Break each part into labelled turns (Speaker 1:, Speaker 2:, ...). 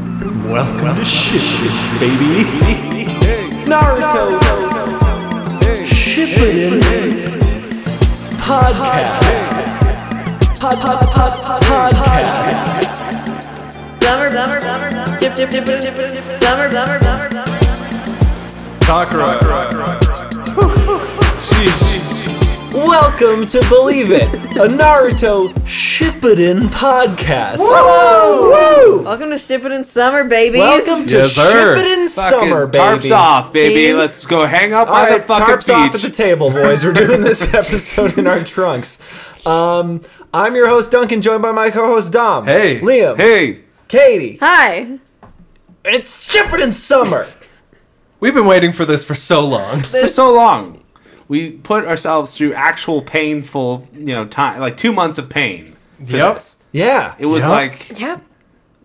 Speaker 1: Welcome, to ship, it, baby. Naruto. Shippuden podcast. Pod, pod, pod, podcast.
Speaker 2: Dumber, dumber, dumber, dumber, dip, dip, dip, dip, dip, dip, dumber, dumber, dumber, dumber.
Speaker 3: Sakura.
Speaker 1: Welcome to Believe It, a Naruto Shippuden podcast. Woo! Woo!
Speaker 2: Welcome to Ship It in Summer, babies.
Speaker 1: Welcome to
Speaker 3: Yes, sir.
Speaker 1: Shippuden
Speaker 3: Fucking
Speaker 1: summer, baby.
Speaker 3: Tarps off, baby.
Speaker 2: Teens.
Speaker 3: Let's go hang up
Speaker 1: All
Speaker 3: by
Speaker 1: right,
Speaker 3: the fucking
Speaker 1: tarps
Speaker 3: beach.
Speaker 1: off at the table, boys. We're doing this episode in our trunks. Um, I'm your host Duncan, joined by my co-host Dom.
Speaker 3: hey,
Speaker 1: Liam.
Speaker 3: Hey,
Speaker 1: Katie.
Speaker 2: Hi.
Speaker 1: It's Shepherd and Summer.
Speaker 4: We've been waiting for this for so long.
Speaker 3: for
Speaker 2: This-
Speaker 3: so long, we put ourselves through actual painful, you know, time like two months of pain. For
Speaker 4: Yep.
Speaker 3: this.
Speaker 1: Yeah.
Speaker 3: it was
Speaker 4: Yep.
Speaker 3: like
Speaker 2: Yep.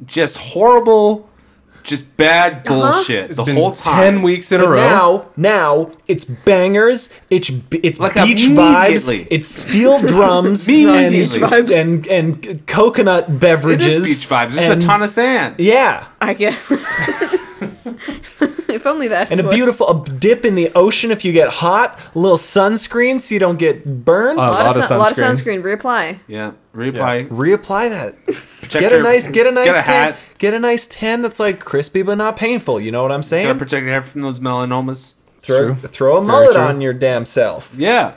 Speaker 3: just horrible, just bad
Speaker 2: Uh-huh.
Speaker 3: bullshit
Speaker 4: It's
Speaker 3: the
Speaker 4: been
Speaker 3: whole time.
Speaker 4: Ten weeks in a row.
Speaker 1: Now, now it's bangers. It's b- it's
Speaker 3: Like
Speaker 1: beach vibes.
Speaker 3: immediately.
Speaker 1: It's steel drums and,
Speaker 3: Immediately.
Speaker 1: and, and and coconut
Speaker 3: It
Speaker 1: beverages.
Speaker 3: is beach vibes. There's
Speaker 1: and-
Speaker 3: a ton of sand.
Speaker 1: Yeah,
Speaker 2: I guess. if only that's
Speaker 1: and a
Speaker 2: what-
Speaker 1: beautiful a dip in the ocean if you get hot. A little sunscreen so you don't get burned.
Speaker 4: Uh,
Speaker 3: Oh.
Speaker 2: a lot, of
Speaker 4: lot of
Speaker 2: sun- a lot of
Speaker 4: sunscreen.
Speaker 2: sunscreen. Reapply.
Speaker 3: Yeah, replay.
Speaker 1: Reapply that.
Speaker 3: Protect
Speaker 1: get a
Speaker 3: your-
Speaker 1: nice get a nice
Speaker 3: get a
Speaker 1: tan.
Speaker 3: hat.
Speaker 1: Get a nice tan that's like crispy but not painful. You know what I'm saying?
Speaker 3: Gotta protect your hair from those melanomas.
Speaker 1: throw,
Speaker 4: true.
Speaker 1: throw a
Speaker 4: Very
Speaker 1: mullet
Speaker 4: true.
Speaker 1: on your damn self.
Speaker 3: Yeah.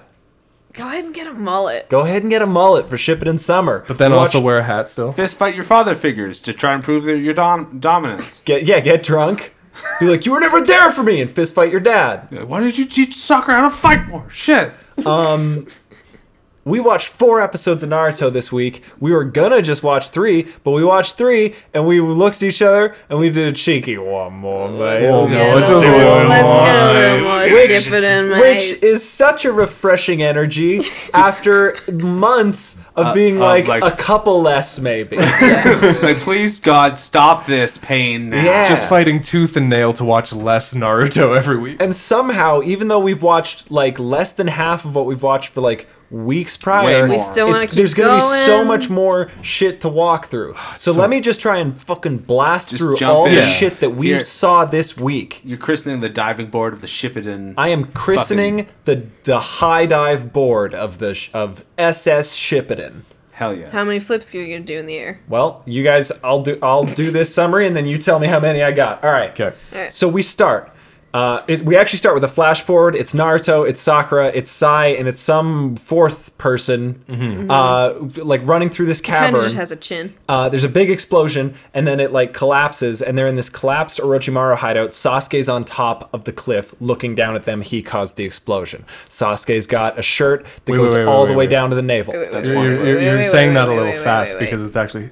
Speaker 2: Go ahead and get a mullet.
Speaker 1: Go ahead and get a mullet for shipping in summer.
Speaker 4: But then
Speaker 1: Watch-
Speaker 4: also wear a hat still.
Speaker 3: Fist fight your father figures to try and prove their, your dom- dominance.
Speaker 1: get yeah, get drunk. Be like, you were never there for me, and fist fight your dad.
Speaker 3: Like, Why did you teach soccer how to fight more? Shit.
Speaker 1: We watched four episodes of Naruto this week. We were gonna just watch three, but we watched three, and we looked at each other, and we did a cheeky one more, mate.
Speaker 4: Oh, no,
Speaker 2: let's
Speaker 4: it's
Speaker 2: do
Speaker 4: a
Speaker 2: it.
Speaker 4: little
Speaker 2: Let's get a little
Speaker 3: more.
Speaker 2: more
Speaker 1: Which-
Speaker 2: ship it in,
Speaker 1: Which
Speaker 2: mate.
Speaker 1: is such a refreshing energy after months of being
Speaker 3: of,
Speaker 1: like,
Speaker 3: like-
Speaker 1: a couple less, maybe.
Speaker 3: like, please, God, stop this pain now.
Speaker 1: Yeah.
Speaker 4: Just fighting tooth and nail to watch less Naruto every week.
Speaker 1: and somehow, even though we've watched like less than half of what we've watched for like weeks prior,
Speaker 3: more. We
Speaker 1: it's-
Speaker 2: still wanna keep
Speaker 1: there's gonna be so
Speaker 2: going.
Speaker 1: much more shit to walk through. So,
Speaker 4: So-
Speaker 1: let me just try and fucking blast
Speaker 3: Just
Speaker 1: through
Speaker 3: jump
Speaker 1: all the
Speaker 3: in.
Speaker 1: shit that we
Speaker 3: Here.
Speaker 1: saw this week.
Speaker 3: You're christening the diving board of the Shippuden.
Speaker 1: I am christening the the high dive board of the sh- of SS Shippuden.
Speaker 3: Hell yeah.
Speaker 2: How many flips are you gonna do in the air?
Speaker 1: Well, you guys, I'll do I'll do this summary, and then you tell me how many I got. All right.
Speaker 4: 'Kay.
Speaker 2: Alright.
Speaker 1: So we start. Uh, it, we actually start with a flash forward. It's Naruto, it's Sakura, it's Sai, and it's some fourth person,
Speaker 4: Mm-hmm.
Speaker 1: uh, like running through this
Speaker 2: Kind
Speaker 1: cavern.
Speaker 2: of just has a chin.
Speaker 1: uh, there's a big explosion, and then it like collapses, and they're in this collapsed Orochimaru hideout. Sasuke's on top of the cliff, looking down at them. He caused the explosion. Sasuke's got a shirt that
Speaker 4: Wait, wait,
Speaker 1: goes
Speaker 4: wait,
Speaker 1: all
Speaker 4: wait,
Speaker 1: the
Speaker 4: wait,
Speaker 1: way
Speaker 4: wait.
Speaker 1: down to the navel.
Speaker 2: Wait, wait,
Speaker 3: That's
Speaker 2: wait,
Speaker 4: You're,
Speaker 3: one
Speaker 2: wait,
Speaker 4: you're-
Speaker 2: wait,
Speaker 3: flip.
Speaker 4: you're-
Speaker 2: wait,
Speaker 4: you're
Speaker 2: wait,
Speaker 4: saying
Speaker 2: wait,
Speaker 4: that a
Speaker 2: wait,
Speaker 4: little
Speaker 2: wait, wait,
Speaker 4: fast
Speaker 2: wait, wait.
Speaker 4: because it's actually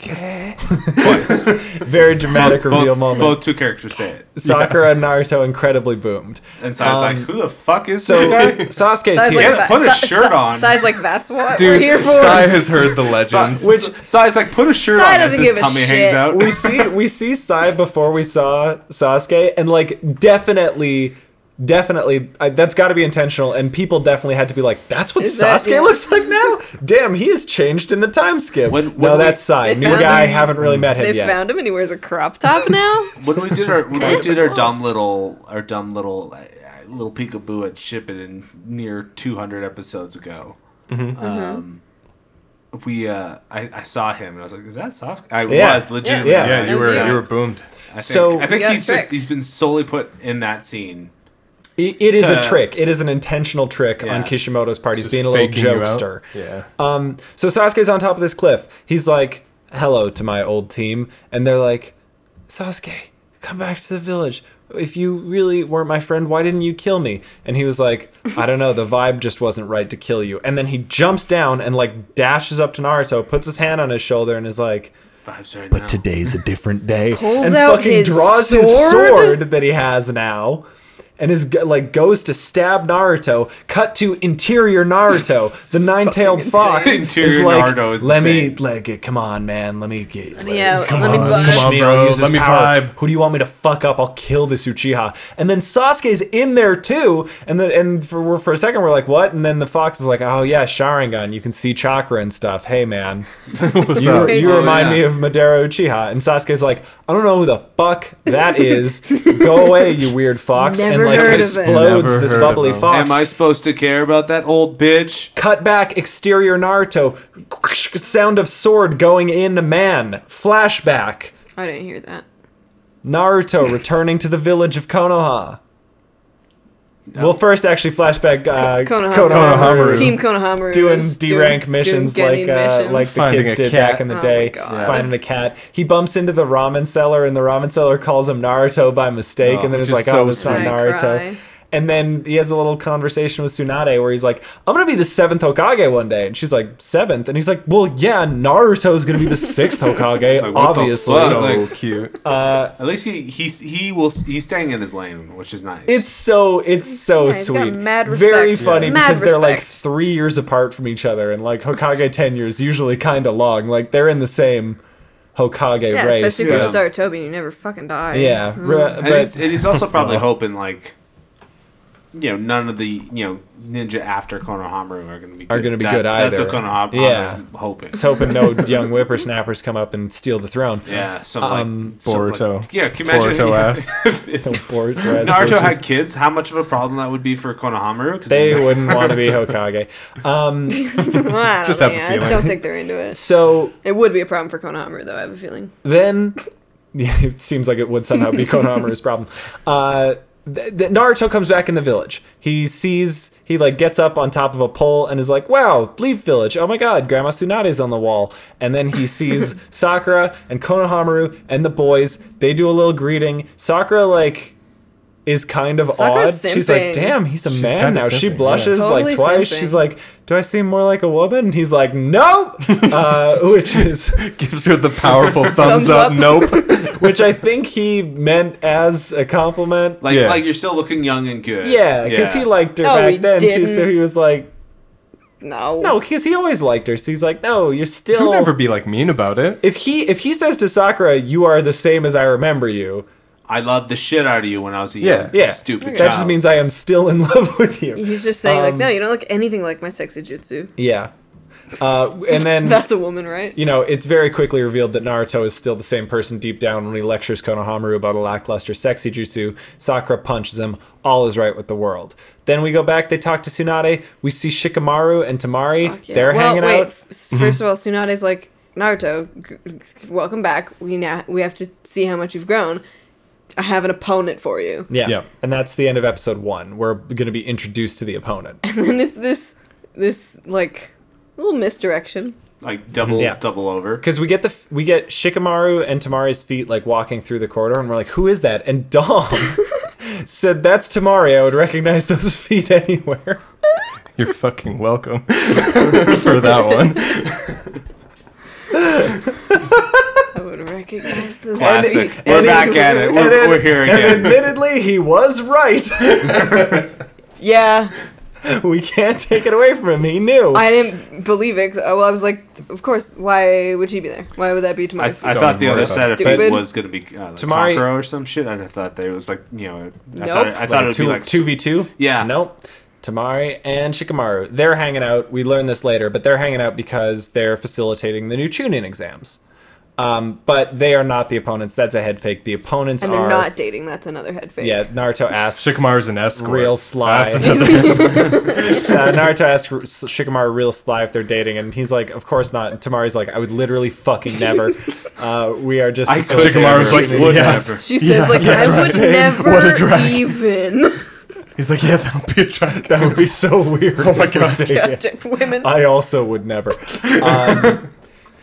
Speaker 4: Sasuke.
Speaker 3: Both,
Speaker 1: Very dramatic reveal moment.
Speaker 3: both two characters say it.
Speaker 1: Sakura and Naruto incredibly boomed.
Speaker 3: And Sai's
Speaker 1: Um,
Speaker 3: like, who the fuck is
Speaker 1: So
Speaker 3: this guy?
Speaker 1: Sasuke's
Speaker 2: Size
Speaker 1: here,
Speaker 3: like Yeah, put a
Speaker 2: Si-
Speaker 3: shirt
Speaker 2: si-
Speaker 3: on.
Speaker 2: Size like that's what we're here
Speaker 4: Dude,
Speaker 2: for.
Speaker 4: Sai has heard the legends.
Speaker 3: Sa- Which Sai's like, put a shirt
Speaker 2: Sai
Speaker 3: on as
Speaker 2: doesn't
Speaker 3: his
Speaker 2: give a
Speaker 3: tummy
Speaker 2: shit.
Speaker 3: hangs out.
Speaker 1: we see we see Sai before we saw Sasuke, and like definitely, definitely I, that's got to be intentional. And people definitely had to be like, "That's what
Speaker 2: Is that-
Speaker 1: Sasuke
Speaker 2: yeah.
Speaker 1: looks like now." Damn, he has changed in the time skip.
Speaker 3: When-
Speaker 1: no,
Speaker 3: when we- Mm.
Speaker 1: that's Sai,
Speaker 2: They
Speaker 1: new
Speaker 2: found
Speaker 1: guy.
Speaker 2: him.
Speaker 1: Haven't really met him
Speaker 2: They
Speaker 1: yet.
Speaker 2: found him and he wears a crop top now.
Speaker 3: when we did our when we did our dumb little our dumb little uh, little peekaboo at Shippuden near 200 episodes ago.
Speaker 1: Mm-hmm.
Speaker 3: Um,
Speaker 2: Mm-hmm.
Speaker 3: we uh, I, I saw him and I was like, "Is that Sasuke?" I
Speaker 1: Yeah.
Speaker 3: was legitimately.
Speaker 1: Yeah.
Speaker 4: yeah,
Speaker 3: I
Speaker 4: you
Speaker 3: was
Speaker 4: were
Speaker 3: like,
Speaker 4: you were boomed.
Speaker 3: I think,
Speaker 1: So-
Speaker 3: I think
Speaker 2: You got
Speaker 3: he's just
Speaker 2: tricked.
Speaker 3: he's been solely put in that scene.
Speaker 1: I- it is a
Speaker 3: to-
Speaker 1: trick. It is an intentional trick
Speaker 3: Yeah.
Speaker 1: on Kishimoto's part. He's
Speaker 4: Just
Speaker 1: being a little
Speaker 4: faking you out.
Speaker 1: jokester.
Speaker 4: Yeah.
Speaker 1: Um, so Sasuke's on top of this cliff. He's like, "Hello to my old team," and they're like, "Sasuke, come back to the village. If you really weren't my friend, why didn't you kill me?" And he was like, "I don't know. The vibe just wasn't right to kill you." And then he jumps down and like dashes up to Naruto, puts his hand on his shoulder, and is like.
Speaker 3: Vibes right now.
Speaker 1: But today's a different day.
Speaker 2: Pulls
Speaker 1: and
Speaker 2: out
Speaker 1: fucking
Speaker 2: his
Speaker 1: draws his
Speaker 2: sword?
Speaker 1: sword that he has now. and is go- like goes to stab Naruto. Cut to interior Naruto, the nine-tailed fox.
Speaker 3: Interior
Speaker 1: is like,
Speaker 3: Naruto is
Speaker 1: let me
Speaker 3: insane.
Speaker 1: let get. Come on, man. Let me get. Let
Speaker 2: me out. Let me
Speaker 1: push
Speaker 2: vibe.
Speaker 1: me.
Speaker 4: Come on,
Speaker 1: I'll
Speaker 4: bro.
Speaker 1: use this
Speaker 4: Let me
Speaker 1: power.
Speaker 4: vibe.
Speaker 1: Who do you want me to fuck up? I'll kill this Uchiha. And then Sasuke's in there too. And then and for we're- for a second we're like, what? And then the fox is like, oh yeah, Sharingan. You can see chakra and stuff. Hey man, you,
Speaker 4: up?
Speaker 1: you
Speaker 3: Oh,
Speaker 1: remind
Speaker 3: yeah.
Speaker 1: me of Madara Uchiha. And Sasuke's like, I don't know who the fuck that is. Go away, you weird fox. and
Speaker 2: Never
Speaker 1: like
Speaker 2: heard of him.
Speaker 1: explodes
Speaker 4: Never
Speaker 1: this
Speaker 4: heard
Speaker 1: bubbly
Speaker 4: of him.
Speaker 1: fox.
Speaker 3: Am I supposed to care about that old bitch?
Speaker 1: Cut back exterior Naruto. Sound of sword going in man. Flashback.
Speaker 2: I didn't hear that.
Speaker 1: Naruto returning to the village of Konoha. Well, first, actually, flashback uh,
Speaker 2: Konohamaru.
Speaker 1: Konohamaru
Speaker 4: Konohamaru.
Speaker 2: Team Konohamaru
Speaker 1: doing
Speaker 2: is
Speaker 1: D rank missions like
Speaker 2: doing Genin
Speaker 1: uh,
Speaker 2: missions.
Speaker 1: like the
Speaker 4: Finding
Speaker 1: kids
Speaker 4: a
Speaker 1: did
Speaker 4: cat.
Speaker 1: back in the
Speaker 2: Oh
Speaker 1: day.
Speaker 2: my God.
Speaker 1: Finding a cat. He bumps into the ramen seller, and the ramen seller calls him Naruto by mistake,
Speaker 4: Oh,
Speaker 1: and then
Speaker 4: which
Speaker 1: it's
Speaker 4: is
Speaker 1: like,
Speaker 4: so
Speaker 1: oh, it's not
Speaker 2: sweet. I
Speaker 1: Naruto.
Speaker 2: cry.
Speaker 1: And then he has a little conversation with Tsunade where he's like, I'm going to be the seventh Hokage one day. And she's like, seventh? And he's like, well, yeah, Naruto's going to be the sixth Hokage,
Speaker 3: Like, what the
Speaker 1: obviously.
Speaker 3: fuck?
Speaker 4: so
Speaker 3: Like-
Speaker 4: Oh, cute.
Speaker 3: At least he he he will he's staying in his lane, which is nice.
Speaker 1: It's so it's so
Speaker 2: Yeah, he's got
Speaker 1: sweet.
Speaker 2: mad
Speaker 1: Very
Speaker 2: respect.
Speaker 1: funny
Speaker 2: Yeah. Mad
Speaker 1: because they're like
Speaker 2: respect.
Speaker 1: three years apart from each other, and like Hokage tenure is usually kind of long. Like they're in the same Hokage
Speaker 2: Yeah,
Speaker 1: race.
Speaker 2: especially if Hmm.
Speaker 1: but-
Speaker 2: you start Toby and you never fucking die.
Speaker 1: yeah, re-
Speaker 3: and he's,
Speaker 1: but
Speaker 3: and he's also probably hoping like you know none of the you know ninja after Konohamaru are going to be good.
Speaker 1: Are gonna be
Speaker 3: that's,
Speaker 1: good either.
Speaker 3: That's what Konohamaru
Speaker 1: Yeah.
Speaker 3: yeah. hoping.
Speaker 1: just hoping no young whippersnappers come up and steal the throne.
Speaker 3: yeah, something
Speaker 1: Um,
Speaker 3: like something
Speaker 4: Boruto.
Speaker 3: Like, yeah, can you imagine
Speaker 4: Boruto ass.
Speaker 3: if, if
Speaker 1: Bored, whereas
Speaker 3: Naruto
Speaker 1: Boruto's-
Speaker 3: had kids? How much of a problem that would be for Konohamaru? 'Cause
Speaker 1: they
Speaker 3: he's-
Speaker 1: wouldn't want to be Hokage. Um,
Speaker 2: Well, I don't
Speaker 4: Just have
Speaker 2: think-
Speaker 4: a feeling.
Speaker 2: I don't think they're into it.
Speaker 1: so
Speaker 2: It would be a problem for Konohamaru though. I have a feeling.
Speaker 1: then yeah, it seems like it would somehow be Konohamaru's problem. Uh, th- th- Naruto comes back in the village. He sees he like gets up on top of a pole and is like, "Wow, leave village! Oh my God, Grandma Tsunade's on the wall." And then he sees Sakura and Konohamaru and the boys. They do a little greeting. Sakura like is kind of
Speaker 2: Sakura's
Speaker 1: odd. She's like,
Speaker 2: simping.
Speaker 1: "Damn, he's a man
Speaker 4: kinda
Speaker 1: now." She
Speaker 4: simping, yeah.
Speaker 1: blushes like
Speaker 2: Totally
Speaker 1: twice.
Speaker 2: simping.
Speaker 1: She's like, "Do I seem more like a woman?" And he's like, "Nope," uh, which is
Speaker 4: Gives her the powerful thumbs,
Speaker 2: Thumbs
Speaker 4: up.
Speaker 2: up.
Speaker 4: Nope.
Speaker 1: which I think he meant as a compliment.
Speaker 3: like
Speaker 4: Yeah.
Speaker 3: like you're still looking young and good.
Speaker 1: yeah, because he liked her
Speaker 2: Oh, he
Speaker 1: back then too,
Speaker 2: didn't.
Speaker 1: so he was like,
Speaker 2: No.
Speaker 1: no, because he always liked her. So he's like, no,
Speaker 4: He'll
Speaker 1: you're still.
Speaker 4: never be like mean about it.
Speaker 1: if he if he says to Sakura, you are the same as I remember you,
Speaker 3: I loved the shit out of you when I was a
Speaker 4: Yeah.
Speaker 3: young,
Speaker 1: Yeah.
Speaker 3: stupid
Speaker 1: that
Speaker 3: child.
Speaker 1: just means I am still in love with you.
Speaker 2: He's just saying like,
Speaker 1: Um,
Speaker 2: no, you don't look anything like my sexy jutsu.
Speaker 1: Yeah, uh, and then
Speaker 2: That's a woman, right?
Speaker 1: you know, it's very quickly revealed that Naruto is still the same person deep down when he lectures Konohamaru about a lackluster sexy jutsu. Sakura punches him. All is right with the world. Then we go back. They talk to Tsunade. We see Shikamaru and Tamari.
Speaker 2: Fuck yeah.
Speaker 1: They're
Speaker 2: well,
Speaker 1: hanging
Speaker 2: wait.
Speaker 1: out.
Speaker 2: f- First of all, Tsunade's like Naruto. g- g- Welcome back. We now we have to see how much you've grown. I have an opponent for you.
Speaker 1: Yeah.
Speaker 4: Yeah.
Speaker 1: And that's the end of episode one. We're going to be introduced to the opponent.
Speaker 2: And then it's this this like little misdirection.
Speaker 3: like double
Speaker 1: Yeah.
Speaker 3: double over.
Speaker 1: Because we get the we get Shikamaru and Tamari's feet like walking through the corridor, and we're like, "Who is that?" And Dom said, "That's Tamari. I would recognize those feet anywhere."
Speaker 4: You're fucking welcome for that one.
Speaker 2: I would recognize this.
Speaker 3: Classic.
Speaker 1: And-
Speaker 3: we're
Speaker 1: and-
Speaker 3: back at it. We're,
Speaker 1: and then-
Speaker 3: we're here
Speaker 1: And
Speaker 3: again.
Speaker 1: admittedly, he was right.
Speaker 2: Yeah,
Speaker 1: we can't take it away from him. He knew.
Speaker 2: I didn't believe it. 'cause- uh, Well, I was like, of course. Why would she be there? Why would that be
Speaker 3: I, I
Speaker 2: tomorrow's? food?
Speaker 3: thought the
Speaker 4: even worry
Speaker 3: other
Speaker 4: about
Speaker 3: set
Speaker 2: it.
Speaker 3: of feet
Speaker 2: Stupid.
Speaker 3: was gonna be uh, like
Speaker 1: Tamari-
Speaker 3: Conqueror or some shit. I thought that it was like you know. I
Speaker 2: Nope.
Speaker 3: thought it, I thought it would
Speaker 1: two,
Speaker 3: be like
Speaker 1: two v two.
Speaker 3: Yeah.
Speaker 1: Nope. Tamari and Shikamaru. They're hanging out. We learn this later, but they're hanging out because they're facilitating the new Chunin exams. Um, but they are not the opponents. That's a head fake. The opponents
Speaker 2: and
Speaker 1: are
Speaker 2: they're not dating. That's another head fake.
Speaker 1: Yeah, Naruto asks.
Speaker 4: Shikamaru's an escort.
Speaker 1: Real sly.
Speaker 4: That's another-
Speaker 1: uh, Naruto asks R- Shikamaru real sly if they're dating, and he's like, "Of course not." And Tamari's like, "I would literally fucking never." Uh, we are just.
Speaker 3: I could
Speaker 1: facilitating the
Speaker 4: Shikamaru's like,
Speaker 1: Chunin
Speaker 4: "Would
Speaker 1: exams."
Speaker 4: never."
Speaker 2: She
Speaker 4: Yeah,
Speaker 2: says like, I
Speaker 4: that's
Speaker 2: would
Speaker 4: right. What a
Speaker 2: never
Speaker 4: drag.
Speaker 2: even.
Speaker 4: He's like, yeah, that'll be a track.
Speaker 1: That would be so weird. Oh my god!
Speaker 2: Goddamn women.
Speaker 1: I also would never. Um,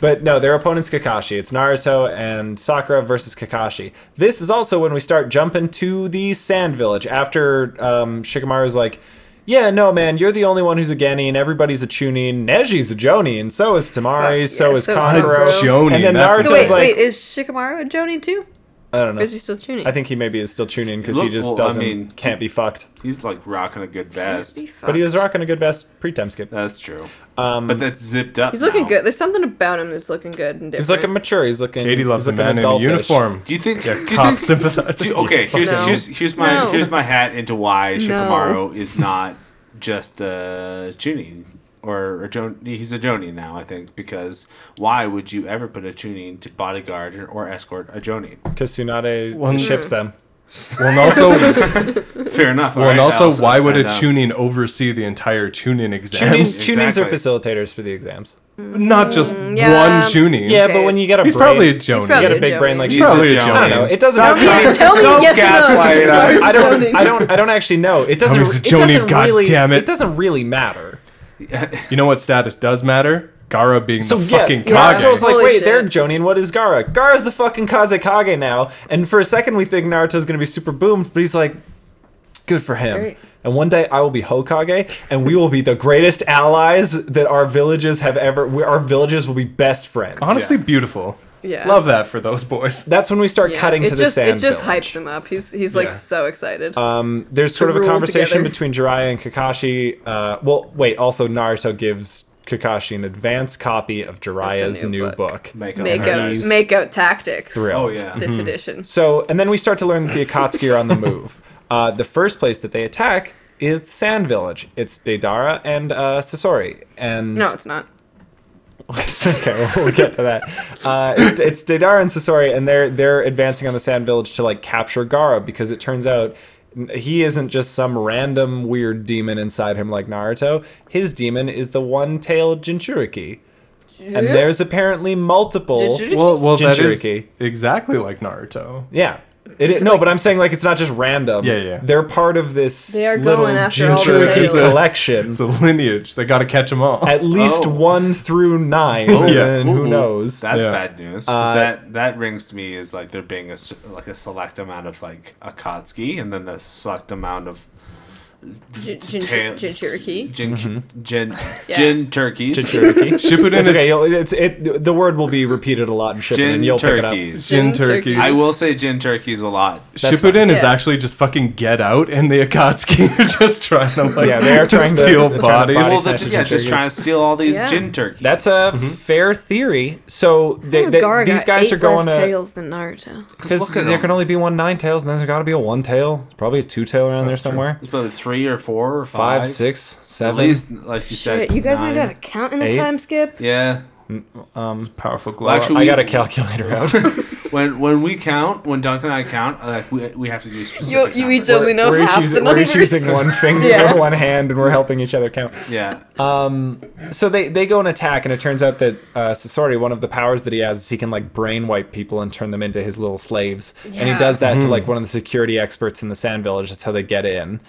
Speaker 1: but no, their opponent's Kakashi. It's Naruto and Sakura versus Kakashi. This is also when we start jumping to the Sand Village after um, Shikamaru's like, yeah, no, man, you're the only one who's a Genin. Everybody's a Chunin. Neji's a Jonin. So is Tamari.
Speaker 2: Fuck,
Speaker 1: so is
Speaker 2: yeah, so is
Speaker 1: Konkuro.
Speaker 2: Konkuro.
Speaker 4: Jonin,
Speaker 1: And then
Speaker 4: that's
Speaker 1: Naruto's
Speaker 4: So
Speaker 2: wait,
Speaker 1: like,
Speaker 2: wait, is Shikamaru a Joni too?
Speaker 1: I don't
Speaker 2: Or
Speaker 1: know.
Speaker 2: is he still tuning?
Speaker 1: I think he maybe is still tuning because he
Speaker 3: Look,
Speaker 1: just
Speaker 3: well, I
Speaker 1: doesn't
Speaker 3: mean-
Speaker 1: can't be fucked.
Speaker 3: He's like rocking a good vest.
Speaker 1: But he was rocking a good vest pre-time skip.
Speaker 3: That's true.
Speaker 1: Um,
Speaker 3: But that's zipped up.
Speaker 2: He's looking
Speaker 3: now.
Speaker 2: good. There's something about him that's looking good and different.
Speaker 1: he's looking mature. He's looking.
Speaker 4: Katie loves
Speaker 1: he's
Speaker 4: a
Speaker 1: looking
Speaker 4: man in a
Speaker 1: adultish.
Speaker 4: uniform.
Speaker 3: Do you think? Do you
Speaker 4: Cop
Speaker 3: think?
Speaker 4: sympathizer.
Speaker 3: do you- okay, here's
Speaker 2: No.
Speaker 3: here's here's my
Speaker 2: No.
Speaker 3: here's my hat into why
Speaker 2: No.
Speaker 3: Shikamaru is not just a tuning or a Jon- he's a Joni now. I think because why would you ever put a tuning to bodyguard or, or escort a Joni?
Speaker 1: Because Tsunade
Speaker 4: Well,
Speaker 1: ships them.
Speaker 4: Well, and also, well,
Speaker 3: Fair enough.
Speaker 4: and
Speaker 3: all right,
Speaker 4: also,
Speaker 3: I'll-
Speaker 4: why
Speaker 3: I'll
Speaker 4: would a
Speaker 3: stand down.
Speaker 4: tuning oversee the entire tuning exam?
Speaker 1: Tunings, tunings are
Speaker 3: Exactly.
Speaker 1: facilitators for the exams.
Speaker 4: Not just
Speaker 2: yeah.
Speaker 4: one tuning.
Speaker 1: Yeah,
Speaker 2: Okay.
Speaker 1: but when you get a
Speaker 4: he's
Speaker 1: brain,
Speaker 4: probably a
Speaker 1: you
Speaker 4: Joni.
Speaker 2: probably
Speaker 1: get a
Speaker 2: a
Speaker 1: big brain
Speaker 2: Joni.
Speaker 1: like
Speaker 3: He's
Speaker 1: you-
Speaker 3: a
Speaker 4: Probably a
Speaker 3: Joni.
Speaker 1: I don't know. It doesn't.
Speaker 2: Tell me, tell me
Speaker 3: Don't
Speaker 2: yes or
Speaker 3: gaslight
Speaker 2: no.
Speaker 3: us.
Speaker 1: I
Speaker 2: Joni.
Speaker 1: don't. I don't. I don't actually know. It doesn't.
Speaker 4: Tommy's a
Speaker 1: It doesn't
Speaker 4: Joni, God
Speaker 1: really.
Speaker 4: damn it.
Speaker 1: It doesn't really matter.
Speaker 4: You know what status does matter? Gara being
Speaker 1: So
Speaker 4: the
Speaker 1: yeah,
Speaker 4: fucking
Speaker 1: yeah,
Speaker 4: Kage.
Speaker 1: Naruto's like,
Speaker 2: Holy
Speaker 1: wait,
Speaker 2: shit.
Speaker 1: they're Joni, and what is Gara? Gara's the fucking Kazekage now, and for a second we think Naruto's gonna be super boomed, but he's like, good for him.
Speaker 2: Right.
Speaker 1: And one day I will be Hokage, and we will be the greatest allies that our villages have ever. We, our villages will be best friends.
Speaker 4: Honestly, beautiful.
Speaker 2: Yeah.
Speaker 4: Love that for those boys.
Speaker 1: That's when we start
Speaker 2: Yeah.
Speaker 1: cutting
Speaker 2: it
Speaker 1: to the
Speaker 2: just,
Speaker 1: sand.
Speaker 2: It just
Speaker 1: village.
Speaker 2: hypes him up. He's he's
Speaker 4: Yeah.
Speaker 2: like so excited.
Speaker 1: Um, there's sort of a
Speaker 2: rule
Speaker 1: conversation
Speaker 2: together.
Speaker 1: between Jiraiya and Kakashi. Uh, well, wait. Also, Naruto gives Kakashi an advance copy of Jiraiya's
Speaker 2: new
Speaker 1: new,
Speaker 2: book.
Speaker 1: book.
Speaker 3: Make
Speaker 2: make
Speaker 3: up.
Speaker 2: out
Speaker 1: he's
Speaker 2: make out tactics.
Speaker 1: thrilled. Mm-hmm.
Speaker 3: Oh yeah.
Speaker 2: This edition.
Speaker 1: So, and then we start to learn that the Akatsuki are on the move. Uh, the first place that they attack is the Sand Village. It's Deidara and uh, Sasori. And
Speaker 2: No, it's not.
Speaker 1: okay, we'll, we'll get to that. Uh, it's, it's Deidara and Sasori, and they're they're advancing on the Sand Village to like capture Gara because it turns out n- he isn't just some random weird demon inside him like Naruto. His demon is the one-tailed Jinchuriki, and there's apparently multiple.
Speaker 2: Jinchuriki?
Speaker 4: Well, well, that is
Speaker 1: Jinchuriki.
Speaker 4: exactly like Naruto.
Speaker 1: Yeah. It is,
Speaker 2: Just
Speaker 1: no,
Speaker 2: like-
Speaker 1: but I'm saying like it's not just random.
Speaker 4: Yeah, yeah.
Speaker 1: They're part of this
Speaker 2: They are
Speaker 1: little
Speaker 2: going after all the
Speaker 1: Jinchuriki
Speaker 2: tails.
Speaker 1: collection.
Speaker 4: It's a lineage. They got to catch them all.
Speaker 1: At least
Speaker 3: Oh.
Speaker 1: one through nine,
Speaker 3: Oh,
Speaker 4: yeah.
Speaker 1: and who
Speaker 3: Ooh,
Speaker 1: knows?
Speaker 3: That's
Speaker 4: Yeah.
Speaker 3: bad news. 'cause
Speaker 2: Uh,
Speaker 3: that that rings to me as like there being a s- like a select amount of like Akatsuki, and then the select amount of
Speaker 2: Jin
Speaker 3: tail-
Speaker 2: Cherokee.
Speaker 3: Jin
Speaker 4: Mm-hmm.
Speaker 3: Jin
Speaker 2: Yeah.
Speaker 3: Jin turkeys.
Speaker 1: Jinchuriki.
Speaker 4: Shippuden
Speaker 1: It's
Speaker 4: is
Speaker 1: okay. You'll, it's it. The word will be repeated a lot in shipping,
Speaker 3: Jin
Speaker 1: and you'll pick it up.
Speaker 3: turkeys.
Speaker 4: gin
Speaker 2: Jin
Speaker 4: turkeys.
Speaker 2: turkeys.
Speaker 3: I will say gin turkeys a lot.
Speaker 1: That's
Speaker 4: Shippuden
Speaker 1: fine.
Speaker 4: is
Speaker 2: Yeah.
Speaker 4: actually just fucking Get Out, and the Akatsuki are just trying to like
Speaker 1: Yeah, they are trying to-
Speaker 4: steal
Speaker 1: they're trying to
Speaker 4: bodies.
Speaker 1: body
Speaker 3: Well,
Speaker 1: snatch
Speaker 3: the-
Speaker 1: a
Speaker 3: yeah,
Speaker 1: gin
Speaker 3: just
Speaker 1: turkeys.
Speaker 3: trying to steal all these
Speaker 2: Yeah.
Speaker 3: gin turkeys.
Speaker 1: That's a fair theory. So they,
Speaker 2: How's
Speaker 1: they-
Speaker 2: Gaara
Speaker 1: these
Speaker 2: Mm-hmm. got
Speaker 1: guys are
Speaker 2: eight
Speaker 1: going
Speaker 2: less
Speaker 1: to
Speaker 2: tails than Naruto.
Speaker 1: because
Speaker 3: Look at
Speaker 1: there
Speaker 3: them.
Speaker 1: can only be one nine tails, and then there's got to be a one tail, probably a two tail around
Speaker 4: That's
Speaker 1: there
Speaker 4: true.
Speaker 1: somewhere.
Speaker 3: It's probably three or four or five,
Speaker 1: Five, six,
Speaker 3: At
Speaker 1: seven.
Speaker 3: least, like you said,
Speaker 2: Shit, you guys learned how
Speaker 3: nine.
Speaker 2: to count in a
Speaker 1: eight.
Speaker 2: time skip.
Speaker 3: Yeah.
Speaker 1: Um,
Speaker 4: Powerful glow.
Speaker 3: Well, actually,
Speaker 1: I
Speaker 3: we-
Speaker 1: got a calculator out.
Speaker 3: When when we count, when Duncan and I count, like we, we have to do
Speaker 2: You,
Speaker 3: specific.
Speaker 2: you
Speaker 3: numbers.
Speaker 2: each only know
Speaker 1: we're
Speaker 2: half
Speaker 1: each
Speaker 2: the
Speaker 1: using, we're
Speaker 2: numbers.
Speaker 1: each using one finger,
Speaker 2: Yeah.
Speaker 1: one hand, and we're helping each other count.
Speaker 3: Yeah.
Speaker 1: Um, so they, they go and attack, and it turns out that uh, Sasori, one of the powers that he has is he can like brain wipe people and turn them into his little slaves. And he
Speaker 2: Yeah.
Speaker 1: does
Speaker 3: Hmm.
Speaker 1: that to like one of the security experts in the Sand Village. That's how they get in.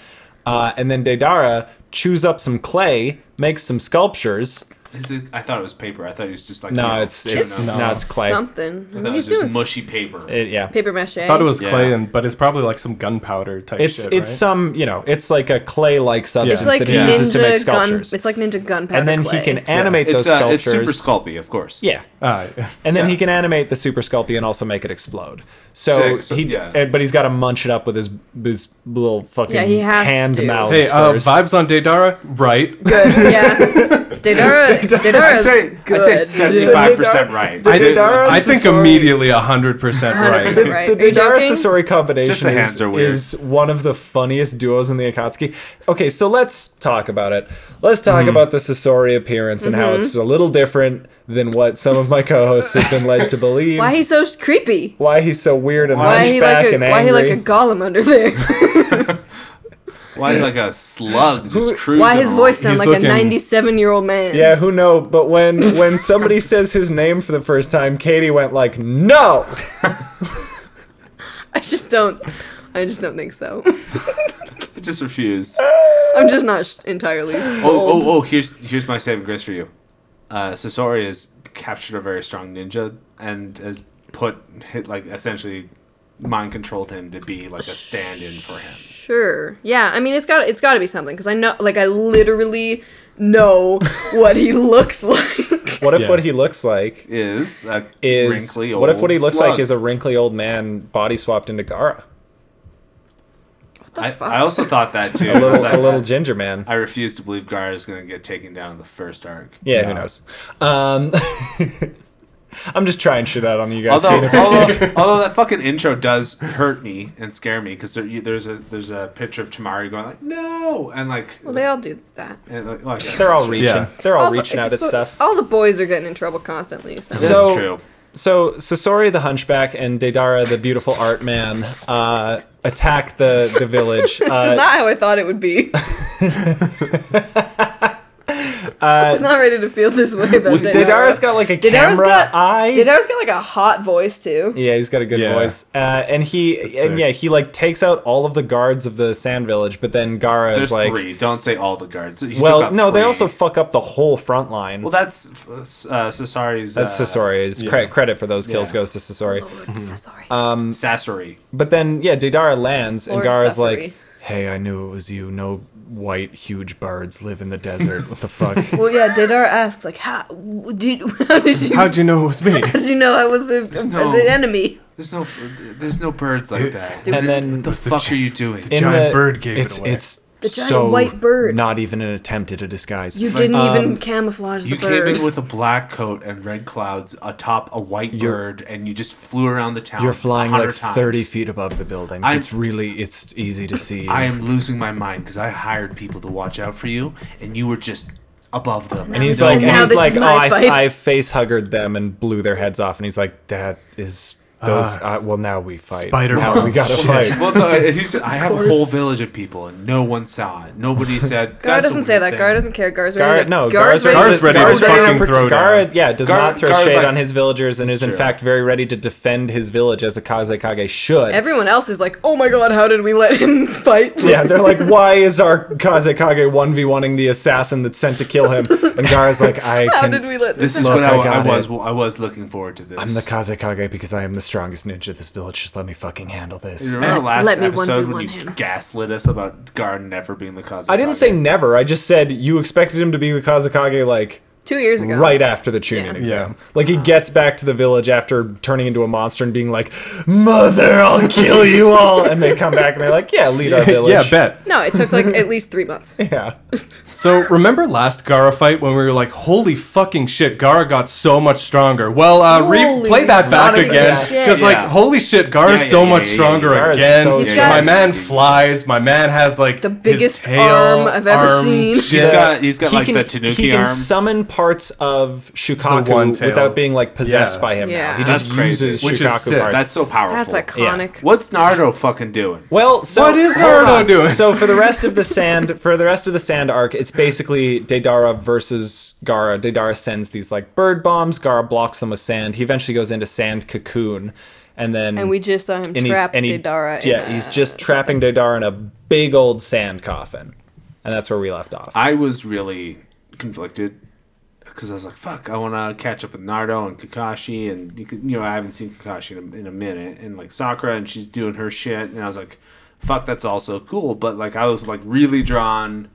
Speaker 1: Uh, and then Deidara chews up some clay, makes some sculptures.
Speaker 3: Is it- I thought it was paper. I thought it was just like you
Speaker 1: No,
Speaker 3: know,
Speaker 1: it's
Speaker 3: chewing
Speaker 1: it's
Speaker 2: It's
Speaker 3: up.
Speaker 1: no, it's clay.
Speaker 2: Something.
Speaker 3: I
Speaker 2: I
Speaker 3: thought
Speaker 2: mean,
Speaker 3: it
Speaker 2: he's
Speaker 3: was
Speaker 2: doing
Speaker 3: just
Speaker 2: s-
Speaker 3: mushy paper.
Speaker 1: It- yeah,
Speaker 2: paper mache.
Speaker 4: I thought it was
Speaker 3: Yeah.
Speaker 4: clay, and but it's probably like some gunpowder type
Speaker 1: it's
Speaker 4: shit.
Speaker 1: it's
Speaker 4: right?
Speaker 1: some you know it's like a clay-like substance
Speaker 2: It's like
Speaker 1: that he
Speaker 3: Yeah.
Speaker 1: uses to make
Speaker 2: ninja gun.
Speaker 1: sculptures.
Speaker 2: It's like ninja gunpowder.
Speaker 1: and then
Speaker 2: clay.
Speaker 1: he can animate
Speaker 3: It's,
Speaker 1: those
Speaker 3: uh, it's
Speaker 1: sculptures.
Speaker 3: super sculpy, of course.
Speaker 1: yeah,
Speaker 4: Ah, yeah.
Speaker 1: And then
Speaker 3: Yeah.
Speaker 1: he can animate the super sculpy and also make it explode. So
Speaker 3: Sick, so-
Speaker 1: he,
Speaker 3: yeah.
Speaker 1: eh, but he's got to munch it up with his his little fucking
Speaker 2: Yeah, he has
Speaker 1: hand
Speaker 2: to.
Speaker 1: mouths
Speaker 4: Hey, uh,
Speaker 1: first.
Speaker 4: vibes on Deidara? Right.
Speaker 2: Good. Yeah. Deidara.
Speaker 3: I'd
Speaker 2: Deidara's
Speaker 3: say,
Speaker 2: good.
Speaker 3: I'd say 75% right.
Speaker 1: The
Speaker 4: I, think-
Speaker 1: Deidara
Speaker 4: I think
Speaker 1: Sasori-
Speaker 4: immediately 100% right.
Speaker 2: 100% right.
Speaker 1: The
Speaker 2: Are you
Speaker 1: Deidara
Speaker 2: joking?
Speaker 1: Sasori
Speaker 3: Just
Speaker 1: combination
Speaker 3: the hands
Speaker 1: is,
Speaker 3: are weird.
Speaker 1: is one of the funniest duos in the Akatsuki. Okay, so let's talk about it. Let's talk
Speaker 3: Mm-hmm.
Speaker 1: about the Sasori appearance and
Speaker 2: Mm-hmm.
Speaker 1: how it's a little different than what some of my co-hosts have been led to believe.
Speaker 2: Why he's so s- creepy?
Speaker 1: Why he's so weird and
Speaker 2: Why he like
Speaker 1: hunchback
Speaker 2: a
Speaker 1: and
Speaker 2: why he
Speaker 1: angry.
Speaker 2: like a golem under there?
Speaker 3: Why like a slug just cruising?
Speaker 2: Why his voice
Speaker 3: along?
Speaker 4: He's
Speaker 2: sound like a
Speaker 4: looking-
Speaker 2: 97 year old man?
Speaker 1: Yeah, who know? But when when somebody says his name for the first time, Katie went like, "No."
Speaker 2: I just don't. I just don't think so.
Speaker 3: I just refuse.
Speaker 2: I'm just not sh- entirely
Speaker 3: Oh,
Speaker 2: sold.
Speaker 3: oh, oh! Here's here's my saving grace for you. Uh, Sasori has captured a very strong ninja and has put hit like essentially mind controlled him to be like a stand-in for him.
Speaker 2: Sure. Yeah. I mean, it's got it's got to be something because I know, like, I literally know what he looks like.
Speaker 1: What if
Speaker 4: Yeah.
Speaker 1: what he looks like
Speaker 3: Is a
Speaker 1: is
Speaker 3: wrinkly old
Speaker 1: what if what he looks like
Speaker 3: slug.
Speaker 1: is a wrinkly old man body swapped into Gara,
Speaker 2: What the
Speaker 3: I,
Speaker 2: fuck?
Speaker 3: I also thought that too.
Speaker 1: a little
Speaker 3: 'cause I,
Speaker 1: a little ginger man.
Speaker 3: I refuse to believe Gar is going to get taken down in the first arc.
Speaker 1: Yeah, who knows? Um, I'm just trying shit out on you guys.
Speaker 3: Although,
Speaker 1: seeing if it sticks.
Speaker 3: although, although that fucking intro does hurt me and scare me because there, you- there's a there's a picture of Tamari going like no and like,
Speaker 2: well, they all do that.
Speaker 3: and, like, well, I guess
Speaker 1: they're all
Speaker 3: that's
Speaker 1: reaching.
Speaker 4: Yeah.
Speaker 1: They're all
Speaker 2: the-
Speaker 1: reaching out at
Speaker 2: so- oh.
Speaker 1: stuff.
Speaker 2: All the boys are getting in trouble constantly. So.
Speaker 3: That's
Speaker 1: So-
Speaker 3: true.
Speaker 1: So Sasori the Hunchback and Deidara the beautiful art man uh, attack the the village.
Speaker 2: this
Speaker 1: Uh,
Speaker 2: is not how I thought it would be. I was not ready to feel this way about
Speaker 1: Deidara's
Speaker 2: Deidara.
Speaker 1: got like a
Speaker 2: Deidara's
Speaker 1: camera
Speaker 2: got-
Speaker 1: eye.
Speaker 2: Deidara's got like a hot voice too.
Speaker 1: Yeah, he's got a good
Speaker 4: Yeah.
Speaker 1: voice. Uh, and he
Speaker 4: That's
Speaker 1: and
Speaker 4: sick.
Speaker 1: yeah, he like takes out all of the guards of the sand village, but then Gara
Speaker 3: There's
Speaker 1: is like
Speaker 3: three. Don't say all the guards. He took
Speaker 1: Well,
Speaker 3: out
Speaker 1: no, they
Speaker 3: three.
Speaker 1: also fuck up the whole front line.
Speaker 3: well that's uh, Sasori's.
Speaker 1: That's
Speaker 3: uh,
Speaker 1: Sasori's
Speaker 4: yeah.
Speaker 1: cre- credit for those kills
Speaker 3: Yeah.
Speaker 1: goes to Sasori.
Speaker 2: Lord, Sasori.
Speaker 3: Sasori.
Speaker 1: But then yeah, Deidara lands and
Speaker 2: Lord
Speaker 1: Gara's
Speaker 2: Sasori.
Speaker 1: like, "Hey, I knew it was you. No white huge birds live in the desert. What the fuck?"
Speaker 2: well, yeah. Deidara asks like, how w- did how did you
Speaker 4: How'd you know it was me?
Speaker 2: how did you know I was a, a-
Speaker 3: no-
Speaker 2: an enemy?
Speaker 3: There's no there's no birds like that.
Speaker 1: and then
Speaker 3: What the fuck are you doing?
Speaker 1: in
Speaker 4: giant
Speaker 1: the-
Speaker 4: bird gave it
Speaker 1: it's,
Speaker 4: away.
Speaker 1: It's
Speaker 2: The giant
Speaker 1: so
Speaker 2: white bird.
Speaker 1: Not even an attempt at a disguise.
Speaker 2: You didn't even camouflage the
Speaker 3: You
Speaker 2: bird.
Speaker 3: came in with a black coat and red clouds atop a white bird, and you just flew around the town.
Speaker 1: You're flying
Speaker 3: 100
Speaker 1: like
Speaker 3: times.
Speaker 1: 30 feet above the buildings.
Speaker 3: I-
Speaker 1: it's really, it's easy to see.
Speaker 3: I am losing my mind because I hired people to watch out for you, and you were just above them.
Speaker 1: and he's
Speaker 2: And
Speaker 1: like, and
Speaker 2: now
Speaker 1: he's
Speaker 2: this
Speaker 1: like,
Speaker 2: is
Speaker 1: oh,
Speaker 2: my
Speaker 1: I,
Speaker 2: fight."
Speaker 1: I face huggered them and blew their heads off. And he's like, that is those. Uh,
Speaker 4: Ah.
Speaker 1: well, now we fight.
Speaker 4: Spider
Speaker 1: Now
Speaker 4: Mom.
Speaker 1: we gotta
Speaker 4: Shit.
Speaker 1: fight.
Speaker 3: well, no, and he's, I have a
Speaker 2: course.
Speaker 3: whole village of people, and no one saw it. Nobody said.
Speaker 2: Gar
Speaker 3: "That's a
Speaker 2: doesn't say
Speaker 3: weird
Speaker 2: that.
Speaker 3: thing."
Speaker 2: Gar doesn't care. Gar's ready.
Speaker 1: Gara,
Speaker 2: to,
Speaker 1: no,
Speaker 2: Gar's, ready.
Speaker 4: Gar's
Speaker 2: to,
Speaker 4: ready
Speaker 2: Gar's
Speaker 4: to
Speaker 2: ready
Speaker 4: fucking
Speaker 1: protect-
Speaker 4: throw
Speaker 1: Gara,
Speaker 4: down.
Speaker 1: yeah, does
Speaker 3: Gar-
Speaker 1: not throw
Speaker 3: Gar's
Speaker 1: shade
Speaker 3: like-
Speaker 1: on his villagers and is in
Speaker 3: true.
Speaker 1: fact very ready to defend his village as a Kazekage should.
Speaker 2: Everyone else is like, oh my god, how did we let him fight?
Speaker 1: Yeah, they're like, why is our Kazekage 1v1ing the assassin that's sent to kill him? And Gara's like, I
Speaker 2: how
Speaker 1: can.
Speaker 2: did we let this?
Speaker 3: This is
Speaker 1: Look,
Speaker 3: what I,
Speaker 1: I got
Speaker 3: I was.
Speaker 1: it.
Speaker 3: I was looking forward to this.
Speaker 1: I'm the Kazekage because I am the strongest ninja this village. Just let me fucking handle this.
Speaker 3: You remember
Speaker 2: Uh,
Speaker 3: last
Speaker 2: let me
Speaker 3: episode
Speaker 2: 1v1
Speaker 3: when you
Speaker 2: him.
Speaker 3: gaslit us about Gar never being the cause?
Speaker 1: I didn't say never. I just said you expected him to be the Kazekage like
Speaker 2: Two years ago.
Speaker 1: right after the Chunin
Speaker 2: Yeah. Uh-huh.
Speaker 1: exam. Like he gets back to the village after turning into a monster and being like, "Mother, I'll kill you all." And they come back and they're like, "Yeah, lead our village."
Speaker 4: yeah, bet.
Speaker 2: No, it took like at least three months.
Speaker 1: Yeah.
Speaker 4: So remember last Gara fight when we were like, "Holy fucking shit, Gara got so much stronger." Well, uh,
Speaker 2: Holy
Speaker 4: replay that back
Speaker 2: fucking
Speaker 4: again
Speaker 2: shit.
Speaker 4: because
Speaker 3: Yeah.
Speaker 4: like, holy shit, Gara's
Speaker 3: Yeah, yeah,
Speaker 4: so
Speaker 3: yeah,
Speaker 4: much
Speaker 3: yeah, yeah,
Speaker 4: stronger
Speaker 1: yeah. Gara's
Speaker 4: again.
Speaker 1: so
Speaker 2: He's strong. got-
Speaker 4: my man flies. My man has like
Speaker 2: The
Speaker 4: his
Speaker 2: biggest
Speaker 4: tail,
Speaker 2: arm I've ever seen.
Speaker 4: shit.
Speaker 3: He's got- he's got,
Speaker 1: He
Speaker 3: like,
Speaker 1: can-
Speaker 3: the Tanuki
Speaker 1: He can
Speaker 3: arm.
Speaker 1: summon parts of Shukaku
Speaker 4: The one tail.
Speaker 1: without being like possessed
Speaker 4: Yeah.
Speaker 1: by him. Now.
Speaker 2: Yeah.
Speaker 1: He
Speaker 2: That's
Speaker 1: just
Speaker 3: crazy.
Speaker 1: uses
Speaker 4: Which is
Speaker 1: Shukaku
Speaker 4: sick.
Speaker 1: parts.
Speaker 3: That's so powerful.
Speaker 2: That's iconic.
Speaker 3: What's Naruto fucking doing?
Speaker 1: Well, so
Speaker 4: What is
Speaker 1: hold
Speaker 4: Naruto
Speaker 1: on.
Speaker 4: doing?
Speaker 1: So for the rest of the sand, for the rest of the sand arc, it's basically Deidara versus Gara. Deidara sends these like bird bombs. Gara blocks them with sand. He eventually goes into sand cocoon, and then
Speaker 2: And we just saw him
Speaker 1: and he's-
Speaker 2: trap
Speaker 1: and he-
Speaker 2: Deidara. in
Speaker 1: Yeah,
Speaker 2: a-
Speaker 1: he's just trapping Deidara in a big old sand coffin, and that's where we left off.
Speaker 3: I was really conflicted because I was like, "Fuck, I want to catch up with Naruto and Kakashi, and you, can, you know I haven't seen Kakashi in a, in a minute, and like Sakura, and she's doing her shit, and I was like, "Fuck, that's also cool," but like I was like really drawn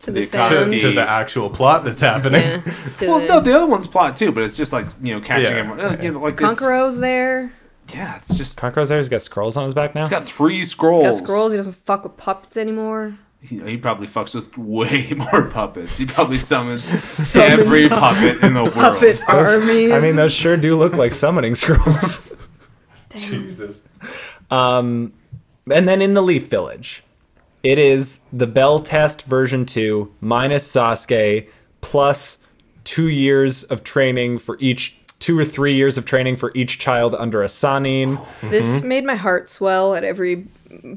Speaker 2: to the
Speaker 3: the
Speaker 2: sound.
Speaker 3: Akatsuki.
Speaker 4: to, to the actual plot that's happening.
Speaker 2: Yeah, to
Speaker 3: Well,
Speaker 2: the-
Speaker 3: no, the other one's plot too, but it's just like you know catching
Speaker 4: Yeah.
Speaker 3: everyone. uh, You know, like it's-
Speaker 2: Conquero's there.
Speaker 3: yeah, it's just
Speaker 1: Conqueror's there. He's got scrolls on his back now.
Speaker 3: it's got three scrolls.
Speaker 2: He's got scrolls. He doesn't fuck with puppets anymore.
Speaker 3: He, he probably fucks with way more puppets. He probably summons every puppet in the world.
Speaker 2: Puppet armies.
Speaker 1: I mean, those sure do look like summoning scrolls.
Speaker 4: Jesus.
Speaker 1: And then in the Leaf Village, it is the Bell Test version 2 minus Sasuke plus two years of training for each, two or three years of training for each child under a Sanin.
Speaker 2: This
Speaker 1: Mm-hmm.
Speaker 2: made my heart swell at every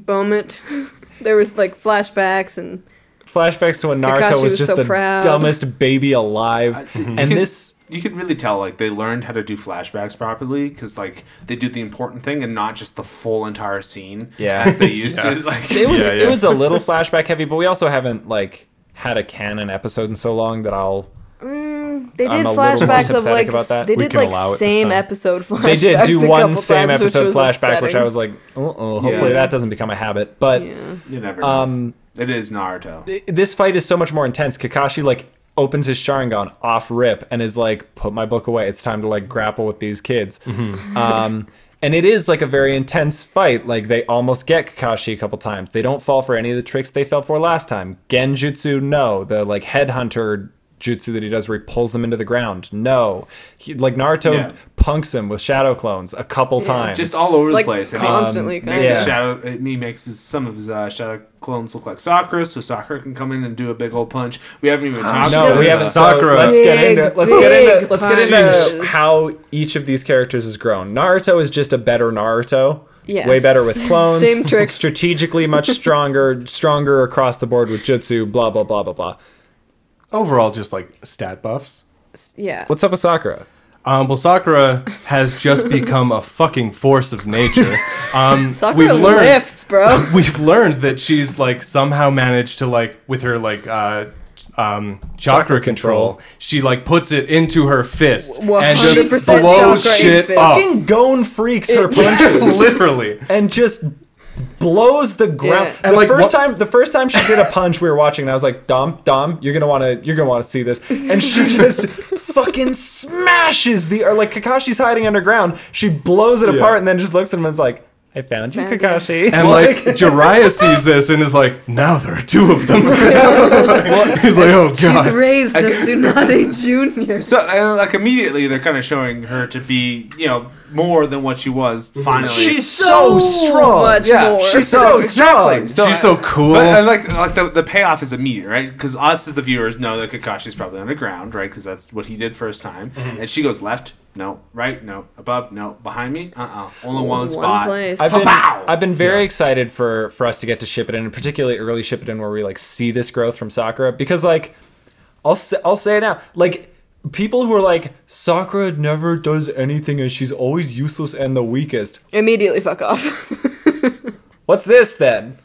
Speaker 2: moment. there was like flashbacks and
Speaker 1: Flashbacks to when Naruto
Speaker 2: Kakashi
Speaker 1: was
Speaker 2: was
Speaker 1: just
Speaker 2: so
Speaker 1: the
Speaker 2: proud.
Speaker 1: dumbest baby alive. and
Speaker 3: You could-
Speaker 1: this.
Speaker 3: you could really tell like they learned how to do flashbacks properly because like they do the important thing and not just the full entire scene
Speaker 1: Yeah.
Speaker 3: as they used
Speaker 4: Yeah.
Speaker 3: to. Like
Speaker 1: It was
Speaker 4: Yeah,
Speaker 1: it
Speaker 4: yeah.
Speaker 1: was a little flashback heavy, but we also haven't like had a canon episode in so long that I'll
Speaker 2: They
Speaker 1: I'm
Speaker 2: did
Speaker 1: a little more
Speaker 2: flashbacks of
Speaker 1: sympathetic
Speaker 2: like
Speaker 1: about that.
Speaker 2: they
Speaker 4: We
Speaker 2: did
Speaker 4: can
Speaker 2: like
Speaker 4: allow it this
Speaker 2: same
Speaker 4: time.
Speaker 2: episode flashbacks.
Speaker 1: They did do
Speaker 2: a
Speaker 1: one
Speaker 2: couple
Speaker 1: same
Speaker 2: times, which
Speaker 1: episode
Speaker 2: was
Speaker 1: flashback, which I
Speaker 2: upsetting.
Speaker 1: was like, uh oh, hopefully
Speaker 3: Yeah.
Speaker 1: that doesn't become a habit. But
Speaker 2: yeah.
Speaker 3: You never know.
Speaker 1: um,
Speaker 3: it is Naruto.
Speaker 1: i- this fight is so much more intense. Kakashi like opens his Sharingan off rip and is like, "Put my book away. It's time to like grapple with these kids."
Speaker 3: Mm-hmm.
Speaker 1: Um, and it is like a very intense fight. Like they almost get Kakashi a couple times. They don't fall for any of the tricks they fell for last time. Genjutsu, no, the like headhunter jutsu that he does where he pulls them into the ground. No, he, like Naruto
Speaker 3: Yeah.
Speaker 1: punks him with shadow clones a couple times.
Speaker 3: Just all over
Speaker 2: Like,
Speaker 3: the place. I mean,
Speaker 2: constantly,
Speaker 3: makes
Speaker 1: kinda.
Speaker 3: his shadow. It, he makes his, some of his uh, shadow clones look like Sakura, so Sakura can come in and do a big old punch. We haven't even talked.
Speaker 1: No,
Speaker 2: does
Speaker 3: about
Speaker 1: we
Speaker 2: a
Speaker 1: haven't.
Speaker 3: this.
Speaker 1: so
Speaker 4: Sakura.
Speaker 1: let's get
Speaker 2: Big,
Speaker 1: into let's get
Speaker 2: big
Speaker 1: into let's get into
Speaker 2: punches.
Speaker 1: how each of these characters has grown. Naruto is just a better Naruto.
Speaker 2: Yes.
Speaker 1: Way better with clones.
Speaker 2: Same trick.
Speaker 1: Strategically much stronger, stronger across the board with jutsu. Blah blah blah blah blah.
Speaker 4: Overall, just like stat buffs.
Speaker 2: S- yeah.
Speaker 1: What's up with Sakura?
Speaker 4: Um, well, Sakura has just become a fucking force of nature. Um,
Speaker 2: Sakura
Speaker 4: we've learned
Speaker 2: lifts, bro.
Speaker 1: Oh.
Speaker 4: we've learned that she's like somehow managed to like with her like uh, um, chakra
Speaker 1: Chakra
Speaker 4: control,
Speaker 1: control.
Speaker 4: she like puts it into her fist
Speaker 2: W-
Speaker 4: and just
Speaker 2: 100%
Speaker 4: blows
Speaker 2: chakra
Speaker 4: shit
Speaker 2: fist.
Speaker 4: up.
Speaker 1: Fucking Gon freaks her punches
Speaker 4: Literally.
Speaker 1: and just blows the ground.
Speaker 2: Yeah.
Speaker 1: The
Speaker 4: And, like,
Speaker 1: first
Speaker 4: what-
Speaker 1: time, the first time she did a punch, we were watching, and I was like, "Dom, Dom, you're gonna wanna, you're gonna wanna see this." And she just fucking smashes the, or like Kakashi's hiding underground. She blows it
Speaker 4: Yeah.
Speaker 1: apart, and then just looks at him and is like, "I found you,
Speaker 2: Found you.
Speaker 1: Kakashi."
Speaker 4: And like Jiraiya sees this and is like, now there are two of them. He's like, oh god.
Speaker 2: She's raised as Tsunade Junior.
Speaker 3: So and, like immediately they're kind of showing her to be you know more than what she was finally.
Speaker 1: she's so strong.
Speaker 2: Much
Speaker 3: Yeah,
Speaker 2: more.
Speaker 1: she's
Speaker 3: No,
Speaker 1: so
Speaker 3: exactly.
Speaker 1: strong.
Speaker 4: She's so cool.
Speaker 3: But, and like, like the, the payoff is immediate, right? Because us as the viewers know that Kakashi's probably underground, right? Because that's what he did first time.
Speaker 4: Mm-hmm.
Speaker 3: And she goes left, no, right, no, above, no, behind me, uh, uh only one,
Speaker 2: One
Speaker 3: spot.
Speaker 2: place.
Speaker 1: I've been,
Speaker 3: Kapow!
Speaker 1: I've been very excited for for us to get to ship it in, and particularly early ship it in, where we like see this growth from Sakura because like I'll say, I'll say it now, like people who are like Sakura never does anything and she's always useless and the weakest.
Speaker 2: Immediately fuck off.
Speaker 1: What's this then?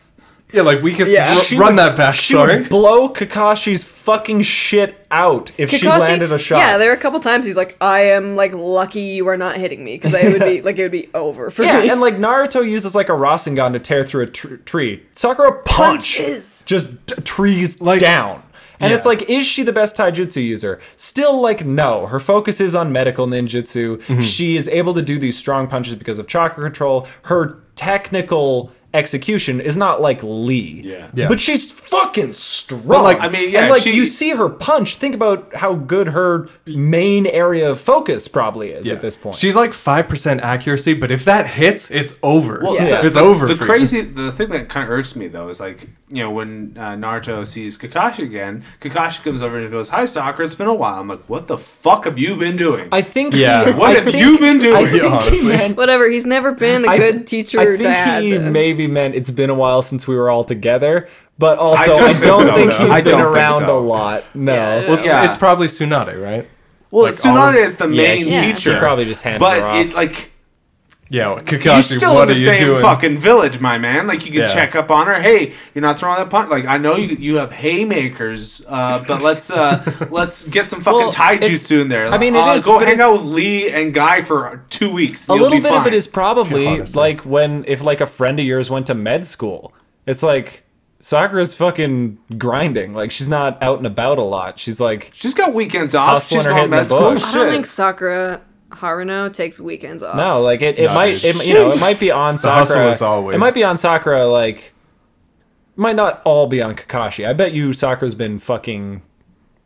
Speaker 4: yeah, like we can
Speaker 2: Yeah.
Speaker 4: r-
Speaker 1: She
Speaker 4: run
Speaker 1: would-
Speaker 4: that back.
Speaker 1: She
Speaker 4: Sorry.
Speaker 1: would blow Kakashi's fucking shit out if she
Speaker 2: Kakashi-
Speaker 1: landed a shot.
Speaker 2: Yeah, there were a couple times he's like, "I am like lucky you are not hitting me because I would be like it would be over for
Speaker 1: Yeah,
Speaker 2: me."
Speaker 1: and like Naruto uses like a Rasengan to tear through a tr- tree. Sakura punch
Speaker 2: Punches.
Speaker 1: just t- trees
Speaker 4: Like-
Speaker 1: down. And it's
Speaker 4: Yeah.
Speaker 1: like, is she the best taijutsu user? Still, like, no. Her focus is on medical ninjutsu. She is able to do these strong punches because of chakra control. Her technical execution is not like Lee.
Speaker 3: Yeah. Yeah.
Speaker 1: But she's fucking strong.
Speaker 4: like,
Speaker 3: I mean, yeah,
Speaker 1: and like
Speaker 3: she-
Speaker 1: you see her punch. Think about how good her main area of focus probably is at this point.
Speaker 4: She's like 5% accuracy, but if that hits, it's over.
Speaker 2: Yeah.
Speaker 4: It's over.
Speaker 3: The
Speaker 4: for you.
Speaker 3: crazy, the thing that kind of irks me though is like, you know, when uh, Naruto sees Kakashi again, Kakashi comes over and goes, "Hi, Sakura. It's been a while." I'm like, "What the fuck have you been doing?
Speaker 1: I think.
Speaker 4: Yeah.
Speaker 1: He,
Speaker 3: what
Speaker 1: I
Speaker 3: have
Speaker 1: think-
Speaker 3: you been doing?"
Speaker 1: I think he
Speaker 4: honestly.
Speaker 1: meant.
Speaker 2: Whatever. He's never been a
Speaker 1: I-
Speaker 2: good teacher
Speaker 1: I
Speaker 2: or
Speaker 1: think
Speaker 2: dad.
Speaker 1: he maybe meant it's been a while since we were all together, but also
Speaker 3: don't
Speaker 1: I
Speaker 3: think
Speaker 1: don't
Speaker 3: so,
Speaker 1: think,
Speaker 3: no.
Speaker 1: he's
Speaker 3: I
Speaker 1: been
Speaker 3: don't think
Speaker 1: around a
Speaker 3: so.
Speaker 1: lot. No.
Speaker 4: Well, it's,
Speaker 3: Yeah.
Speaker 4: it's probably Tsunade, right?
Speaker 3: well,
Speaker 4: like, all
Speaker 3: Tsunade
Speaker 4: of-
Speaker 3: is the main
Speaker 2: he- he
Speaker 3: teacher.
Speaker 1: probably just handed
Speaker 3: but
Speaker 1: her off.
Speaker 3: it like.
Speaker 4: Yeah, well,
Speaker 3: You're
Speaker 4: Kakashi,
Speaker 3: still in
Speaker 4: what
Speaker 3: the
Speaker 4: are you
Speaker 3: same
Speaker 4: doing?
Speaker 3: fucking village, my man. Like you can
Speaker 4: Yeah.
Speaker 3: check up on her. Hey, you're not throwing that punt. Like I know you you have haymakers, uh, but let's uh, let's get some fucking
Speaker 1: Well, it's-
Speaker 3: taijutsu in there.
Speaker 1: I mean, it
Speaker 3: it is.
Speaker 1: is,
Speaker 3: Go
Speaker 1: but
Speaker 3: hang
Speaker 1: it-
Speaker 3: out with Lee and Guy for two weeks.
Speaker 1: a
Speaker 3: You'll
Speaker 1: little
Speaker 3: be
Speaker 1: bit of
Speaker 3: fine.
Speaker 1: it is probably
Speaker 4: Honestly.
Speaker 1: like when if like a friend of yours went to med school. It's like Sakura's fucking grinding. Like she's not out and about a lot. She's like
Speaker 3: She's got weekends off.
Speaker 1: Hustling
Speaker 3: She's
Speaker 1: or
Speaker 3: going
Speaker 1: hitting
Speaker 3: med
Speaker 1: the
Speaker 3: school.
Speaker 1: books.
Speaker 2: I don't
Speaker 3: Shit.
Speaker 2: think Sakura Haruno takes weekends off.
Speaker 1: no, like it, it
Speaker 4: No,
Speaker 1: might
Speaker 4: dude.
Speaker 1: it, you know it might be on
Speaker 4: hustle
Speaker 1: Sakura.
Speaker 4: is always-
Speaker 1: It might be on Sakura. Like it might not all be on Kakashi. I bet you Sakura's been fucking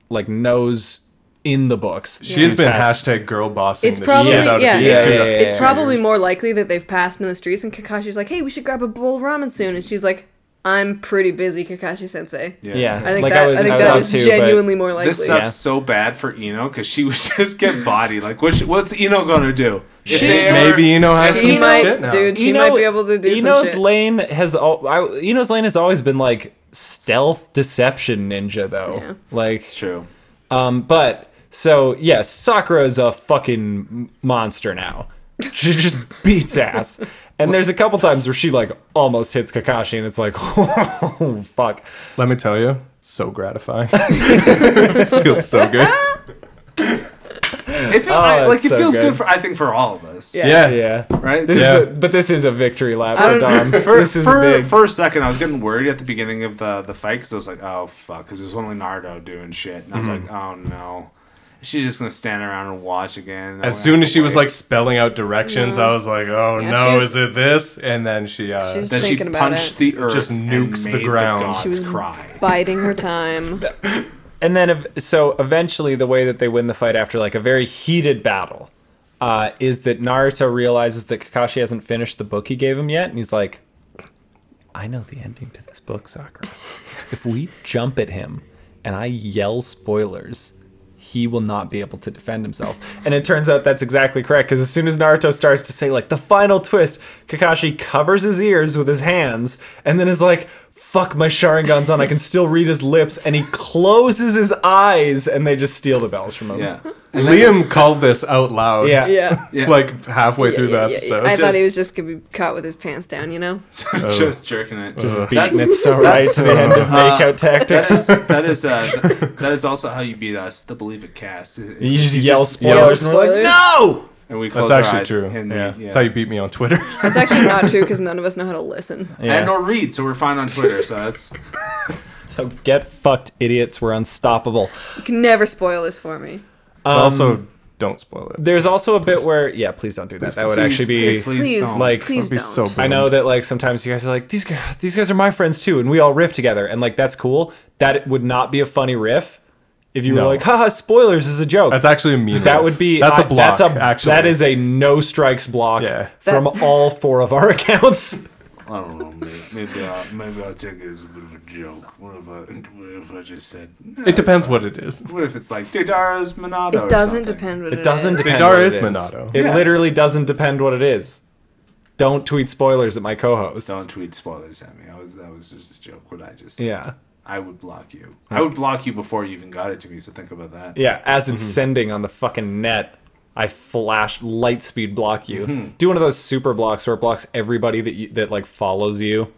Speaker 1: like nose in the books.
Speaker 4: She has
Speaker 1: these
Speaker 4: been
Speaker 1: past-
Speaker 4: hashtag girl bossing.
Speaker 2: It's
Speaker 4: the
Speaker 2: probably
Speaker 4: shit out
Speaker 2: yeah,
Speaker 4: of these
Speaker 2: it's,
Speaker 4: two-
Speaker 1: Yeah, yeah, yeah,
Speaker 2: it's
Speaker 1: yeah.
Speaker 2: probably more likely that they've passed in the streets and Kakashi's like, "Hey, we should grab a bowl of ramen soon," and she's like, "I'm pretty busy, Kakashi Sensei."
Speaker 1: Yeah,
Speaker 2: I think
Speaker 1: Like, I
Speaker 2: that I,
Speaker 1: would-
Speaker 2: think
Speaker 1: I
Speaker 2: that
Speaker 1: would
Speaker 2: is
Speaker 1: too, but
Speaker 2: genuinely more likely.
Speaker 3: This sucks
Speaker 1: Yeah.
Speaker 3: so bad for Eno because she was just get body. Like, what's, what's Eno gonna do? If
Speaker 1: She's-
Speaker 3: they are-
Speaker 4: Maybe you know how to
Speaker 2: She
Speaker 1: Eno-
Speaker 2: might,
Speaker 4: shit now.
Speaker 2: dude. She might be able to do
Speaker 1: Eno's
Speaker 2: some shit.
Speaker 1: lane has all. I, Eno's lane has always been like stealth deception ninja though.
Speaker 2: Yeah.
Speaker 1: Like,
Speaker 3: True.
Speaker 1: um, but so yes, Sakura's a fucking m- monster now. She just beats ass. And there's a couple times where she like almost hits Kakashi, and it's like, oh fuck.
Speaker 4: Let me tell you, it's so gratifying. Feels so good.
Speaker 3: It feels
Speaker 1: Oh,
Speaker 3: I- like
Speaker 1: it's
Speaker 3: it
Speaker 1: so
Speaker 3: feels good.
Speaker 1: good.
Speaker 3: for I think for all of us.
Speaker 2: Yeah.
Speaker 4: Yeah.
Speaker 1: yeah.
Speaker 3: Right.
Speaker 1: This
Speaker 4: Yeah.
Speaker 1: is a, but this is a victory lap
Speaker 2: I
Speaker 1: for
Speaker 2: don't-
Speaker 1: Dom.
Speaker 3: For,
Speaker 1: this is
Speaker 3: for,
Speaker 1: big.
Speaker 3: for a second, I was getting worried at the beginning of the the fight because I was like, "Oh fuck," because it was only Naruto doing shit, and I was
Speaker 4: Mm-hmm.
Speaker 3: like, "Oh no." She's just gonna stand around and watch again.
Speaker 4: As soon as she was like spelling out directions, I was like, "Oh
Speaker 2: Yeah, she
Speaker 4: no,
Speaker 2: was-
Speaker 4: is it this?" And then she, uh,
Speaker 2: She was-
Speaker 3: then she
Speaker 2: thinking about
Speaker 3: punched
Speaker 2: it.
Speaker 3: the earth,
Speaker 4: Just
Speaker 3: and
Speaker 4: nukes the
Speaker 3: made
Speaker 4: ground.
Speaker 3: gods
Speaker 2: She was-
Speaker 3: cry.
Speaker 2: Biding her time.
Speaker 1: and then ev- so eventually the way that they win the fight after like a very heated battle uh, is that naruto realizes that kakashi hasn't finished the book he gave him yet and he's like i know the ending to this book sakura if we jump at him and i yell spoilers he will not be able to defend himself and it turns out that's exactly correct because as soon as naruto starts to say like the final twist kakashi covers his ears with his hands and then is like fuck my Sharingan's on. I can still read his lips, and he closes his eyes, and they just steal the bells from him.
Speaker 3: Yeah,
Speaker 4: Liam called this out loud.
Speaker 1: Yeah.
Speaker 2: Yeah.
Speaker 3: Yeah.
Speaker 4: Like halfway through
Speaker 2: Yeah,
Speaker 4: the
Speaker 2: yeah, uh, yeah.
Speaker 4: episode.
Speaker 2: I thought
Speaker 3: Just-
Speaker 2: he was just gonna be caught with his pants down, you know.
Speaker 3: just jerking it.
Speaker 4: Just
Speaker 3: That's-
Speaker 1: Beating it so right to the end of makeout
Speaker 3: That
Speaker 1: tactics.
Speaker 3: is that is uh, th- that is also how you beat us, the Believe It cast. It-
Speaker 1: you
Speaker 3: it-
Speaker 1: just
Speaker 3: you
Speaker 1: yell spoilers, and we're like,
Speaker 2: spoilers.
Speaker 1: no!
Speaker 3: and we close
Speaker 4: That's
Speaker 3: our
Speaker 4: actually
Speaker 3: eyes
Speaker 4: true.
Speaker 3: And, we-
Speaker 4: yeah.
Speaker 3: yeah.
Speaker 4: That's how you beat me on Twitter.
Speaker 2: That's actually not true because none of us know how to listen.
Speaker 1: Yeah.
Speaker 3: and or read, so we're fine on Twitter. So that's
Speaker 1: so get fucked, idiots. We're unstoppable.
Speaker 2: You can never spoil this for me.
Speaker 4: But also, don't spoil it.
Speaker 1: There's also a bit where, yeah, please don't do that. that would
Speaker 3: please,
Speaker 1: actually be.
Speaker 3: please, please,
Speaker 2: Please,
Speaker 3: don't.
Speaker 1: like-
Speaker 2: please
Speaker 4: That would
Speaker 2: don't.
Speaker 4: be so
Speaker 1: I know that like sometimes you guys are like these guys, these guys are my friends too, and we all riff together, and like that's cool. That would not be a funny riff if you
Speaker 4: No.
Speaker 1: were like, haha, spoilers is a joke.
Speaker 4: That's actually a mean.
Speaker 1: That
Speaker 4: riff.
Speaker 1: would be
Speaker 4: That's a
Speaker 1: I-
Speaker 4: block.
Speaker 1: That's a,
Speaker 4: actually,
Speaker 1: that is a no strikes block
Speaker 4: Yeah.
Speaker 1: from all four of our accounts.
Speaker 3: I don't know, maybe maybe I'll, maybe I'll take it as a bit of a joke. What if I what if I just said? "Nah,
Speaker 4: It
Speaker 3: it's
Speaker 4: depends
Speaker 3: fine."
Speaker 4: what it is.
Speaker 3: What if it's like Didara's Monado?
Speaker 2: It doesn't depend what
Speaker 1: It doesn't
Speaker 2: is.
Speaker 1: depend.
Speaker 4: Vidar
Speaker 1: what it
Speaker 4: is
Speaker 1: is
Speaker 4: Monado.
Speaker 1: It
Speaker 3: Yeah.
Speaker 1: literally doesn't depend what it is. Don't tweet spoilers at my co-host.
Speaker 3: Don't tweet spoilers at me. I was that was just a joke. What I just
Speaker 1: Yeah,
Speaker 3: I would block you. I would block you before you even got it to me. So think about that.
Speaker 1: yeah. As
Speaker 4: Mm-hmm.
Speaker 1: it's sending on the fucking net, I flash light speed block you. Do one of those super blocks where it blocks everybody that you, that like follows you.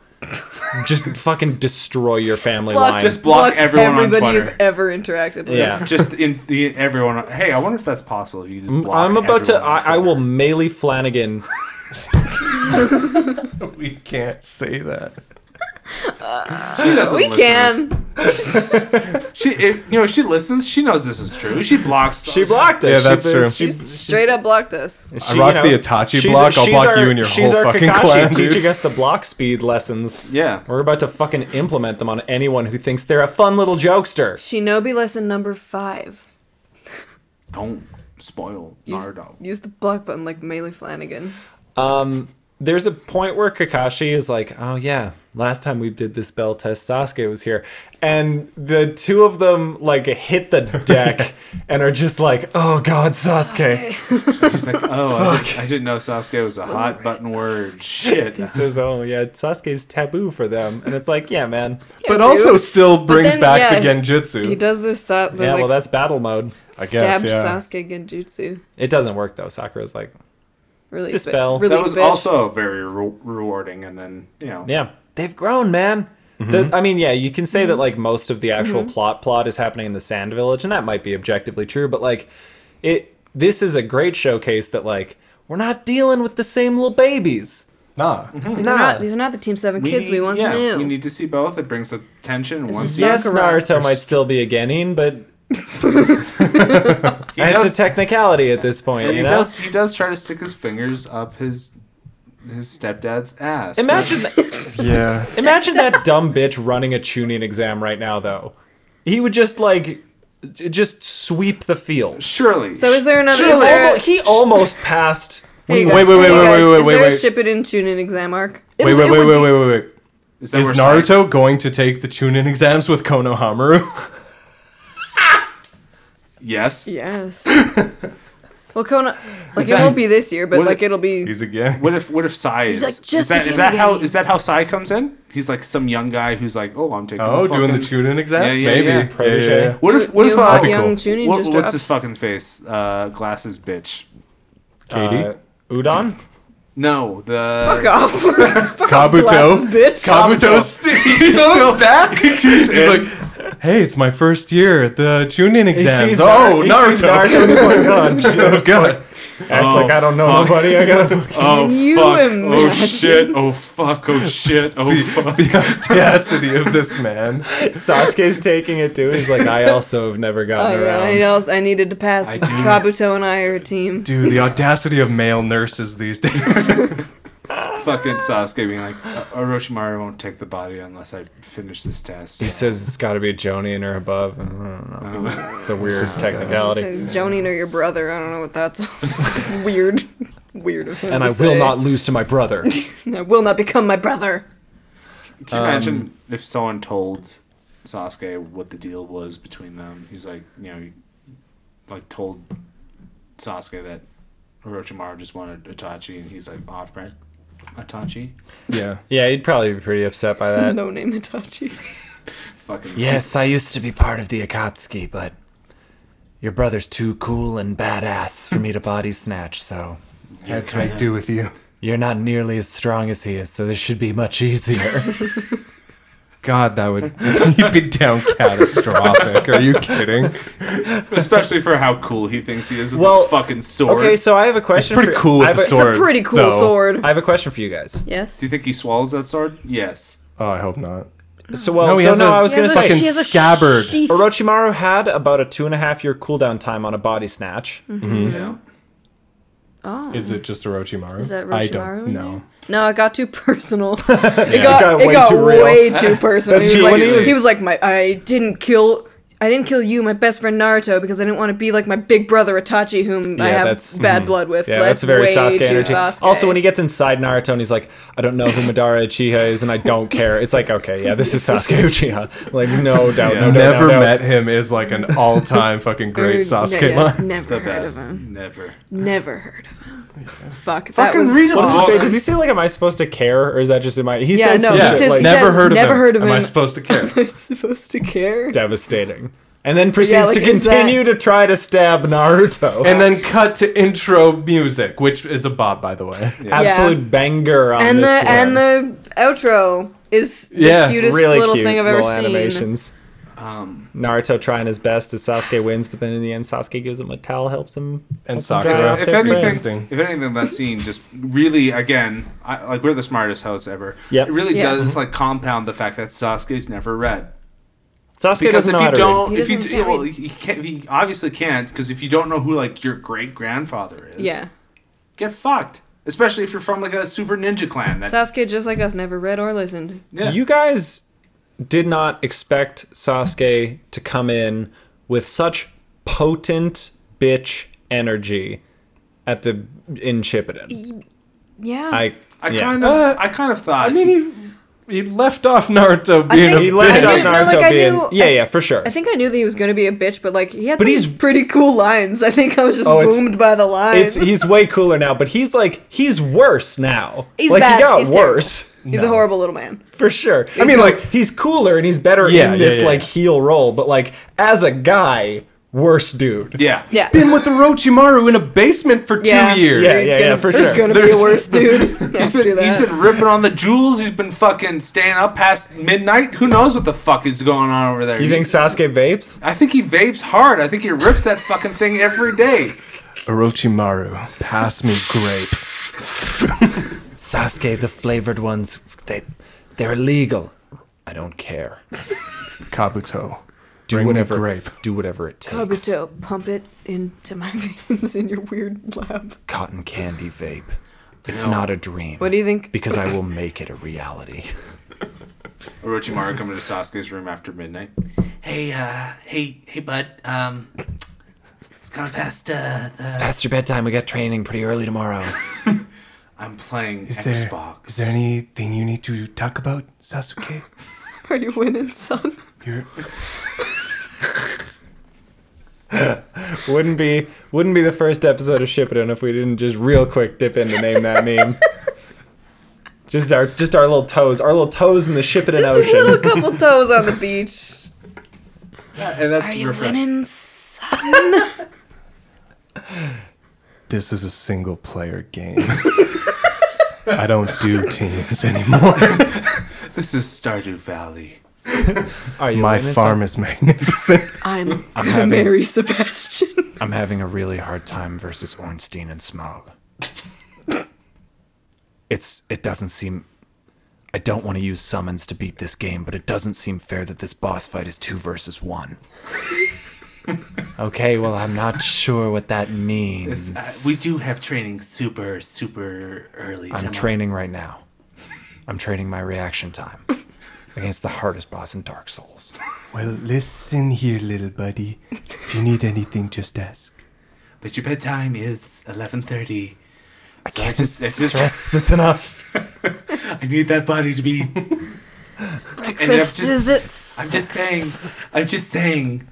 Speaker 1: Just fucking destroy your family
Speaker 2: Blocks-
Speaker 1: line.
Speaker 3: Just block
Speaker 2: blocks
Speaker 3: everyone on
Speaker 2: everybody you've
Speaker 3: Twitter.
Speaker 2: ever interacted with.
Speaker 1: Yeah.
Speaker 3: just in the everyone. Hey, I wonder if that's possible. If you just block
Speaker 1: I'm about to.
Speaker 3: everyone on
Speaker 1: I, I will
Speaker 3: Twitter.
Speaker 1: melee Flanagan
Speaker 4: We can't say that.
Speaker 3: She doesn't
Speaker 2: We
Speaker 3: listen to this.
Speaker 2: can.
Speaker 3: She, if, you know, she listens. She knows this is true. She blocks.
Speaker 1: She blocked us.
Speaker 4: Yeah, that's
Speaker 1: she,
Speaker 4: true.
Speaker 2: She straight up blocked us.
Speaker 1: She,
Speaker 4: I rock the Itachi block, I'll block you and your
Speaker 1: she's
Speaker 4: whole
Speaker 1: our
Speaker 4: fucking
Speaker 1: Kakashi
Speaker 4: clan, dude.
Speaker 1: teaching us the block speed lessons.
Speaker 3: Yeah.
Speaker 1: We're about to fucking implement them on anyone who thinks they're a fun little jokester.
Speaker 2: Shinobi lesson number five.
Speaker 3: Don't spoil
Speaker 2: Use,
Speaker 3: Naruto.
Speaker 2: use the block button like Melee Flanagan.
Speaker 1: Um, there's a point where Kakashi is like, "Oh yeah, last time we did this spell test, Sasuke was here," and the two of them like hit the deck and are just like, "Oh god, Sasuke."
Speaker 3: She's like, oh, I, didn't, I didn't know Sasuke was a hot button word. Shit.
Speaker 1: He says, "Oh yeah, Sasuke's taboo for them," and it's like, "Yeah, man."
Speaker 4: but
Speaker 2: dude.
Speaker 4: also, still brings
Speaker 2: then,
Speaker 4: back
Speaker 2: yeah,
Speaker 4: the genjutsu.
Speaker 2: He does this. Sa- the,
Speaker 1: Yeah,
Speaker 2: like,
Speaker 1: well, that's battle mode.
Speaker 4: I guess,
Speaker 2: stabbed
Speaker 4: yeah.
Speaker 2: Sasuke Genjutsu.
Speaker 1: It doesn't work though. Sakura's like,
Speaker 2: Release
Speaker 1: Dispel.
Speaker 2: Bitch. Release
Speaker 3: that was
Speaker 2: bitch.
Speaker 3: also very re- rewarding. And then you know,
Speaker 1: Yeah, they've grown, man. The, I mean, yeah, you can say that
Speaker 2: Mm-hmm.
Speaker 1: like most of the actual plot plot is happening in the Sand Village, and that might be objectively true. But like, it this is a great showcase that like we're not dealing with the same little babies.
Speaker 4: nah.
Speaker 2: These,
Speaker 1: nah.
Speaker 2: are not, these are not the Team Seven kids we once
Speaker 3: yeah,
Speaker 2: knew.
Speaker 3: We need to see both. It brings the tension.
Speaker 2: This
Speaker 3: Once
Speaker 2: is
Speaker 1: yes,
Speaker 2: Sakura.
Speaker 1: Naruto might still be a genin, but
Speaker 3: he
Speaker 1: it's a
Speaker 3: does,
Speaker 1: technicality at this point.
Speaker 3: he
Speaker 1: You know,
Speaker 3: does, he does try to stick his fingers up his his stepdad's ass.
Speaker 1: imagine
Speaker 4: Yeah.
Speaker 1: imagine that dumb bitch running a tuning exam right now. Though he would just like j- just sweep the field.
Speaker 3: surely.
Speaker 2: so is there another?
Speaker 1: He
Speaker 2: Is there,
Speaker 1: almost, he almost passed.
Speaker 2: hey
Speaker 4: Wait,
Speaker 2: guys,
Speaker 4: wait, wait,
Speaker 2: hey
Speaker 4: wait,
Speaker 2: guys,
Speaker 4: wait,
Speaker 2: is
Speaker 4: wait,
Speaker 2: there a
Speaker 4: wait.
Speaker 2: ship it in Chunin exam arc?
Speaker 4: Wait, wait,
Speaker 1: it
Speaker 4: wait,
Speaker 1: would
Speaker 4: wait,
Speaker 1: be-
Speaker 4: wait, wait, wait.
Speaker 3: Is, that
Speaker 4: Is
Speaker 3: where Sai-
Speaker 4: Naruto going to take the Chunin exams with Konohamaru?
Speaker 3: Yes.
Speaker 2: Yes. well, Kona, like
Speaker 3: that-
Speaker 2: it won't be this year, but
Speaker 3: what-
Speaker 2: like it'll be.
Speaker 4: He's again.
Speaker 3: What if what if Sai is?
Speaker 2: like,
Speaker 3: is
Speaker 2: "Just
Speaker 3: that
Speaker 2: became
Speaker 3: is
Speaker 2: a
Speaker 3: that how
Speaker 2: Yeti."
Speaker 3: is that how Sai comes in? He's like some young guy who's like, oh, I'm taking.
Speaker 4: Oh,
Speaker 3: a
Speaker 4: doing the
Speaker 3: fucking-
Speaker 4: Chunin exams?
Speaker 3: Yeah, yeah,
Speaker 4: Maybe.
Speaker 3: yeah.
Speaker 4: Yeah, yeah,
Speaker 1: Protege.
Speaker 4: yeah.
Speaker 3: What if what
Speaker 2: New
Speaker 3: if
Speaker 2: hot
Speaker 3: uh,
Speaker 4: That'd be
Speaker 2: young
Speaker 4: cool.
Speaker 2: Chunin
Speaker 3: what-
Speaker 2: just
Speaker 3: what's
Speaker 2: dropped.
Speaker 3: his fucking face? Uh, glasses, bitch.
Speaker 4: Katie?
Speaker 1: Uh, Udon?
Speaker 3: No, the
Speaker 2: Fuck off! Fuck off,
Speaker 4: Kabuto.
Speaker 2: glasses, bitch.
Speaker 4: Kabuto's Kabuto. He's back. He's like, hey, it's my first year at the Chunin
Speaker 1: He
Speaker 4: exams.
Speaker 1: sees
Speaker 4: Oh,
Speaker 1: Naruto. He
Speaker 4: Naruto.
Speaker 1: sees Naruto and he's like, oh, shit.
Speaker 4: oh, God.
Speaker 1: Act
Speaker 3: Oh,
Speaker 1: like I don't know
Speaker 3: fuck.
Speaker 1: nobody. I gotta.
Speaker 3: oh
Speaker 2: you
Speaker 3: fuck! Oh
Speaker 2: imagine?
Speaker 3: shit! Oh fuck! Oh shit! Oh fuck!
Speaker 4: The audacity of this man.
Speaker 1: Sasuke's taking it too. He's like, I also have never
Speaker 2: Oh,
Speaker 1: gotten
Speaker 2: yeah,
Speaker 1: around.
Speaker 2: I know. I needed to pass.
Speaker 3: I do.
Speaker 2: Kabuto and I are a team.
Speaker 4: Dude, the audacity of male nurses these days.
Speaker 3: Fucking Sasuke being like, "O- Orochimaru won't take the body unless I finish this test.
Speaker 1: He says it's got to be a Jonian or above. I don't know.
Speaker 3: Um,
Speaker 1: It's a weird
Speaker 2: So
Speaker 1: technicality.
Speaker 2: Jonin or your brother. I don't know what that's weird. Weird of him.
Speaker 1: And
Speaker 2: to
Speaker 1: I will
Speaker 2: say.
Speaker 1: not lose to my brother.
Speaker 2: And I will not become my brother.
Speaker 3: Can you imagine if someone told Sasuke what the deal was between them? He's like, you know, he, like told Sasuke that Orochimaru just wanted Itachi, and he's like, off brand Itachi.
Speaker 4: yeah.
Speaker 1: Yeah, he'd probably be pretty upset by that.
Speaker 2: No name Itachi.
Speaker 3: Fucking
Speaker 1: I used to be part of the Akatsuki, but your brother's too cool and badass for me to body snatch, so
Speaker 3: You're
Speaker 4: That's what I
Speaker 3: kinda-
Speaker 4: do with you.
Speaker 1: you're not nearly as strong as he is, so this should be much easier.
Speaker 4: God, that would you'd be down catastrophic. Are you kidding?
Speaker 3: Especially for how cool he thinks he is with
Speaker 1: Well,
Speaker 3: his fucking sword.
Speaker 1: okay, so I have a question.
Speaker 4: pretty
Speaker 1: for,
Speaker 4: cool with
Speaker 1: I have
Speaker 4: the
Speaker 1: a-
Speaker 4: sword.
Speaker 2: It's a pretty cool
Speaker 4: though.
Speaker 1: I
Speaker 2: sword.
Speaker 1: have a question for you guys.
Speaker 2: Yes.
Speaker 3: do you think he swallows that sword? Yes.
Speaker 4: Oh, I hope not.
Speaker 1: So well,
Speaker 4: No, he
Speaker 1: so
Speaker 4: has
Speaker 1: no,
Speaker 4: a-
Speaker 1: I was
Speaker 4: He
Speaker 1: gonna
Speaker 4: has a
Speaker 1: say
Speaker 4: fucking scabbard.
Speaker 2: sheath.
Speaker 1: Orochimaru had about a two and a half year cooldown time on a body snatch.
Speaker 2: Mm-hmm.
Speaker 3: Yeah.
Speaker 2: Oh.
Speaker 4: Is it just Orochimaru?
Speaker 2: Is that
Speaker 4: I
Speaker 2: Orochimaru
Speaker 4: don't
Speaker 2: in
Speaker 4: know.
Speaker 2: No, it got too personal. it, got, it
Speaker 1: got
Speaker 2: got
Speaker 1: way
Speaker 2: way,
Speaker 1: too
Speaker 2: too,
Speaker 1: real.
Speaker 2: personal.
Speaker 1: That's
Speaker 2: he, was
Speaker 1: true.
Speaker 2: like,
Speaker 1: When he was-
Speaker 2: he was like, my, I didn't kill. I didn't kill you, my best friend Naruto, because I didn't want to be like my big brother Itachi, whom I
Speaker 1: Yeah,
Speaker 2: have
Speaker 1: that's- hmm.
Speaker 2: bad blood with.
Speaker 1: Yeah, that's very
Speaker 2: way
Speaker 1: Sasuke
Speaker 2: too
Speaker 1: energy.
Speaker 2: Sasuke.
Speaker 1: Also, when he gets inside Naruto and he's like, I don't know who Madara Uchiha is and I don't care. It's like, okay, yeah, this is Sasuke Uchiha. Like, no doubt,
Speaker 3: Yeah.
Speaker 1: no doubt.
Speaker 4: Never
Speaker 1: no doubt.
Speaker 4: met him is like an all-time fucking
Speaker 2: Or-
Speaker 4: great Sasuke
Speaker 2: yeah, yeah,
Speaker 4: line.
Speaker 2: Never
Speaker 3: The
Speaker 2: heard
Speaker 3: best.
Speaker 2: of him.
Speaker 3: Never.
Speaker 2: Never heard of him. Fuck. That was
Speaker 1: What does he say?
Speaker 2: awesome.
Speaker 1: Does he say like, am I supposed to care, or is that just in my? He
Speaker 2: Yeah,
Speaker 1: says
Speaker 2: no,
Speaker 1: some
Speaker 2: he
Speaker 1: shit
Speaker 2: says-
Speaker 1: like
Speaker 2: he says-
Speaker 4: never heard of
Speaker 2: never
Speaker 4: him.
Speaker 2: heard of
Speaker 4: Am I
Speaker 2: him.
Speaker 4: supposed to care?
Speaker 2: Am I supposed to care?
Speaker 1: devastating, and then proceeds
Speaker 2: like,
Speaker 1: to
Speaker 2: is that-
Speaker 1: continue to try to stab Naruto.
Speaker 4: and then cut to intro music, which is a bob, by the way.
Speaker 1: Absolute banger on
Speaker 2: and the
Speaker 1: this
Speaker 2: and
Speaker 1: one.
Speaker 2: the outro is the
Speaker 4: Yeah,
Speaker 2: cutest
Speaker 1: really
Speaker 2: little
Speaker 1: cute
Speaker 2: thing I've ever
Speaker 1: little
Speaker 2: seen.
Speaker 1: animations.
Speaker 3: Um,
Speaker 1: Naruto trying his best as Sasuke wins, but then in the end, Sasuke gives him a towel, helps him.
Speaker 4: And
Speaker 1: helps him dry
Speaker 4: Sakura.
Speaker 1: off
Speaker 3: if,
Speaker 1: their
Speaker 4: anything-
Speaker 1: friends.
Speaker 4: Interesting.
Speaker 3: anything, if anything, that scene just really, again, I, like we're the smartest house ever.
Speaker 1: Yep. Mm-hmm.
Speaker 3: It really
Speaker 2: Yeah.
Speaker 3: does like compound the fact that Sasuke's never read.
Speaker 1: Sasuke
Speaker 3: because
Speaker 1: doesn't
Speaker 3: if
Speaker 1: know how
Speaker 3: you
Speaker 1: to
Speaker 3: don't,
Speaker 2: He
Speaker 3: if you
Speaker 2: doesn't-
Speaker 3: d-
Speaker 2: can't
Speaker 3: well,
Speaker 2: read.
Speaker 3: he, can't, he obviously can't because if you don't know who like your great grandfather is,
Speaker 2: Yeah.
Speaker 3: get fucked. Especially if you're from like a super ninja clan. That,
Speaker 2: Sasuke, just like us, never read or listened.
Speaker 3: yeah.
Speaker 1: You guys did not expect Sasuke to come in with such potent bitch energy at the in Shippuden.
Speaker 2: Yeah.
Speaker 1: I,
Speaker 3: I
Speaker 1: yeah.
Speaker 3: kind
Speaker 4: Uh,
Speaker 3: of, I kind of thought.
Speaker 4: I mean, he, he left off Naruto being
Speaker 2: think-
Speaker 1: he
Speaker 4: a
Speaker 1: left
Speaker 2: I
Speaker 1: off
Speaker 2: didn't know,
Speaker 1: Naruto
Speaker 2: like, I
Speaker 1: being
Speaker 2: knew-
Speaker 1: yeah,
Speaker 2: I-
Speaker 1: yeah, for sure.
Speaker 2: I think I knew that he was gonna be a bitch, but like he had
Speaker 1: But
Speaker 2: some
Speaker 1: he's-
Speaker 2: pretty cool lines. I think I was just
Speaker 1: Oh, it's-
Speaker 2: boomed by the lines.
Speaker 1: it's he's way cooler now, but he's like he's worse now.
Speaker 2: He's
Speaker 1: like
Speaker 2: bad.
Speaker 1: he got
Speaker 2: He's terrible.
Speaker 1: worse.
Speaker 2: He's
Speaker 4: No.
Speaker 2: a horrible little man.
Speaker 1: For sure. I
Speaker 4: He's
Speaker 1: mean,
Speaker 4: a-
Speaker 1: like he's cooler and he's better
Speaker 4: Yeah,
Speaker 1: in
Speaker 4: yeah,
Speaker 1: this
Speaker 4: yeah,
Speaker 1: like
Speaker 4: yeah.
Speaker 1: heel role, but like as a guy, worse dude.
Speaker 3: yeah,
Speaker 2: Yeah.
Speaker 4: been with Orochimaru in a basement for two
Speaker 2: yeah.
Speaker 4: years.
Speaker 1: Yeah, yeah,
Speaker 2: gonna,
Speaker 1: yeah, for
Speaker 2: there's
Speaker 1: sure.
Speaker 2: gonna be
Speaker 4: There's-
Speaker 2: a worse dude after
Speaker 3: He's
Speaker 2: that.
Speaker 3: been ripping on the jewels. He's been fucking staying up past midnight. Who knows what the fuck is going on over there?
Speaker 1: You think Sasuke vapes?
Speaker 3: I think he vapes hard. I think he rips that fucking thing every day.
Speaker 4: Orochimaru, pass me grape.
Speaker 1: Sasuke, the flavored ones, they they're illegal. I don't care.
Speaker 4: Kabuto,
Speaker 1: Do
Speaker 4: bring
Speaker 1: whatever.
Speaker 4: me grape.
Speaker 1: Do whatever it takes.
Speaker 2: Kabuto, pump it into my veins in your weird lab.
Speaker 1: Cotton candy vape. It's
Speaker 3: No.
Speaker 1: not a dream.
Speaker 2: What do you think?
Speaker 1: because I will make it a reality.
Speaker 3: Orochimaru coming to Sasuke's room after midnight. Hey, uh, hey, hey, bud. Um, it's kind of past. Uh, the...
Speaker 1: Past your bedtime. We got training pretty early tomorrow.
Speaker 3: I'm playing
Speaker 4: Is there,
Speaker 3: Xbox.
Speaker 4: is there anything you need to talk about, Sasuke?
Speaker 2: Are you winning, son?
Speaker 4: You're,
Speaker 1: wouldn't be wouldn't be the first episode of Shippuden if we didn't just real quick dip in to name that meme. Just our just our little toes, our little toes in the Shippuden
Speaker 2: Just
Speaker 1: ocean.
Speaker 2: a little couple toes on the beach.
Speaker 3: Uh, and that's refreshing.
Speaker 2: son?
Speaker 4: this is a single player game. I don't do teams anymore.
Speaker 3: This is Stardew Valley.
Speaker 1: Are you
Speaker 4: My
Speaker 1: in? It's
Speaker 4: farm is magnificent.
Speaker 2: I'm,
Speaker 1: I'm
Speaker 2: gonna
Speaker 1: having-
Speaker 2: marry Sebastian.
Speaker 1: like, I'm having a really hard time versus Ornstein and Smog. it's it doesn't seem. I don't want to use summons to beat this game, but it doesn't seem fair that this boss fight is two versus one. okay, well I'm not sure what that means.
Speaker 3: Uh, we do have training super, super early.
Speaker 1: I'm
Speaker 3: tomorrow.
Speaker 1: training right now. I'm training my reaction time against the hardest boss in Dark Souls.
Speaker 4: well, listen here, little buddy. If you need anything, just ask.
Speaker 3: But your bedtime is 11.30. I
Speaker 1: can't
Speaker 3: I just, I, just
Speaker 1: Stress this enough.
Speaker 3: I need that body to be...
Speaker 2: Breakfast
Speaker 3: just-
Speaker 2: is it?
Speaker 3: I'm just saying. I'm just saying.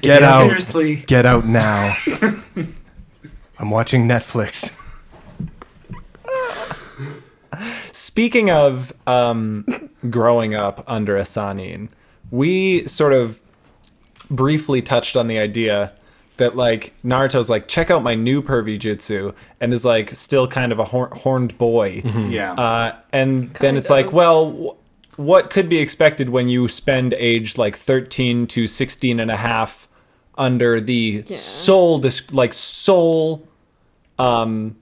Speaker 4: Get
Speaker 3: Yeah,
Speaker 4: out.
Speaker 3: Seriously.
Speaker 4: Get out now. I'm watching Netflix.
Speaker 1: Speaking of um, growing up under Asanin, we sort of briefly touched on the idea that like Naruto's like check out my new pervy jutsu and is like still kind of a hor- horned boy.
Speaker 3: Yeah.
Speaker 1: Uh, and then
Speaker 2: Kind
Speaker 1: it's like,
Speaker 2: of.
Speaker 1: well, w- what could be expected when you spend age like 13 to 16 and a half under the
Speaker 2: Yeah.
Speaker 1: sole, dis- like sole, um,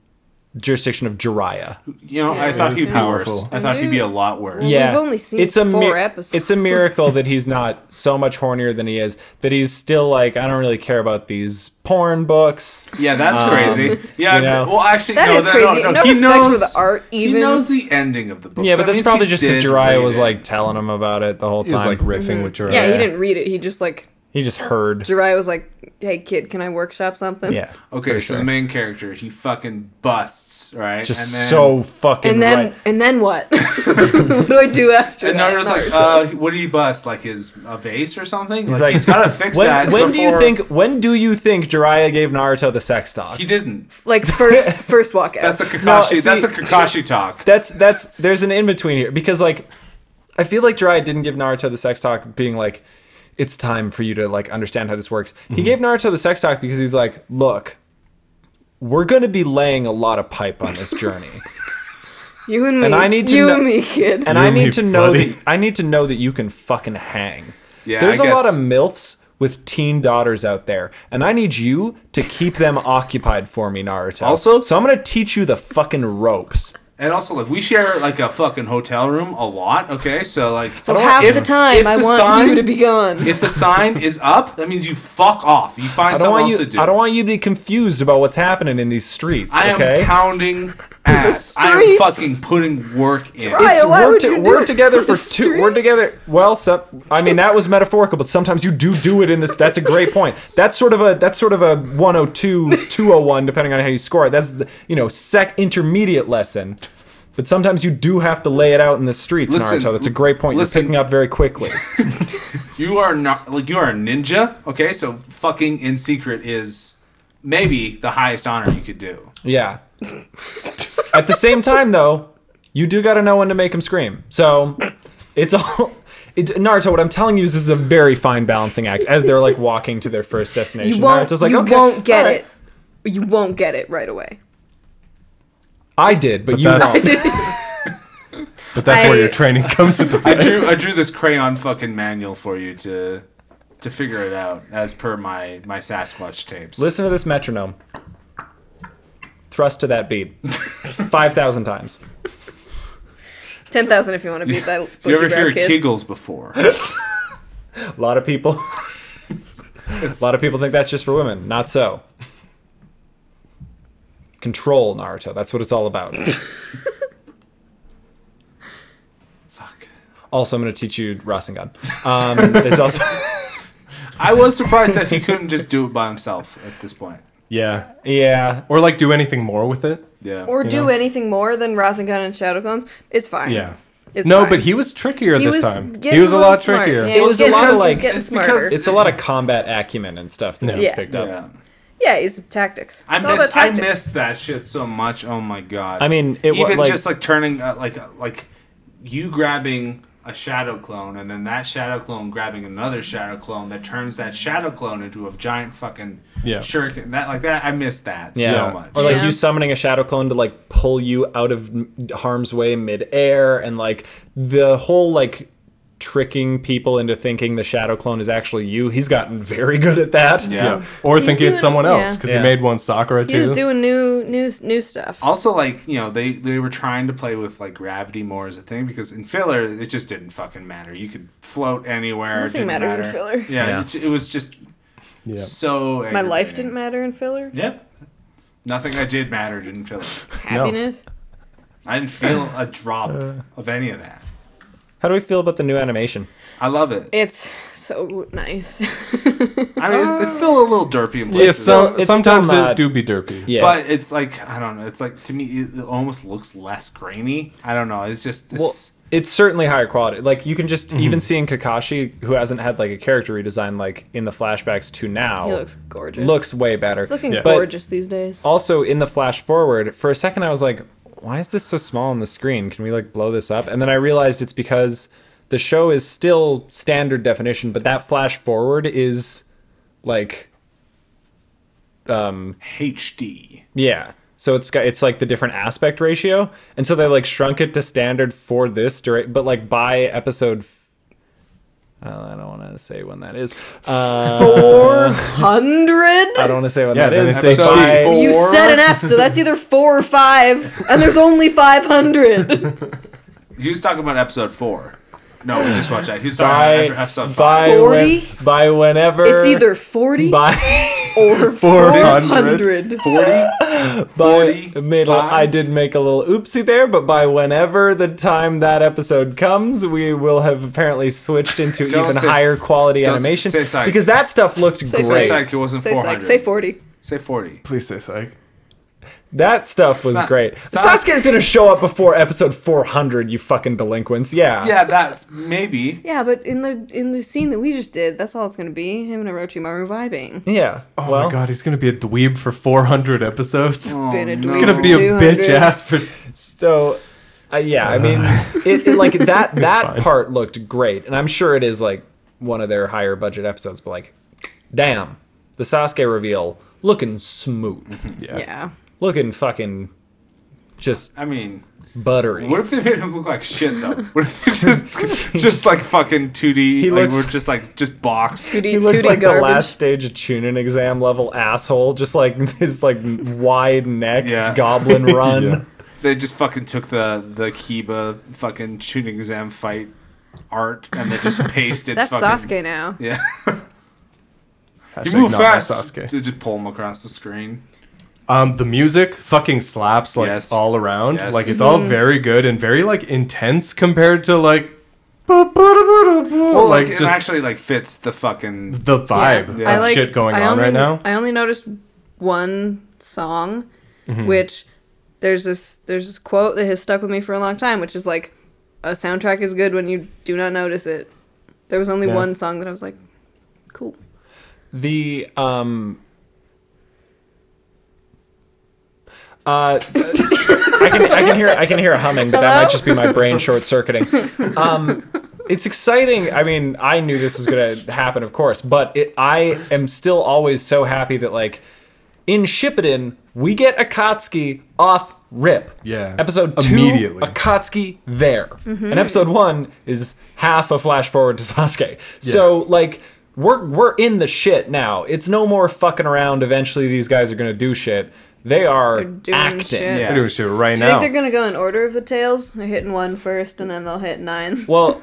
Speaker 1: jurisdiction of Jiraiya?
Speaker 3: you know, I
Speaker 2: Yeah.
Speaker 3: thought he'd be
Speaker 4: Powerful.
Speaker 3: worse. I thought he'd be a lot worse.
Speaker 2: Well, we've only seen four episodes.
Speaker 1: It's a miracle that he's not so much hornier than he is. That he's still like, I don't really care about these porn books.
Speaker 3: Yeah, that's
Speaker 1: Um,
Speaker 3: crazy. Yeah,
Speaker 1: you know.
Speaker 3: well, actually,
Speaker 2: That
Speaker 3: no,
Speaker 2: is
Speaker 3: no,
Speaker 2: crazy.
Speaker 3: No,
Speaker 2: No
Speaker 3: he
Speaker 2: respect for
Speaker 3: knows,
Speaker 2: the art,
Speaker 3: He
Speaker 2: even.
Speaker 3: knows the ending of the book.
Speaker 1: Yeah,
Speaker 3: That
Speaker 1: but that's
Speaker 3: means
Speaker 1: probably
Speaker 3: he
Speaker 1: just because
Speaker 3: did
Speaker 1: Jiraiya
Speaker 3: read
Speaker 1: was
Speaker 3: it.
Speaker 1: like telling him about it the whole
Speaker 4: He was
Speaker 1: time.
Speaker 4: like riffing with your
Speaker 2: Mm-hmm. yeah,
Speaker 1: Yeah.
Speaker 2: he didn't read it. He just like
Speaker 1: he just heard.
Speaker 2: Jirai was like, "Hey kid, can I workshop something?"
Speaker 1: Yeah.
Speaker 3: Okay,
Speaker 1: for
Speaker 3: so
Speaker 1: sure.
Speaker 3: the main character, he fucking busts, right?
Speaker 1: just
Speaker 3: And then-
Speaker 1: so fucking
Speaker 2: And then
Speaker 1: right.
Speaker 2: and then what? what do I do after
Speaker 3: And
Speaker 2: that?
Speaker 3: Naruto's like,
Speaker 2: Naruto?
Speaker 3: uh, what did he bust? Like his a vase or something?
Speaker 1: He's
Speaker 3: like,
Speaker 1: like,
Speaker 3: he's gotta fix
Speaker 1: when,
Speaker 3: that.
Speaker 1: When do you
Speaker 3: before-
Speaker 1: think? When do you think Jiraiya gave Naruto the sex talk?
Speaker 3: he didn't?
Speaker 2: like first first walkout.
Speaker 3: That's a
Speaker 1: No,
Speaker 3: Kakashi. that's
Speaker 1: see-
Speaker 3: a Kakashi talk.
Speaker 1: that's that's there's an in between here because like I feel like Jiraiya didn't give Naruto the sex talk, being like, it's time for you to like understand how this works.
Speaker 3: Mm-hmm.
Speaker 1: He gave Naruto the sex talk because he's like, look, we're gonna be laying a lot of pipe on this journey.
Speaker 2: you and me.
Speaker 1: and I need to
Speaker 2: you
Speaker 1: know-
Speaker 2: and me, kid.
Speaker 1: and
Speaker 4: You
Speaker 1: I
Speaker 4: and me,
Speaker 1: need to know
Speaker 4: buddy.
Speaker 1: that I need to know that you can fucking hang.
Speaker 3: Yeah,
Speaker 1: there's a
Speaker 3: I
Speaker 1: lot
Speaker 3: guess-
Speaker 1: of milfs with teen daughters out there, and I need you to keep them occupied for me, Naruto.
Speaker 3: Also-
Speaker 1: so I'm gonna teach you the fucking ropes.
Speaker 3: And also, like, we share like a fucking hotel room a lot. Okay, so like,
Speaker 2: so half
Speaker 3: if-
Speaker 2: the time
Speaker 3: if
Speaker 2: I
Speaker 3: the
Speaker 2: want
Speaker 3: sign-
Speaker 2: you to be gone.
Speaker 3: if the sign is up, that means you fuck off. You find
Speaker 1: I don't
Speaker 3: something
Speaker 1: want
Speaker 3: else
Speaker 1: you.
Speaker 3: to do.
Speaker 1: I don't want you to be confused about what's happening in these streets.
Speaker 3: I
Speaker 1: okay.
Speaker 3: am pounding ass. I am
Speaker 2: streets.
Speaker 3: fucking putting work in.
Speaker 2: Right. Why- why
Speaker 1: we're,
Speaker 2: would you do
Speaker 1: we're
Speaker 2: it
Speaker 1: together
Speaker 2: in the
Speaker 1: for two. We're
Speaker 2: streets?
Speaker 1: together. Well, some, I mean that was metaphorical, but sometimes you do do it in this. That's a great point. That's sort of a that's sort of a 102, 201, depending on how you score it. That's the, you know sec intermediate lesson. But sometimes you do have to lay it out in the streets,
Speaker 3: Listen,
Speaker 1: Naruto. That's a great point.
Speaker 3: listen.
Speaker 1: You're picking up very quickly.
Speaker 3: You are not like you are a ninja. Okay, so fucking in secret is maybe the highest honor you could do.
Speaker 1: Yeah. At the same time, though, you do got to know when to make him scream. So it's all. It, Naruto, what I'm telling you is this is a very fine balancing act as they're like walking to their first destination.
Speaker 2: You won't.
Speaker 1: Naruto's like,
Speaker 2: you
Speaker 1: "Okay,
Speaker 2: won't get
Speaker 1: all right."
Speaker 2: it. You won't get it right away.
Speaker 1: I did, but,
Speaker 4: But
Speaker 1: you
Speaker 4: that's-
Speaker 1: won't.
Speaker 4: But that's where
Speaker 2: I-
Speaker 4: your training comes into
Speaker 3: I
Speaker 4: play.
Speaker 3: drew I drew this crayon fucking manual for you to to figure it out as per my my Sasquatch tapes.
Speaker 1: Listen to this metronome. Thrust to that beat. 5,000 times.
Speaker 2: Ten thousand if you want to beat that
Speaker 3: you
Speaker 2: bushy
Speaker 3: ever
Speaker 2: brow
Speaker 3: hear
Speaker 2: kid.
Speaker 3: giggles before?
Speaker 1: A lot of people. a lot of people think that's just for women. Not so. Control, Naruto. That's what it's all about.
Speaker 3: Fuck.
Speaker 1: Also, I'm going to teach you Rasengan. Um, there's also
Speaker 3: I was surprised that he couldn't just do it by himself at this point.
Speaker 4: yeah.
Speaker 1: yeah,
Speaker 4: Or like do anything more with it.
Speaker 3: Yeah.
Speaker 2: or do
Speaker 4: know?
Speaker 2: anything more than Rasengan and Shadow Clones. It's fine.
Speaker 4: Yeah.
Speaker 2: It's
Speaker 4: no,
Speaker 2: fine.
Speaker 4: but he was trickier
Speaker 2: He
Speaker 4: this
Speaker 2: was
Speaker 4: time.
Speaker 2: getting
Speaker 4: He was a
Speaker 2: little
Speaker 4: lot
Speaker 2: smart.
Speaker 4: trickier.
Speaker 2: Yeah,
Speaker 1: It was
Speaker 2: he's getting
Speaker 1: a lot of,
Speaker 2: closer, he's
Speaker 1: like-
Speaker 2: getting
Speaker 3: it's
Speaker 2: smarter.
Speaker 3: because
Speaker 1: it's a lot of combat acumen and stuff that
Speaker 4: Yeah.
Speaker 1: was
Speaker 2: Yeah.
Speaker 1: picked up.
Speaker 3: yeah.
Speaker 2: yeah, he's tactics.
Speaker 3: I
Speaker 2: It's all about
Speaker 3: miss I
Speaker 2: tactics.
Speaker 3: miss that shit so much. Oh my god.
Speaker 1: I mean, it wa-
Speaker 3: even
Speaker 1: like-
Speaker 3: just like turning uh, like uh, like you grabbing a shadow clone and then that shadow clone grabbing another shadow clone that turns that shadow clone into a giant fucking
Speaker 4: Yeah.
Speaker 3: shuriken. That like that I miss that
Speaker 1: Yeah.
Speaker 3: so much.
Speaker 1: Or like
Speaker 2: Yeah.
Speaker 1: you summoning a shadow clone to like pull you out of m- harm's way midair and like the whole like tricking people into thinking the shadow clone is actually you. He's gotten very good at that.
Speaker 3: Yeah.
Speaker 4: Or
Speaker 2: He's
Speaker 4: thinking it's
Speaker 2: doing-
Speaker 4: someone else
Speaker 2: yeah.
Speaker 4: because
Speaker 1: Yeah.
Speaker 4: he made one Sakura
Speaker 2: He was
Speaker 4: too.
Speaker 2: doing new, new, new stuff.
Speaker 3: Also, like you know, they they were trying to play with like gravity more as a thing because in filler it just didn't fucking matter. You could float anywhere.
Speaker 2: Nothing
Speaker 3: it didn't
Speaker 2: matters in
Speaker 3: matter.
Speaker 2: filler.
Speaker 3: Yeah,
Speaker 1: Yeah.
Speaker 3: It, it was just
Speaker 4: yeah.
Speaker 3: so.
Speaker 2: My life didn't matter in filler.
Speaker 3: Yep. Nothing I did mattered in filler.
Speaker 2: Happiness.
Speaker 3: I didn't feel a drop of any of that.
Speaker 1: How do we feel about the new animation?
Speaker 3: I love it.
Speaker 2: It's so nice.
Speaker 3: I mean, it's, it's still a little derpy in
Speaker 4: Yeah,
Speaker 3: places.
Speaker 4: so,
Speaker 1: it's still
Speaker 4: sometimes
Speaker 1: not-
Speaker 4: it do be derpy.
Speaker 1: Yeah.
Speaker 3: But it's like I don't know. It's like to me, it, it almost looks less grainy. I don't know. It's just it's Mm-hmm.
Speaker 1: well, it's certainly higher quality. Like you can just even seeing Kakashi, who hasn't had like a character redesign like in the flashbacks to now,
Speaker 2: he looks gorgeous.
Speaker 1: looks way better.
Speaker 2: he's looking
Speaker 4: Yeah.
Speaker 1: But-
Speaker 2: gorgeous these days.
Speaker 1: also in the flash forward for a second i was like why is this so small on the screen can we like blow this up and then i realized it's because the show is still standard definition but that flash forward is like um
Speaker 3: HD.
Speaker 1: yeah so it's got it's like the different aspect ratio and so they like shrunk it to standard for this direct but like by episode f- uh, i don't want to say when that is uh,
Speaker 2: Four
Speaker 1: i
Speaker 2: hundred.
Speaker 1: don't want to say when
Speaker 4: Yeah,
Speaker 1: that
Speaker 4: then
Speaker 1: is
Speaker 4: it's
Speaker 1: but
Speaker 4: episode
Speaker 1: by-
Speaker 4: four.
Speaker 2: You said an F, so that's either four or five, and there's only five hundred.
Speaker 3: He was talking about episode four. No, we just watched that. He was talking
Speaker 1: by,
Speaker 3: about episode five.
Speaker 1: by, when,
Speaker 2: 40?
Speaker 1: by whenever
Speaker 2: It's either forty
Speaker 1: by
Speaker 2: or four
Speaker 4: 400.
Speaker 2: hundred.
Speaker 3: Forty.
Speaker 1: by
Speaker 3: 45?
Speaker 1: middle I did make a little oopsie there, but by whenever the time that episode comes, we will have apparently switched into
Speaker 3: Don't
Speaker 1: even
Speaker 3: say-
Speaker 1: higher quality
Speaker 3: don't
Speaker 1: animation
Speaker 3: say psych.
Speaker 1: because that stuff looked
Speaker 3: Say
Speaker 1: great.
Speaker 3: psych. It wasn't
Speaker 2: Say
Speaker 3: four
Speaker 2: psych.
Speaker 3: hundred.
Speaker 2: Say forty.
Speaker 3: Say forty.
Speaker 4: Please say psych.
Speaker 1: That stuff was
Speaker 3: Psych.
Speaker 1: great.
Speaker 3: Psych.
Speaker 1: Sasuke's gonna show up before episode 400, you fucking delinquents. Yeah.
Speaker 3: Yeah, that maybe.
Speaker 2: Yeah, but in the in the scene that we just did, that's all it's gonna be him and Orochimaru vibing.
Speaker 1: Yeah.
Speaker 4: Oh
Speaker 1: well, Oh,
Speaker 4: my god, he's gonna be a dweeb for 400 episodes.
Speaker 2: Been
Speaker 4: Oh,
Speaker 2: a dweeb
Speaker 3: no.
Speaker 4: He's
Speaker 3: It's
Speaker 4: gonna
Speaker 2: for
Speaker 4: be a
Speaker 2: 200.
Speaker 4: bitch ass for.
Speaker 1: So, uh, yeah, I mean, it, it like that that
Speaker 4: fine.
Speaker 1: part looked great, and I'm sure it is like one of their higher budget episodes. But like, damn, the Sasuke reveal looking smooth,
Speaker 4: Yeah.
Speaker 2: Yeah.
Speaker 1: looking fucking just
Speaker 3: I mean,
Speaker 1: buttery.
Speaker 3: what if they made him look like shit though? What if they just just like fucking two D?
Speaker 1: He
Speaker 3: like,
Speaker 1: looks-
Speaker 3: We're just like just boxed.
Speaker 2: Tootie,
Speaker 1: he looks
Speaker 2: tootie
Speaker 1: like the
Speaker 2: garbage.
Speaker 1: last stage of Chunin exam level asshole, just like his like wide neck
Speaker 3: Yeah.
Speaker 1: goblin run.
Speaker 4: Yeah.
Speaker 3: They just fucking took the the Kiba fucking shooting exam fight art and they just pasted.
Speaker 2: That's
Speaker 3: fucking,
Speaker 2: Sasuke now.
Speaker 3: Yeah.
Speaker 4: Hashtag
Speaker 3: You move
Speaker 4: not my
Speaker 3: fast.
Speaker 4: Sasuke.
Speaker 3: Dude, Just pull him across the screen.
Speaker 4: Um, the music fucking slaps like
Speaker 3: Yes.
Speaker 4: all around.
Speaker 3: Yes.
Speaker 4: Like it's
Speaker 2: Mm-hmm.
Speaker 4: all very good and very like intense compared to like. Well,
Speaker 3: like,
Speaker 4: like
Speaker 3: it
Speaker 4: just
Speaker 3: actually like fits the fucking.
Speaker 4: the vibe
Speaker 3: Yeah.
Speaker 4: of shit going
Speaker 2: I
Speaker 4: on
Speaker 2: only-
Speaker 4: right now.
Speaker 2: I only noticed one song,
Speaker 4: Mm-hmm.
Speaker 2: which there's this there's this quote that has stuck with me for a long time, which is like, a soundtrack is good when you do not notice it. There was only
Speaker 4: Yeah.
Speaker 2: one song that I was like, cool.
Speaker 1: The um uh I can I can hear I can hear a humming, but that
Speaker 2: Hello?
Speaker 1: might just be my brain short circuiting. Um it's exciting. I mean, I knew this was going to happen, of course, but it, I am still always so happy that like in Shippuden, we get Akatsuki off rip.
Speaker 4: Yeah.
Speaker 1: Episode 2
Speaker 4: Immediately.
Speaker 1: Akatsuki there.
Speaker 2: Mm-hmm.
Speaker 1: And episode 1 is half a flash forward to Sasuke. So like we're we're in the shit now. It's no more fucking around. Eventually these guys are going to do shit. They are
Speaker 2: They're doing
Speaker 1: acting.
Speaker 2: shit.
Speaker 3: Yeah.
Speaker 4: We're doing shit right
Speaker 2: Do you
Speaker 4: now.
Speaker 2: think they're gonna go in order of the tails? They're hitting one first, and then they'll hit nine.
Speaker 1: Well,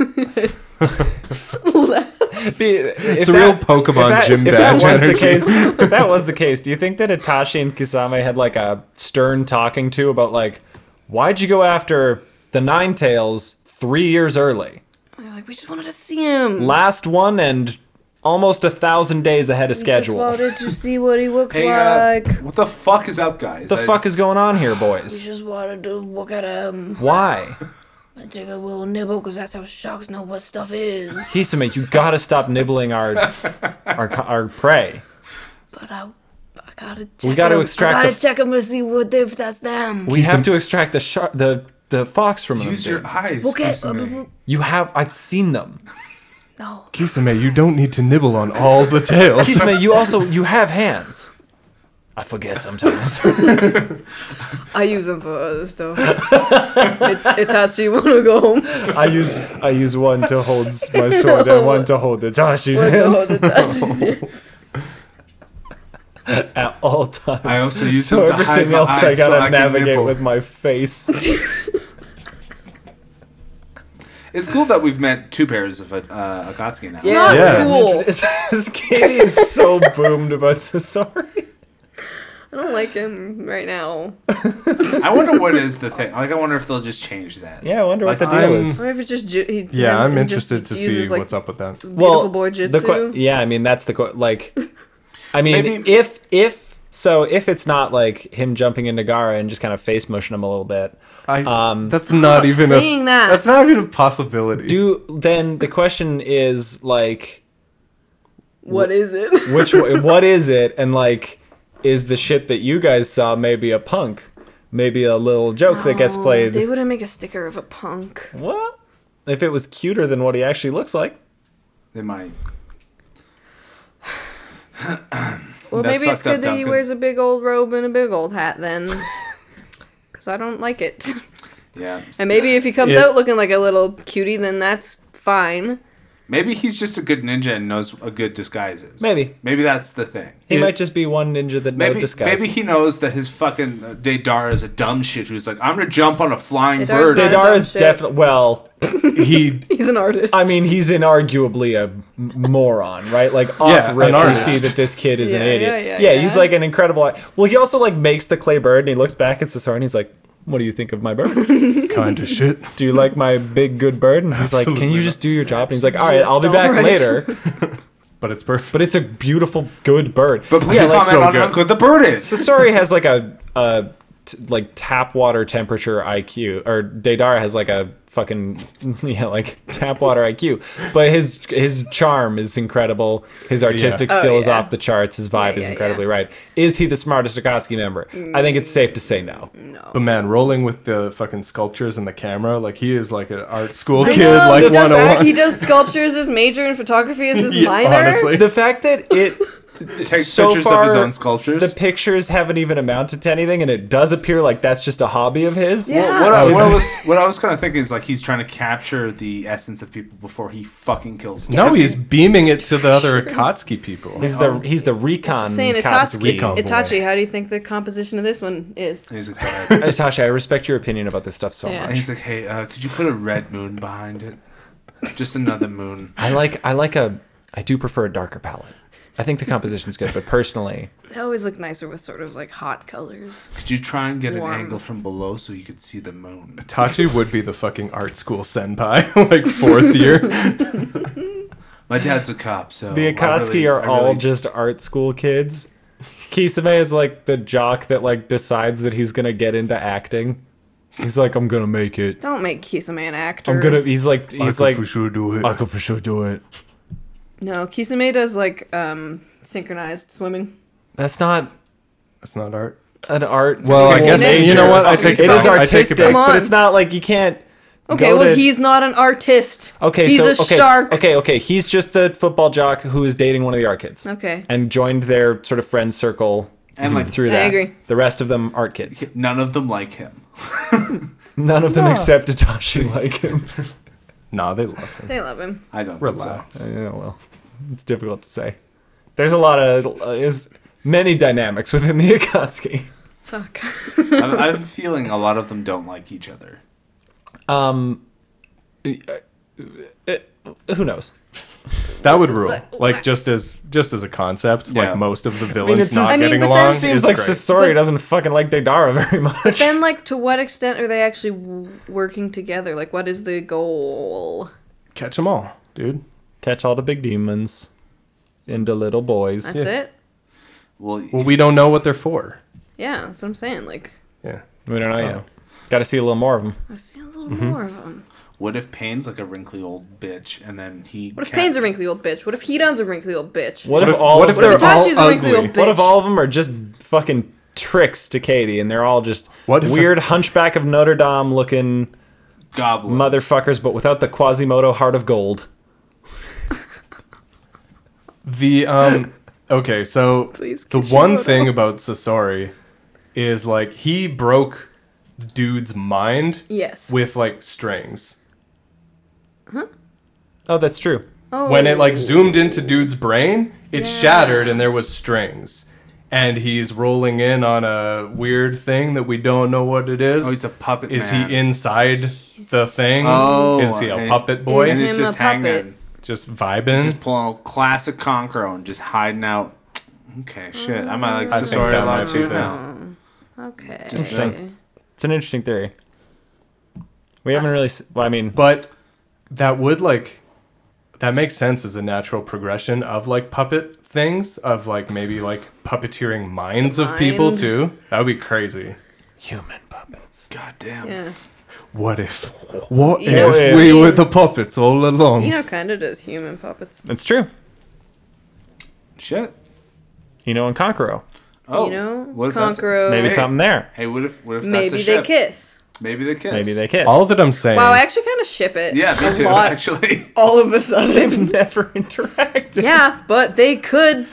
Speaker 4: it's a real Pokemon gym
Speaker 1: if
Speaker 4: badge
Speaker 1: That was
Speaker 4: energy.
Speaker 1: the case, if that was the case, do you think that Itachi and Kisame had like a stern talking to about like, why'd you go after the Nine Tails three years early,
Speaker 2: They're like, we just wanted to see him.
Speaker 1: last one and almost a thousand days ahead of schedule?
Speaker 2: Just wanted to see what he looked
Speaker 3: Hey, uh,
Speaker 2: like.
Speaker 3: what the fuck is up, guys?
Speaker 1: the
Speaker 3: I-
Speaker 1: fuck is going on here,
Speaker 5: We
Speaker 1: boys?
Speaker 5: just wanted to look at him
Speaker 1: Why,
Speaker 5: and take a little nibble because that's how sharks know what stuff is.
Speaker 1: Kisame? You gotta stop nibbling our our our prey.
Speaker 5: But I, I gotta check
Speaker 1: gotta
Speaker 5: him.
Speaker 1: extract
Speaker 5: I gotta
Speaker 1: the f-
Speaker 5: check him to see what if that's them.
Speaker 1: We have
Speaker 4: Kisame-
Speaker 1: to extract the shar the the fox from
Speaker 3: Use
Speaker 1: them.
Speaker 3: your
Speaker 1: dude.
Speaker 3: eyes.
Speaker 5: Look at uh,
Speaker 3: Kasumi.
Speaker 5: uh,
Speaker 1: You have. I've seen them.
Speaker 5: no.
Speaker 4: Kisame, you don't need to nibble on all the tails.
Speaker 1: Kisame, you also you have hands. I forget sometimes.
Speaker 2: I use them for other stuff. it, Itachi wanna go home.
Speaker 1: I use I use one to hold s- my sword
Speaker 2: No.
Speaker 1: and one to hold Itachi's
Speaker 2: Want to
Speaker 1: hand
Speaker 2: hold Itachi's hand.
Speaker 1: at all times.
Speaker 3: I also use
Speaker 1: so
Speaker 3: them to hide
Speaker 1: everything
Speaker 3: my
Speaker 1: else
Speaker 3: eyes
Speaker 1: I
Speaker 3: so
Speaker 1: gotta
Speaker 3: I can
Speaker 1: navigate
Speaker 3: nibble.
Speaker 1: with my face.
Speaker 3: It's cool that we've met two pairs of uh, Akatsuki now.
Speaker 2: It's not
Speaker 4: Yeah.
Speaker 2: cool.
Speaker 1: It's- Katie is so boomed about Sasori.
Speaker 2: I don't like him right now.
Speaker 3: I wonder what is the thing. Like, I wonder if they'll just change that.
Speaker 1: Yeah, I wonder what
Speaker 3: Like,
Speaker 1: the deal
Speaker 4: I'm-
Speaker 1: is.
Speaker 2: Or if it just ju- he
Speaker 4: Yeah,
Speaker 2: has-
Speaker 4: I'm
Speaker 2: he
Speaker 4: interested to
Speaker 2: just uses,
Speaker 4: see
Speaker 2: like,
Speaker 4: what's up with that.
Speaker 2: Beautiful boy jutsu.
Speaker 1: the que- yeah, I mean that's the que- like. I mean,
Speaker 3: Maybe-
Speaker 1: if if so, if it's not like him jumping into Gara and just kind of face motion him a little bit,
Speaker 4: I,
Speaker 1: Um,
Speaker 4: that's not even a
Speaker 2: saying that.
Speaker 4: that's not even a possibility.
Speaker 1: do then the question is like.
Speaker 2: What is it?
Speaker 1: which way, what is it and like is the shit that you guys saw maybe a punk maybe a little joke that gets played
Speaker 2: Oh, They wouldn't make a sticker of a punk.
Speaker 1: what if it was cuter than what he actually looks like
Speaker 3: They might.
Speaker 2: Well,
Speaker 3: That's
Speaker 2: maybe it's
Speaker 3: fucked
Speaker 2: good
Speaker 3: up,
Speaker 2: that he
Speaker 3: Duncan.
Speaker 2: wears a big old robe and a big old hat then. Because I don't like it.
Speaker 3: Yeah.
Speaker 2: And maybe if he comes
Speaker 4: Yeah.
Speaker 2: out looking like a little cutie, then that's fine.
Speaker 3: Maybe he's just a good ninja and knows a good disguises.
Speaker 1: Maybe.
Speaker 3: Maybe that's the thing.
Speaker 1: he
Speaker 4: Yeah.
Speaker 1: might just be one ninja that no
Speaker 3: Maybe
Speaker 1: disguise
Speaker 3: maybe he knows that his fucking uh, Deidara is a dumb shit who's like, I'm gonna jump on a flying
Speaker 2: Deidara's
Speaker 3: bird.
Speaker 2: not a-
Speaker 1: Deidara is
Speaker 2: shit.
Speaker 1: definitely well
Speaker 4: he
Speaker 2: He's an artist.
Speaker 1: i mean he's inarguably a m- moron right like off
Speaker 4: Yeah, an
Speaker 1: rip we
Speaker 4: artist.
Speaker 1: see that this kid is an
Speaker 2: Yeah, yeah,
Speaker 1: idiot
Speaker 2: yeah,
Speaker 1: he's
Speaker 2: yeah.
Speaker 1: like an incredible ar- well he also like makes the clay bird and he looks back at Sasori and he's like what do you think of my bird
Speaker 4: kind of shit.
Speaker 1: do you like my big good bird? And he's like, can
Speaker 4: Absolutely
Speaker 1: you
Speaker 4: not.
Speaker 1: just do your job? And he's like, all right, I'll be back
Speaker 2: Alright.
Speaker 1: later.
Speaker 4: But it's perfect.
Speaker 1: But it's a beautiful, good bird.
Speaker 3: But please
Speaker 1: yeah,
Speaker 3: comment
Speaker 1: like,
Speaker 4: so
Speaker 3: on
Speaker 4: good.
Speaker 3: how good the bird is.
Speaker 1: Sasori has like a, a t- like tap water temperature IQ, or Deidara has like a fucking yeah, like tap water IQ. But his his charm is incredible. His artistic
Speaker 2: Oh,
Speaker 1: skill is
Speaker 2: yeah.
Speaker 1: off the charts. His vibe
Speaker 2: Yeah,
Speaker 1: is
Speaker 2: yeah,
Speaker 1: incredibly right. Is he the smartest Akatsuki member? I think it's safe to say no.
Speaker 2: Mm.
Speaker 4: But man, rolling with the fucking sculptures and the camera, like he is like an art school
Speaker 2: I
Speaker 4: kid,
Speaker 2: know,
Speaker 4: like
Speaker 2: he,
Speaker 4: one
Speaker 1: oh
Speaker 2: does, he
Speaker 4: hundred
Speaker 2: does sculpture as his major and photography as his
Speaker 4: Yeah,
Speaker 2: minor.
Speaker 4: honestly.
Speaker 1: The fact that it
Speaker 3: Takes
Speaker 1: so
Speaker 3: pictures of his
Speaker 1: far,
Speaker 3: own sculptures.
Speaker 1: the pictures haven't even amounted to anything, and it does appear like that's just a hobby of his.
Speaker 2: Yeah.
Speaker 3: Well, what, I,
Speaker 1: That
Speaker 3: what I
Speaker 1: is-
Speaker 3: was what I was kind of thinking is like he's trying to capture the essence of people before he fucking kills them.
Speaker 4: No,
Speaker 3: Because
Speaker 4: he's beamony beaming it to the other Akatsuki people.
Speaker 1: He's the he's the recon.
Speaker 2: Just saying,
Speaker 1: cop's
Speaker 2: Itachi,
Speaker 1: recon.
Speaker 4: Recon.
Speaker 2: Itachi, how do you think the composition of this one is?
Speaker 3: he's like, "Alright."
Speaker 1: Itachi, I respect your opinion about this stuff so
Speaker 2: Yeah.
Speaker 3: and
Speaker 1: much.
Speaker 3: he's like, hey, uh, could you put a red moon behind it? Just another moon.
Speaker 1: I like I like a I do prefer a darker palette. I think the composition's good, but personally,
Speaker 2: They always look nicer with sort of like hot colors.
Speaker 3: Could you try and get
Speaker 2: Warm.
Speaker 3: an angle from below so you could see the moon?
Speaker 4: Tachi would be the fucking art school senpai, like fourth year.
Speaker 3: My dad's a cop, so
Speaker 1: the
Speaker 3: I
Speaker 1: Akatsuki
Speaker 3: really-
Speaker 1: are
Speaker 3: I
Speaker 1: all
Speaker 3: really-
Speaker 1: just art school kids. Kisame is like the jock that like decides that he's gonna get into acting. He's like, I'm gonna make it.
Speaker 2: Don't make Kisame an actor.
Speaker 1: I'm gonna. He's like, he's like,
Speaker 4: sure do
Speaker 1: I could for sure do it.
Speaker 2: No, Kisame does like um synchronized swimming.
Speaker 1: That's not
Speaker 4: That's not art.
Speaker 1: an art.
Speaker 4: Well, I
Speaker 1: school
Speaker 4: guess
Speaker 2: Major.
Speaker 4: you know what? I take
Speaker 1: It is
Speaker 4: back. I take it
Speaker 1: artistic,
Speaker 4: back.
Speaker 2: Come
Speaker 1: but
Speaker 2: on.
Speaker 1: it's not like you can't.
Speaker 2: Okay,
Speaker 1: go
Speaker 2: well
Speaker 1: to-
Speaker 2: he's not an artist.
Speaker 1: okay.
Speaker 2: he's
Speaker 1: so,
Speaker 2: a
Speaker 1: okay,
Speaker 2: shark.
Speaker 1: Okay, okay. He's just the football jock who is dating one of the art kids.
Speaker 2: Okay.
Speaker 1: And joined their sort of friend circle.
Speaker 3: And, like-
Speaker 1: through
Speaker 2: I
Speaker 1: that,
Speaker 2: agree.
Speaker 1: The rest of them art kids.
Speaker 3: None of them like him.
Speaker 1: None of them except Itachi like him.
Speaker 4: Nah, they love him.
Speaker 2: They love him.
Speaker 3: I don't
Speaker 4: Relax.
Speaker 1: yeah, well, it's difficult to say. There's a lot of uh, is many dynamics within the Akatsuki.
Speaker 2: Fuck.
Speaker 3: think so. I'm, I'm feeling a lot of them don't like each other.
Speaker 1: Um, uh, uh, who knows?
Speaker 4: That would rule. Like just as just as a concept,
Speaker 3: Yeah.
Speaker 4: like most of the villains
Speaker 1: it's
Speaker 4: not
Speaker 1: just- I mean,
Speaker 4: getting
Speaker 2: but that
Speaker 4: along
Speaker 1: Seems
Speaker 4: is
Speaker 1: like
Speaker 4: great.
Speaker 1: Sasori
Speaker 2: But-
Speaker 1: doesn't fucking like Deidara very much.
Speaker 2: But then like to what extent are they actually w- working together? Like what is the goal?
Speaker 4: Catch them all, dude.
Speaker 1: catch all the big demons into little boys.
Speaker 2: That's it?
Speaker 3: Well,
Speaker 4: Well, we don't know what they're for.
Speaker 2: Yeah, that's what I'm saying. Like
Speaker 4: Yeah.
Speaker 1: We don't know
Speaker 4: Oh.
Speaker 1: yet. Got to see a little more of them.
Speaker 2: I see a little
Speaker 1: Mm-hmm.
Speaker 2: more of them.
Speaker 3: what if Payne's like a wrinkly old bitch, and then he
Speaker 2: What if
Speaker 3: can't-
Speaker 2: Payne's a wrinkly old bitch? What if Hidan's a wrinkly old bitch?
Speaker 1: What,
Speaker 4: What
Speaker 1: if
Speaker 4: if-
Speaker 1: all
Speaker 4: what
Speaker 1: of
Speaker 4: if
Speaker 2: What if
Speaker 1: they're
Speaker 4: they're all
Speaker 2: Itachi's a wrinkly
Speaker 4: ugly?
Speaker 2: old bitch?
Speaker 1: what if all of them are just fucking tricks to Katie and they're all just
Speaker 4: What if-
Speaker 1: weird hunchback of Notre Dame looking
Speaker 3: goblins?
Speaker 1: motherfuckers but without the Quasimodo heart of gold.
Speaker 4: The um Okay, so
Speaker 2: Please,
Speaker 4: the
Speaker 2: Kishimoto.
Speaker 4: one thing about Sasori is like he broke the dude's mind
Speaker 2: Yes.
Speaker 4: with like strings.
Speaker 1: Oh, that's true.
Speaker 2: oh,
Speaker 4: When it like zoomed into dude's brain, it shattered and there was strings. And he's rolling in on a weird thing that we don't know what it is.
Speaker 3: Oh, he's a puppet
Speaker 4: Is
Speaker 3: man.
Speaker 4: he inside the thing?
Speaker 3: Oh,
Speaker 4: is he a
Speaker 3: and-
Speaker 4: puppet boy? Hmm?
Speaker 2: Is
Speaker 3: and it's
Speaker 2: him a
Speaker 3: just
Speaker 2: puppet.
Speaker 3: hanging.
Speaker 4: just
Speaker 3: It's
Speaker 4: vibing.
Speaker 3: Just pulling a classic Conqueror and just hiding out. Okay, shit. I might like
Speaker 4: I think
Speaker 3: Sasori a
Speaker 4: that
Speaker 3: lot
Speaker 4: might be
Speaker 3: too
Speaker 4: the-
Speaker 3: now.
Speaker 2: okay.
Speaker 3: Just think.
Speaker 1: It's an interesting theory. We haven't really. s- Well, I mean,
Speaker 4: But that would like that makes sense as a natural progression of like puppet things of like maybe like puppeteering minds of people
Speaker 2: Mind.
Speaker 4: too. That would be crazy.
Speaker 1: human puppets.
Speaker 3: God damn.
Speaker 2: Yeah.
Speaker 4: What if? What
Speaker 2: You know
Speaker 4: if
Speaker 1: what
Speaker 4: we
Speaker 2: I mean?
Speaker 4: were the puppets all along?
Speaker 2: You know, kind of does human puppets.
Speaker 1: That's true.
Speaker 3: Shit.
Speaker 1: You know, in Conquerro,
Speaker 3: Oh,
Speaker 2: you know,
Speaker 3: what if that's-
Speaker 2: Conqueror.
Speaker 1: maybe
Speaker 3: Hey.
Speaker 1: something there.
Speaker 3: Hey, what if what if that's a
Speaker 2: Maybe they
Speaker 3: ship?
Speaker 2: kiss.
Speaker 3: Maybe they kiss.
Speaker 1: Maybe they kiss.
Speaker 4: all that I'm saying.
Speaker 2: Wow, I actually kind of ship it.
Speaker 3: Yeah, me
Speaker 2: a
Speaker 3: too.
Speaker 2: Lot,
Speaker 3: Actually,
Speaker 2: all of a sudden.
Speaker 1: They've never interacted.
Speaker 2: yeah, but they could.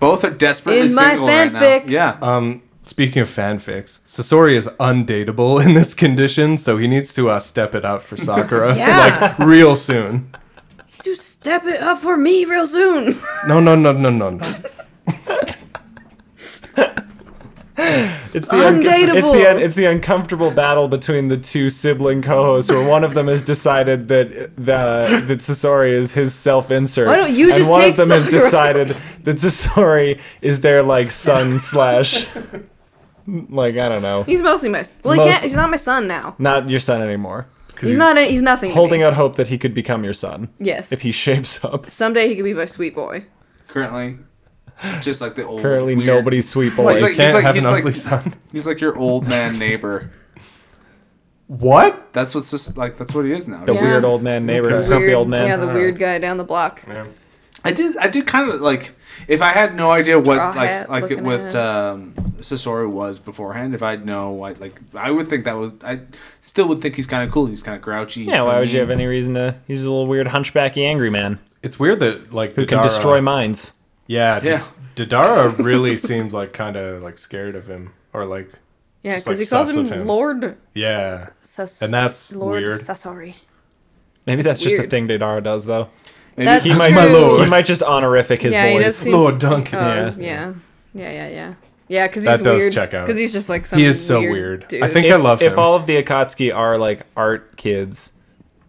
Speaker 3: both are desperately
Speaker 2: In my
Speaker 3: single right
Speaker 2: fanfic.
Speaker 3: now. Yeah.
Speaker 4: um, speaking of fanfics, Sasori is undateable in this condition, so he needs to uh, step it up for Sakura
Speaker 2: Yeah.
Speaker 4: like real soon.
Speaker 2: Do step it up for me real soon.
Speaker 4: No, no, no, no, no, no.
Speaker 1: It's the unco-
Speaker 2: Undateable.
Speaker 1: it's the un- it's the uncomfortable battle between the two sibling co-hosts, where one of them has decided that the that Sasori is his self-insert,
Speaker 2: Why don't you
Speaker 1: and
Speaker 2: just
Speaker 1: one
Speaker 2: take
Speaker 1: of them has
Speaker 2: Sakura?
Speaker 1: decided that Sasori is their like son slash, like I don't know,
Speaker 2: He's mostly my. Well, he
Speaker 1: Most-
Speaker 2: can't. He's not my son now.
Speaker 1: not your son anymore.
Speaker 2: He's, not. A, he's nothing.
Speaker 1: Holding
Speaker 2: to me.
Speaker 1: out hope that he could become your son
Speaker 2: Yes.
Speaker 1: if he shapes up.
Speaker 2: Someday he could be my sweet boy.
Speaker 3: Currently, just like the old.
Speaker 1: Currently,
Speaker 3: weird-
Speaker 1: nobody's sweet boy.
Speaker 3: He's
Speaker 4: you
Speaker 3: like- he's
Speaker 4: can't
Speaker 3: like-
Speaker 4: have an
Speaker 3: he's like-
Speaker 4: ugly son.
Speaker 3: He's like your old man neighbor.
Speaker 4: What?
Speaker 3: That's what's just like that's what he is now.
Speaker 1: the
Speaker 2: Yeah.
Speaker 1: weird old man neighbor
Speaker 4: Okay.
Speaker 1: who's not the
Speaker 2: Weird-
Speaker 1: old man.
Speaker 2: Yeah, the weird guy down the block.
Speaker 3: I did I did kind of like if I had no idea what
Speaker 2: Straw
Speaker 3: like
Speaker 2: hat
Speaker 3: like it
Speaker 2: looking
Speaker 3: with
Speaker 2: ass.
Speaker 3: um Sasori was beforehand. If I'd know I like I would think that was I still would think he's kind of cool. He's kind of grouchy. he's
Speaker 1: Yeah, why
Speaker 3: kinda
Speaker 1: would you
Speaker 3: mean.
Speaker 1: have any reason to? He's a little weird, hunchbacky, angry man
Speaker 4: It's weird that like
Speaker 1: who can
Speaker 4: Dodara-
Speaker 1: destroy minds.
Speaker 4: Yeah, D-
Speaker 3: Yeah.
Speaker 4: Dodara really seems like kind of like scared of him, or like
Speaker 2: Yeah,
Speaker 4: Just,
Speaker 2: because
Speaker 4: like,
Speaker 2: he calls
Speaker 4: sus
Speaker 2: him,
Speaker 4: of him.
Speaker 2: Lord.
Speaker 4: yeah.
Speaker 2: Sus-
Speaker 4: And that's
Speaker 2: Lord
Speaker 4: weird.
Speaker 2: Sasori.
Speaker 1: Maybe that's just a
Speaker 2: weird.
Speaker 1: thing Dodara does, though.
Speaker 3: Maybe
Speaker 2: That's
Speaker 3: he
Speaker 1: He
Speaker 2: It's
Speaker 1: might,
Speaker 2: true.
Speaker 1: just,
Speaker 4: lord.
Speaker 1: he might just honorific his
Speaker 2: yeah, he does
Speaker 1: boys.
Speaker 2: seem.
Speaker 4: Lord Duncan.
Speaker 2: oh,
Speaker 4: yeah.
Speaker 2: yeah. yeah, yeah, yeah, yeah, yeah. Because
Speaker 4: That
Speaker 2: he's
Speaker 4: does
Speaker 2: weird.
Speaker 4: check out.
Speaker 2: Because he's just like some
Speaker 4: He is so weird.
Speaker 2: weird. Dude.
Speaker 4: I think
Speaker 1: if,
Speaker 4: I love him.
Speaker 1: if all of the Akatsuki are like art kids,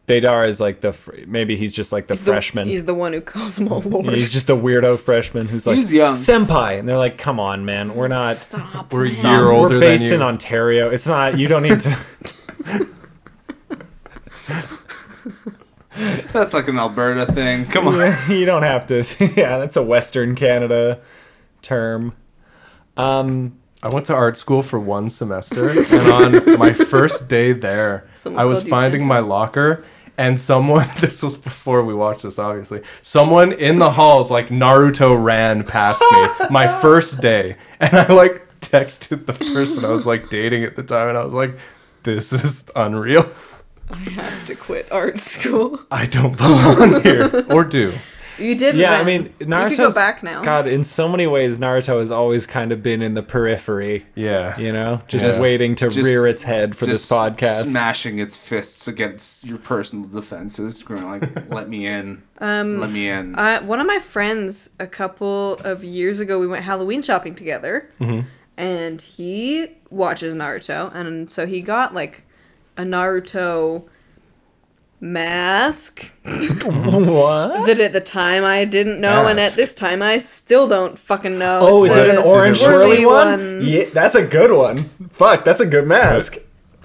Speaker 1: Deidara is like the fr- maybe he's just like the
Speaker 2: He's the-
Speaker 1: freshman.
Speaker 2: he's the one who calls him a lord.
Speaker 1: he's just a weirdo freshman who's like
Speaker 3: He's young.
Speaker 1: senpai, and they're like, "Come on, man, we're not. um,
Speaker 2: Stop.
Speaker 4: We're a
Speaker 2: man.
Speaker 4: year older
Speaker 1: we're based
Speaker 4: than you.
Speaker 1: in Ontario. It's not. You don't need to.
Speaker 3: that's like an Alberta thing. Come on.
Speaker 1: you don't have to. yeah, that's a Western Canada term. Um,
Speaker 4: I went to art school for one semester, and on my first day there,
Speaker 2: Someone
Speaker 4: I was
Speaker 2: called you
Speaker 4: finding my locker. And someone, this was before we watched this, obviously. Someone in the halls, like Naruto, ran past me my first day. And I, like, texted the person I was, like, dating at the time. And I was like, this is unreal.
Speaker 2: I have to quit art school.
Speaker 4: I don't belong here. Or do.
Speaker 2: You did.
Speaker 1: yeah, I
Speaker 2: then.
Speaker 1: mean, Naruto.
Speaker 2: You could go back now.
Speaker 1: God, in so many ways, Naruto has always kind of been in the periphery.
Speaker 4: Yeah.
Speaker 1: you know, just
Speaker 4: Yeah.
Speaker 1: waiting to
Speaker 3: Just-
Speaker 1: rear its head for this
Speaker 3: Just
Speaker 1: podcast.
Speaker 3: smashing its fists against your personal defenses, going like, "Let me in, um, let me in."
Speaker 2: Uh, one of my friends, a couple of years ago, we went Halloween shopping together,
Speaker 1: Mm-hmm.
Speaker 2: and he watches Naruto, and so he got like a Naruto mask
Speaker 1: what?
Speaker 2: that at the time I didn't know, and at
Speaker 4: Mask.
Speaker 2: this time I still don't fucking know.
Speaker 1: Oh,
Speaker 2: It's
Speaker 1: is it
Speaker 2: the
Speaker 1: an orange
Speaker 2: swirly
Speaker 1: swirly one? Yeah, that's a good one. Fuck, that's a good mask.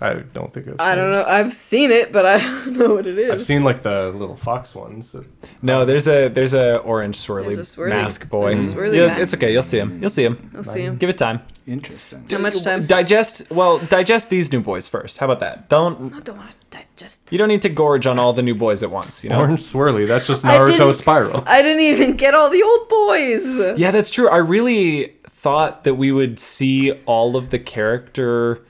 Speaker 4: I don't think I've seen
Speaker 2: I don't know. I've seen it, but I don't know what it is.
Speaker 4: I've seen, like, the little fox ones. that-
Speaker 1: No, there's a there's a orange swirly,
Speaker 2: There's a swirly-
Speaker 1: mask boy.
Speaker 2: there's a swirly
Speaker 1: Yeah,
Speaker 2: mask.
Speaker 1: It's okay. You'll see him. You'll see him.
Speaker 2: I'll see him.
Speaker 1: Give it time.
Speaker 3: Interesting.
Speaker 2: How much time?
Speaker 1: Digest. Well, digest these new boys first. How about that? Don't
Speaker 5: I don't want to digest.
Speaker 1: you don't need to gorge on all the new boys at once. You know.
Speaker 4: Orange swirly. That's just
Speaker 2: I
Speaker 4: Naruto
Speaker 2: didn't-
Speaker 4: spiral.
Speaker 2: I didn't even get all the old boys.
Speaker 1: Yeah, that's true. I really thought that we would see all of the character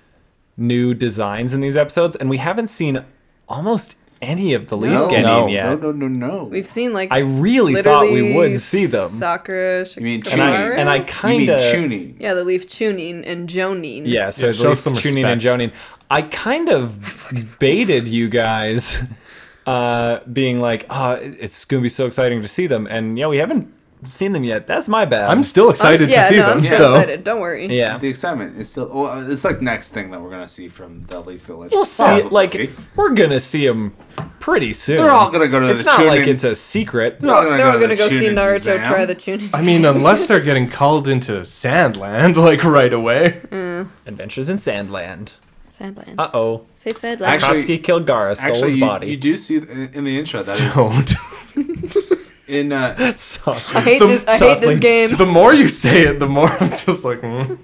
Speaker 1: new designs in these episodes, and we haven't seen almost any of the Leaf
Speaker 2: No.
Speaker 1: Game
Speaker 4: No.
Speaker 1: yet.
Speaker 3: No, no, no, no.
Speaker 2: We've seen like
Speaker 1: I really thought we would see them.
Speaker 2: Sakura,
Speaker 3: You mean
Speaker 1: and
Speaker 2: Shikamaru?
Speaker 1: I and I
Speaker 3: you mean
Speaker 1: kind of
Speaker 3: Chunin.
Speaker 2: yeah, the leaf tuning and joning.
Speaker 1: yeah. So
Speaker 4: Yeah,
Speaker 1: the
Speaker 4: show
Speaker 1: Leaf
Speaker 4: some
Speaker 1: Chunin and
Speaker 4: respect.
Speaker 1: Jonin. I kind of baited you guys, uh, being like, "Ah, it's gonna be so exciting to see them," and yeah, we haven't seen them yet. That's my bad.
Speaker 4: I'm still
Speaker 2: I'm s-
Speaker 4: excited
Speaker 2: yeah,
Speaker 4: to see
Speaker 2: no,
Speaker 4: them.
Speaker 2: I'm still
Speaker 4: though.
Speaker 2: excited. Don't worry.
Speaker 1: yeah.
Speaker 3: The excitement is still. Well, uh, it's like next thing that we're gonna see from the Leaf Village.
Speaker 1: We'll see. it Like
Speaker 3: Probably.
Speaker 1: we're gonna see them pretty soon.
Speaker 3: They're all gonna go to
Speaker 1: It's
Speaker 3: the
Speaker 1: not like
Speaker 3: Chunin.
Speaker 1: it's a secret.
Speaker 3: They're all gonna
Speaker 2: They're all
Speaker 3: go to
Speaker 2: gonna
Speaker 3: the
Speaker 2: go see
Speaker 3: tuning
Speaker 2: Naruto
Speaker 3: exam.
Speaker 2: try the tuning.
Speaker 4: I mean, unless they're getting called into Sandland like right away.
Speaker 2: Mm.
Speaker 1: Adventures in Sandland.
Speaker 2: Sandland.
Speaker 1: Uh oh.
Speaker 2: Safe Sandland.
Speaker 3: Actually-
Speaker 1: Akatsuki killed Gara, stole
Speaker 3: Actually,
Speaker 1: his
Speaker 3: you,
Speaker 1: body.
Speaker 3: you do see th- in in the intro that is
Speaker 4: Don't.
Speaker 3: in uh,
Speaker 2: I
Speaker 1: Sorry.
Speaker 2: hate
Speaker 4: the-
Speaker 2: this. I hate
Speaker 1: softly-
Speaker 2: this game.
Speaker 4: the more you say it, the more I'm just like, mm.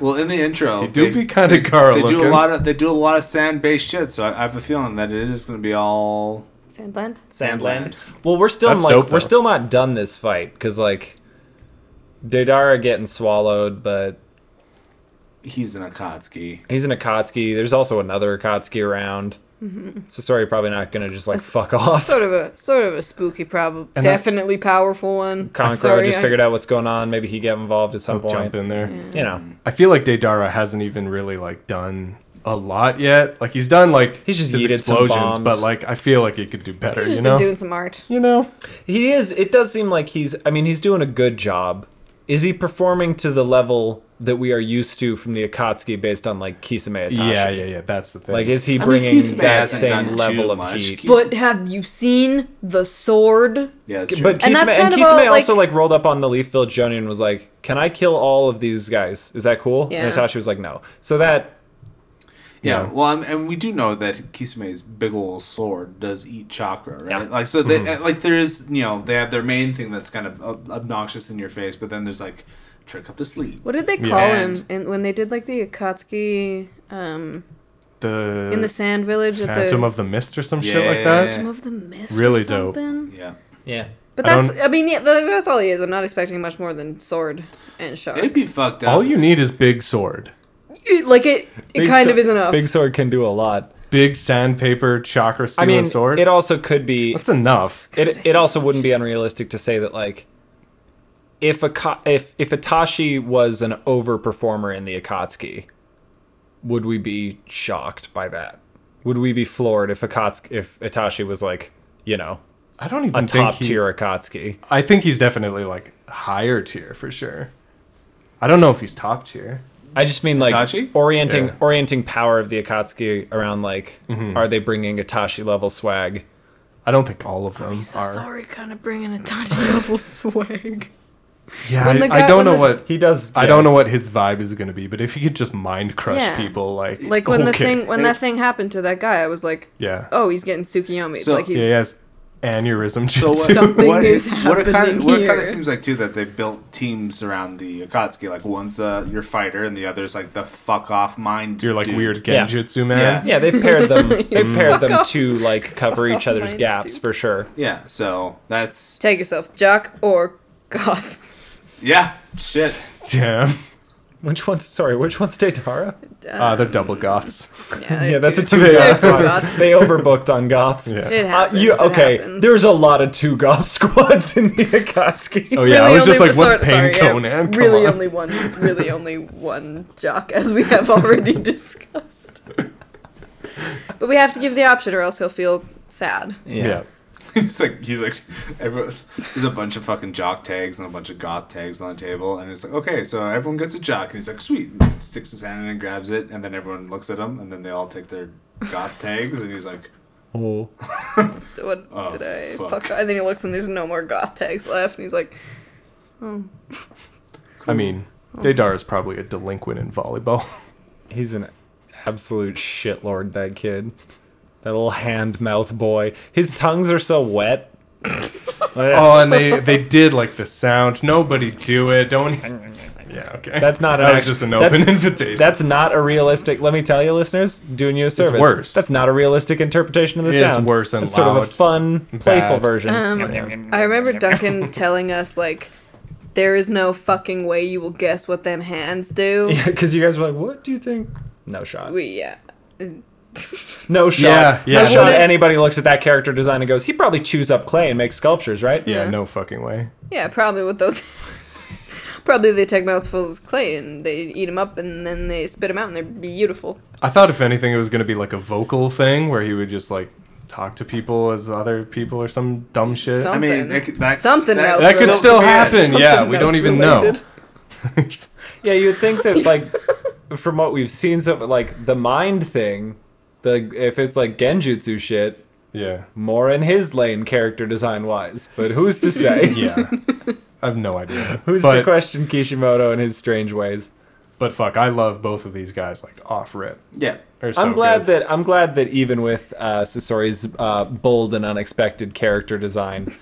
Speaker 3: well in the intro.
Speaker 4: you do
Speaker 3: they-
Speaker 4: be kind of Carl
Speaker 3: they
Speaker 4: looking.
Speaker 3: do a lot of they do a lot of sand based shit. So I, I have a feeling that it is going to be all
Speaker 2: Sandland.
Speaker 1: Sandland. Well, we're still
Speaker 4: That's
Speaker 1: like
Speaker 4: dope,
Speaker 1: we're
Speaker 4: though.
Speaker 1: still not done this fight because like, Deidara getting swallowed, but
Speaker 3: he's an Akatsuki.
Speaker 1: he's an Akatsuki. There's also another Akatsuki around.
Speaker 3: Mm-hmm.
Speaker 1: So sorry, probably not gonna just like fuck off.
Speaker 2: Sort of a sort of a spooky, problem.
Speaker 4: And I-
Speaker 2: definitely powerful one.
Speaker 1: Conqueror
Speaker 2: Sorry,
Speaker 1: just
Speaker 2: I-
Speaker 1: figured out what's going on. Maybe he get involved at some
Speaker 4: I'll
Speaker 1: point.
Speaker 4: jump in there.
Speaker 1: You know,
Speaker 4: I feel like Deidara hasn't even really like done a lot yet. Like he's done like
Speaker 1: He's just yeeted some bombs.
Speaker 4: but like I feel like he could do better.
Speaker 2: He's just
Speaker 4: You
Speaker 2: been
Speaker 4: know.
Speaker 2: doing some art.
Speaker 4: you know.
Speaker 1: he is. It does seem like he's. I mean, he's doing a good job. Is he performing to the level that we are used to from the Akatsuki, based on like Kisame? Itachi?
Speaker 4: Yeah, yeah, yeah. That's the thing.
Speaker 1: Like, is he
Speaker 3: mean,
Speaker 1: bringing
Speaker 3: Kisame
Speaker 1: that
Speaker 3: hasn't done
Speaker 1: same
Speaker 3: too
Speaker 1: level of
Speaker 3: much.
Speaker 1: heat?
Speaker 3: Kisame-
Speaker 2: But have you seen the sword?
Speaker 3: Yeah, it's
Speaker 1: But Kisame,
Speaker 2: And
Speaker 1: and,
Speaker 2: that's kind of
Speaker 1: Kisame
Speaker 2: all,
Speaker 1: also
Speaker 2: like-
Speaker 1: like rolled up on the Leaf Village Jonin and was like, "Can I kill all of these guys? Is that cool?"
Speaker 2: Yeah.
Speaker 1: And Natasha was like, "No." So that
Speaker 3: Yeah,
Speaker 4: Yeah.
Speaker 3: well, I'm, and we do know that Kisame's big old sword does eat chakra, right? Like, so they
Speaker 4: Mm-hmm.
Speaker 3: like there is, you know, they have their main thing that's kind of ob- obnoxious in your face, but then there's like trick up the sleeve.
Speaker 2: What did they call him? And when they did like the Akatsuki um,
Speaker 4: the
Speaker 2: in the Sand Village at
Speaker 4: Phantom
Speaker 2: the
Speaker 4: of the Mist or some shit
Speaker 3: Yeah.
Speaker 4: like that?
Speaker 2: Phantom of the Mist,
Speaker 4: Really
Speaker 2: or
Speaker 4: dope.
Speaker 2: something?
Speaker 3: Yeah,
Speaker 1: yeah,
Speaker 2: But
Speaker 4: I
Speaker 2: that's,
Speaker 4: don't-
Speaker 2: I, mean, yeah, tha- that's all he is. I'm not expecting much more than sword and shark.
Speaker 3: it'd be fucked up.
Speaker 4: All you need is big sword,
Speaker 2: It- like it, it kind of is enough.
Speaker 1: Big sword can do a lot.
Speaker 4: big sandpaper chakra steel
Speaker 1: I mean,
Speaker 4: sword.
Speaker 1: it also could be.
Speaker 4: That's enough.
Speaker 1: It it also wouldn't be unrealistic to say that like. If a if if Itachi was an overperformer in the Akatsuki, would we be shocked by that? Would we be floored if Akatsuki if Itachi was like you know
Speaker 4: I don't
Speaker 1: a
Speaker 4: even think
Speaker 1: top
Speaker 4: he,
Speaker 1: tier Akatsuki?
Speaker 4: I think he's definitely like higher tier for sure. I don't know if he's top tier.
Speaker 1: I just mean like
Speaker 3: Itachi?
Speaker 1: orienting
Speaker 4: Yeah.
Speaker 1: orienting power of the Akatsuki around like are they bringing Itachi level swag?
Speaker 4: I don't think all of them
Speaker 5: So
Speaker 4: are.
Speaker 5: sorry, kind of bringing a touch.
Speaker 2: level swag.
Speaker 4: Yeah,
Speaker 2: When
Speaker 4: I,
Speaker 2: the
Speaker 4: I
Speaker 2: guy-
Speaker 4: don't
Speaker 2: when
Speaker 4: know
Speaker 2: the-
Speaker 4: what
Speaker 1: He does.
Speaker 4: I don't know what his vibe is going to be, but if he could just mind crush
Speaker 2: Yeah.
Speaker 4: people, like
Speaker 2: Like when the
Speaker 4: okay.
Speaker 2: thing, when that thing happened to that guy, I was like,
Speaker 4: yeah,
Speaker 2: oh, he's getting Tsukiyomi.
Speaker 3: So-
Speaker 2: like
Speaker 4: yeah,
Speaker 2: he's,
Speaker 4: he has aneurysm jutsu.
Speaker 3: So what,
Speaker 2: Something
Speaker 3: what
Speaker 2: is
Speaker 3: what it kind
Speaker 2: happening
Speaker 3: of what it kind
Speaker 2: here.
Speaker 3: of seems like too that they built teams around the Akatsuki. Like one's uh, your fighter, and the other's like the fuck off mind.
Speaker 4: You're like
Speaker 3: dude.
Speaker 4: weird
Speaker 1: Yeah.
Speaker 4: genjutsu man.
Speaker 1: Yeah, they've paired them. They've paired them
Speaker 2: off.
Speaker 1: to like cover each
Speaker 2: off,
Speaker 1: other's
Speaker 2: mind
Speaker 1: gaps
Speaker 2: dude.
Speaker 1: for sure.
Speaker 3: Yeah, so that's
Speaker 2: take yourself, jock or goth.
Speaker 3: yeah, shit.
Speaker 4: Damn,
Speaker 1: Which one's sorry? Which one's Deidara?
Speaker 4: uh, they're double goths.
Speaker 2: Yeah,
Speaker 1: Yeah,
Speaker 2: they're
Speaker 1: that's a
Speaker 2: two-
Speaker 1: two
Speaker 2: they're
Speaker 1: goth
Speaker 2: two
Speaker 1: squad.
Speaker 2: goths.
Speaker 1: They overbooked on goths.
Speaker 4: Yeah.
Speaker 2: It
Speaker 1: Uh,
Speaker 2: happens.
Speaker 1: you,
Speaker 2: it
Speaker 1: okay,
Speaker 2: happens.
Speaker 1: there's a lot of two goth squads in the Akatsuki.
Speaker 4: Oh yeah, I was just
Speaker 2: only-
Speaker 4: like, what's
Speaker 2: sorry-
Speaker 4: Pain
Speaker 2: sorry, yeah,
Speaker 4: Conan? Come
Speaker 2: really
Speaker 4: on.
Speaker 2: only one, really only one jock, as we have already discussed. but we have to give the option, or else he'll feel sad.
Speaker 4: yeah.
Speaker 3: he's like he's like everyone, there's a bunch of fucking jock tags and a bunch of goth tags on the table and it's like okay so everyone gets a jock and he's like sweet and sticks his hand in and grabs it and then everyone looks at him and then they all take their goth tags and he's like
Speaker 1: Oh.
Speaker 2: So what
Speaker 3: Oh,
Speaker 2: did I
Speaker 3: fuck.
Speaker 2: fuck? And then he looks, and there's no more goth tags left, and he's like,
Speaker 4: I mean, Deidar is probably a delinquent in volleyball.
Speaker 1: He's an absolute shitlord, that kid. That little hand mouth boy. His tongues are so wet.
Speaker 4: oh, and they they did like the sound. Nobody do it. Don't. e-, Yeah, okay.
Speaker 1: That's not
Speaker 4: that was
Speaker 1: act-
Speaker 4: just an
Speaker 1: that's-
Speaker 4: open invitation.
Speaker 1: That's not a realistic. Let me tell you, listeners, doing you a service.
Speaker 4: worse.
Speaker 1: That's not a realistic interpretation of the
Speaker 4: It is
Speaker 1: sound.
Speaker 4: worse and
Speaker 1: it's sort of a
Speaker 4: loud.
Speaker 1: fun, playful
Speaker 4: Bad.
Speaker 1: version.
Speaker 3: Mm,
Speaker 2: um, I remember Duncan telling us like, there is no fucking way you will guess what them hands do.
Speaker 1: because you guys were like, "What do you think?" No shot.
Speaker 2: We yeah.
Speaker 1: No shot.
Speaker 4: Yeah, yeah. I
Speaker 1: No shot.
Speaker 2: wouldn't-
Speaker 1: Anybody looks at that character design and goes, he probably chews up clay and makes sculptures, right?
Speaker 4: Yeah, no fucking way.
Speaker 2: Yeah, probably with those. probably they take mouthfuls of clay and they eat them up and then they spit them out and they're beautiful.
Speaker 4: I thought if anything, it was gonna be like a vocal thing where he would just like talk to people as other people or some dumb shit.
Speaker 2: Some-
Speaker 3: I mean,
Speaker 2: Something.
Speaker 3: that, could- that,
Speaker 2: Something else.
Speaker 4: that could
Speaker 2: So-
Speaker 4: still
Speaker 3: yeah.
Speaker 4: happen. Yeah, we
Speaker 2: Something
Speaker 4: don't
Speaker 2: that's
Speaker 4: even
Speaker 2: related.
Speaker 4: know.
Speaker 1: Yeah, you would think that like from what we've seen, so like the mind thing, the if it's like genjutsu shit,
Speaker 4: yeah,
Speaker 1: more in his lane character design wise. But who's to say?
Speaker 4: yeah. I have no idea.
Speaker 1: Who's to
Speaker 4: but,
Speaker 1: question Kishimoto and his strange ways?
Speaker 4: But fuck, I love both of these guys. Like off rip.
Speaker 3: Yeah.
Speaker 4: They're so
Speaker 1: I'm glad
Speaker 4: good.
Speaker 1: that I'm glad that even with uh, Sasori's uh, bold and unexpected character design,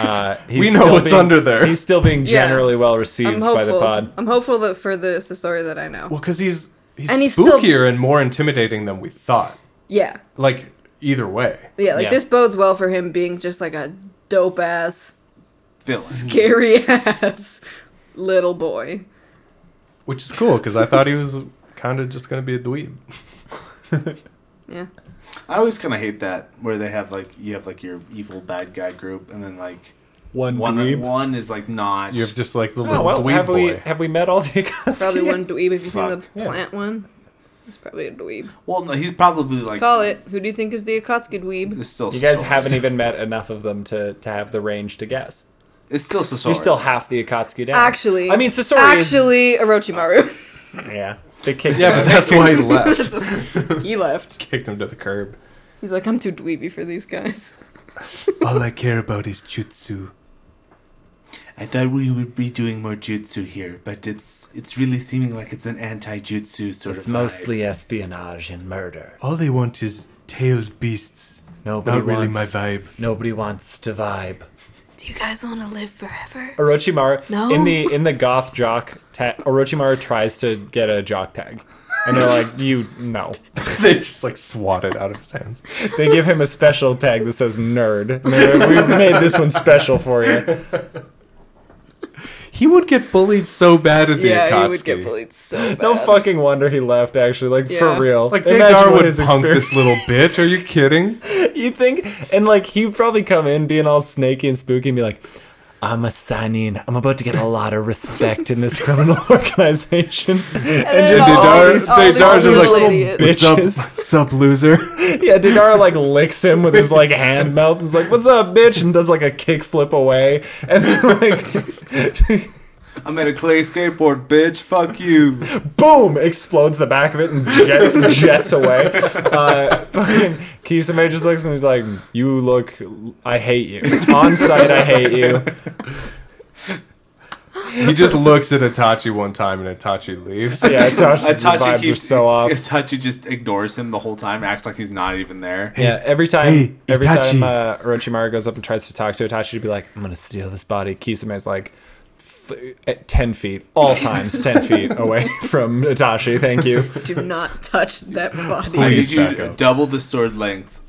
Speaker 1: uh, he's
Speaker 4: We know
Speaker 1: still
Speaker 4: what's
Speaker 1: being-
Speaker 4: under there.
Speaker 1: He's still being
Speaker 2: Yeah.
Speaker 1: generally well
Speaker 2: I'm
Speaker 1: received by the
Speaker 2: hopeful.
Speaker 1: pod.
Speaker 2: I'm hopeful that for the Sasori that I know.
Speaker 4: Well, because he's he's
Speaker 2: And he's
Speaker 4: spookier
Speaker 2: still-
Speaker 4: and more intimidating than we thought.
Speaker 2: yeah,
Speaker 4: Like either way.
Speaker 2: yeah. Like
Speaker 1: Yeah.
Speaker 2: this bodes well for him being just like a dope ass,
Speaker 3: Villain.
Speaker 2: scary ass little boy.
Speaker 4: which is cool because I thought he was kind of just gonna be a dweeb.
Speaker 2: Yeah.
Speaker 3: I always kind of hate that where they have like you have like your evil bad guy group and then like
Speaker 1: One,
Speaker 3: one one is like not.
Speaker 4: You have just like the
Speaker 1: Oh,
Speaker 4: little
Speaker 1: well,
Speaker 4: dweeb
Speaker 1: have we
Speaker 4: boy.
Speaker 1: have we met all the
Speaker 2: Probably one dweeb. Have you seen the
Speaker 3: Fuck,
Speaker 4: yeah.
Speaker 2: plant one? It's probably a dweeb.
Speaker 3: well, no, he's probably like
Speaker 2: Call it. Who do you think is the Akatsuki dweeb?
Speaker 3: It's still
Speaker 1: You guys
Speaker 3: Sasori's.
Speaker 1: haven't even met enough of them to, to have the range to guess.
Speaker 3: It's still Sasori.
Speaker 1: You're still half the Akatsuki down.
Speaker 2: Actually,
Speaker 1: I mean Sasori
Speaker 2: Actually, Orochimaru.
Speaker 1: is, yeah, they kicked
Speaker 4: Yeah,
Speaker 1: him
Speaker 4: but
Speaker 1: out.
Speaker 4: that's why he left.
Speaker 2: That's what- he left.
Speaker 4: Kicked him to the curb.
Speaker 2: He's like, I'm too dweeby for these guys.
Speaker 4: All I care about is jutsu.
Speaker 3: I thought we would be doing more jutsu here, but it's it's really seeming like it's an anti-jutsu sort
Speaker 1: It's
Speaker 3: of. vibe.
Speaker 1: mostly espionage and murder.
Speaker 4: All they want is tailed beasts.
Speaker 1: Nobody wants,
Speaker 4: vibe.
Speaker 1: Nobody wants to vibe.
Speaker 5: Do you guys want to live forever?
Speaker 1: Orochimaru
Speaker 5: No.
Speaker 1: in the in the goth jock ta- Orochimaru tries to get a jock tag. And they're like, you no.
Speaker 4: they just like swat it out of his hands.
Speaker 1: They give him a special tag that says nerd. And they're like, We've made this one special for you.
Speaker 4: He would get bullied so bad at the
Speaker 2: yeah,
Speaker 4: Akatsuki.
Speaker 2: he would get bullied so bad.
Speaker 1: No fucking wonder he left. Actually, like
Speaker 2: Yeah.
Speaker 1: for real.
Speaker 4: Like
Speaker 1: Imagine
Speaker 4: Deidar
Speaker 1: what
Speaker 4: would
Speaker 1: his
Speaker 4: punk
Speaker 1: experience-
Speaker 4: this little bitch. Are you kidding?
Speaker 1: you think and like he'd probably come in being all snaky and spooky and be like i'm a signing i'm about to get a lot of respect in this criminal organization
Speaker 2: And then
Speaker 4: just
Speaker 2: all
Speaker 4: Deidara-
Speaker 2: these- all these
Speaker 4: Deidara's just
Speaker 2: little
Speaker 4: like,
Speaker 2: idiots.
Speaker 1: "Bitch." Bitches.
Speaker 4: Sub, sub loser.
Speaker 1: yeah didara like licks him with his like hand mouth and is like what's up bitch and does like a kick flip away and then like
Speaker 3: I'm at a clay skateboard, bitch. Fuck you.
Speaker 1: boom explodes the back of it and jet, jets away uh fucking kisame just looks and he's like you look i hate you on site i hate you
Speaker 4: he just looks at Itachi one time and Itachi leaves.
Speaker 1: yeah Itachi's
Speaker 3: Itachi
Speaker 1: vibes
Speaker 3: keeps
Speaker 1: are so off
Speaker 3: Itachi just ignores him the whole time, acts like he's not even there.
Speaker 1: Yeah, every time,
Speaker 4: hey,
Speaker 1: every
Speaker 4: Itachi.
Speaker 1: time uh, Orochimaru goes up and tries to talk to Itachi to be like, "I'm gonna steal this body," Kisume's like, f- uh, at ten feet, all times ten feet away from Itachi. Thank you.
Speaker 2: Do not touch that
Speaker 3: I
Speaker 2: body.
Speaker 4: Please
Speaker 3: need you
Speaker 4: back
Speaker 3: to
Speaker 4: up.
Speaker 3: double the sword length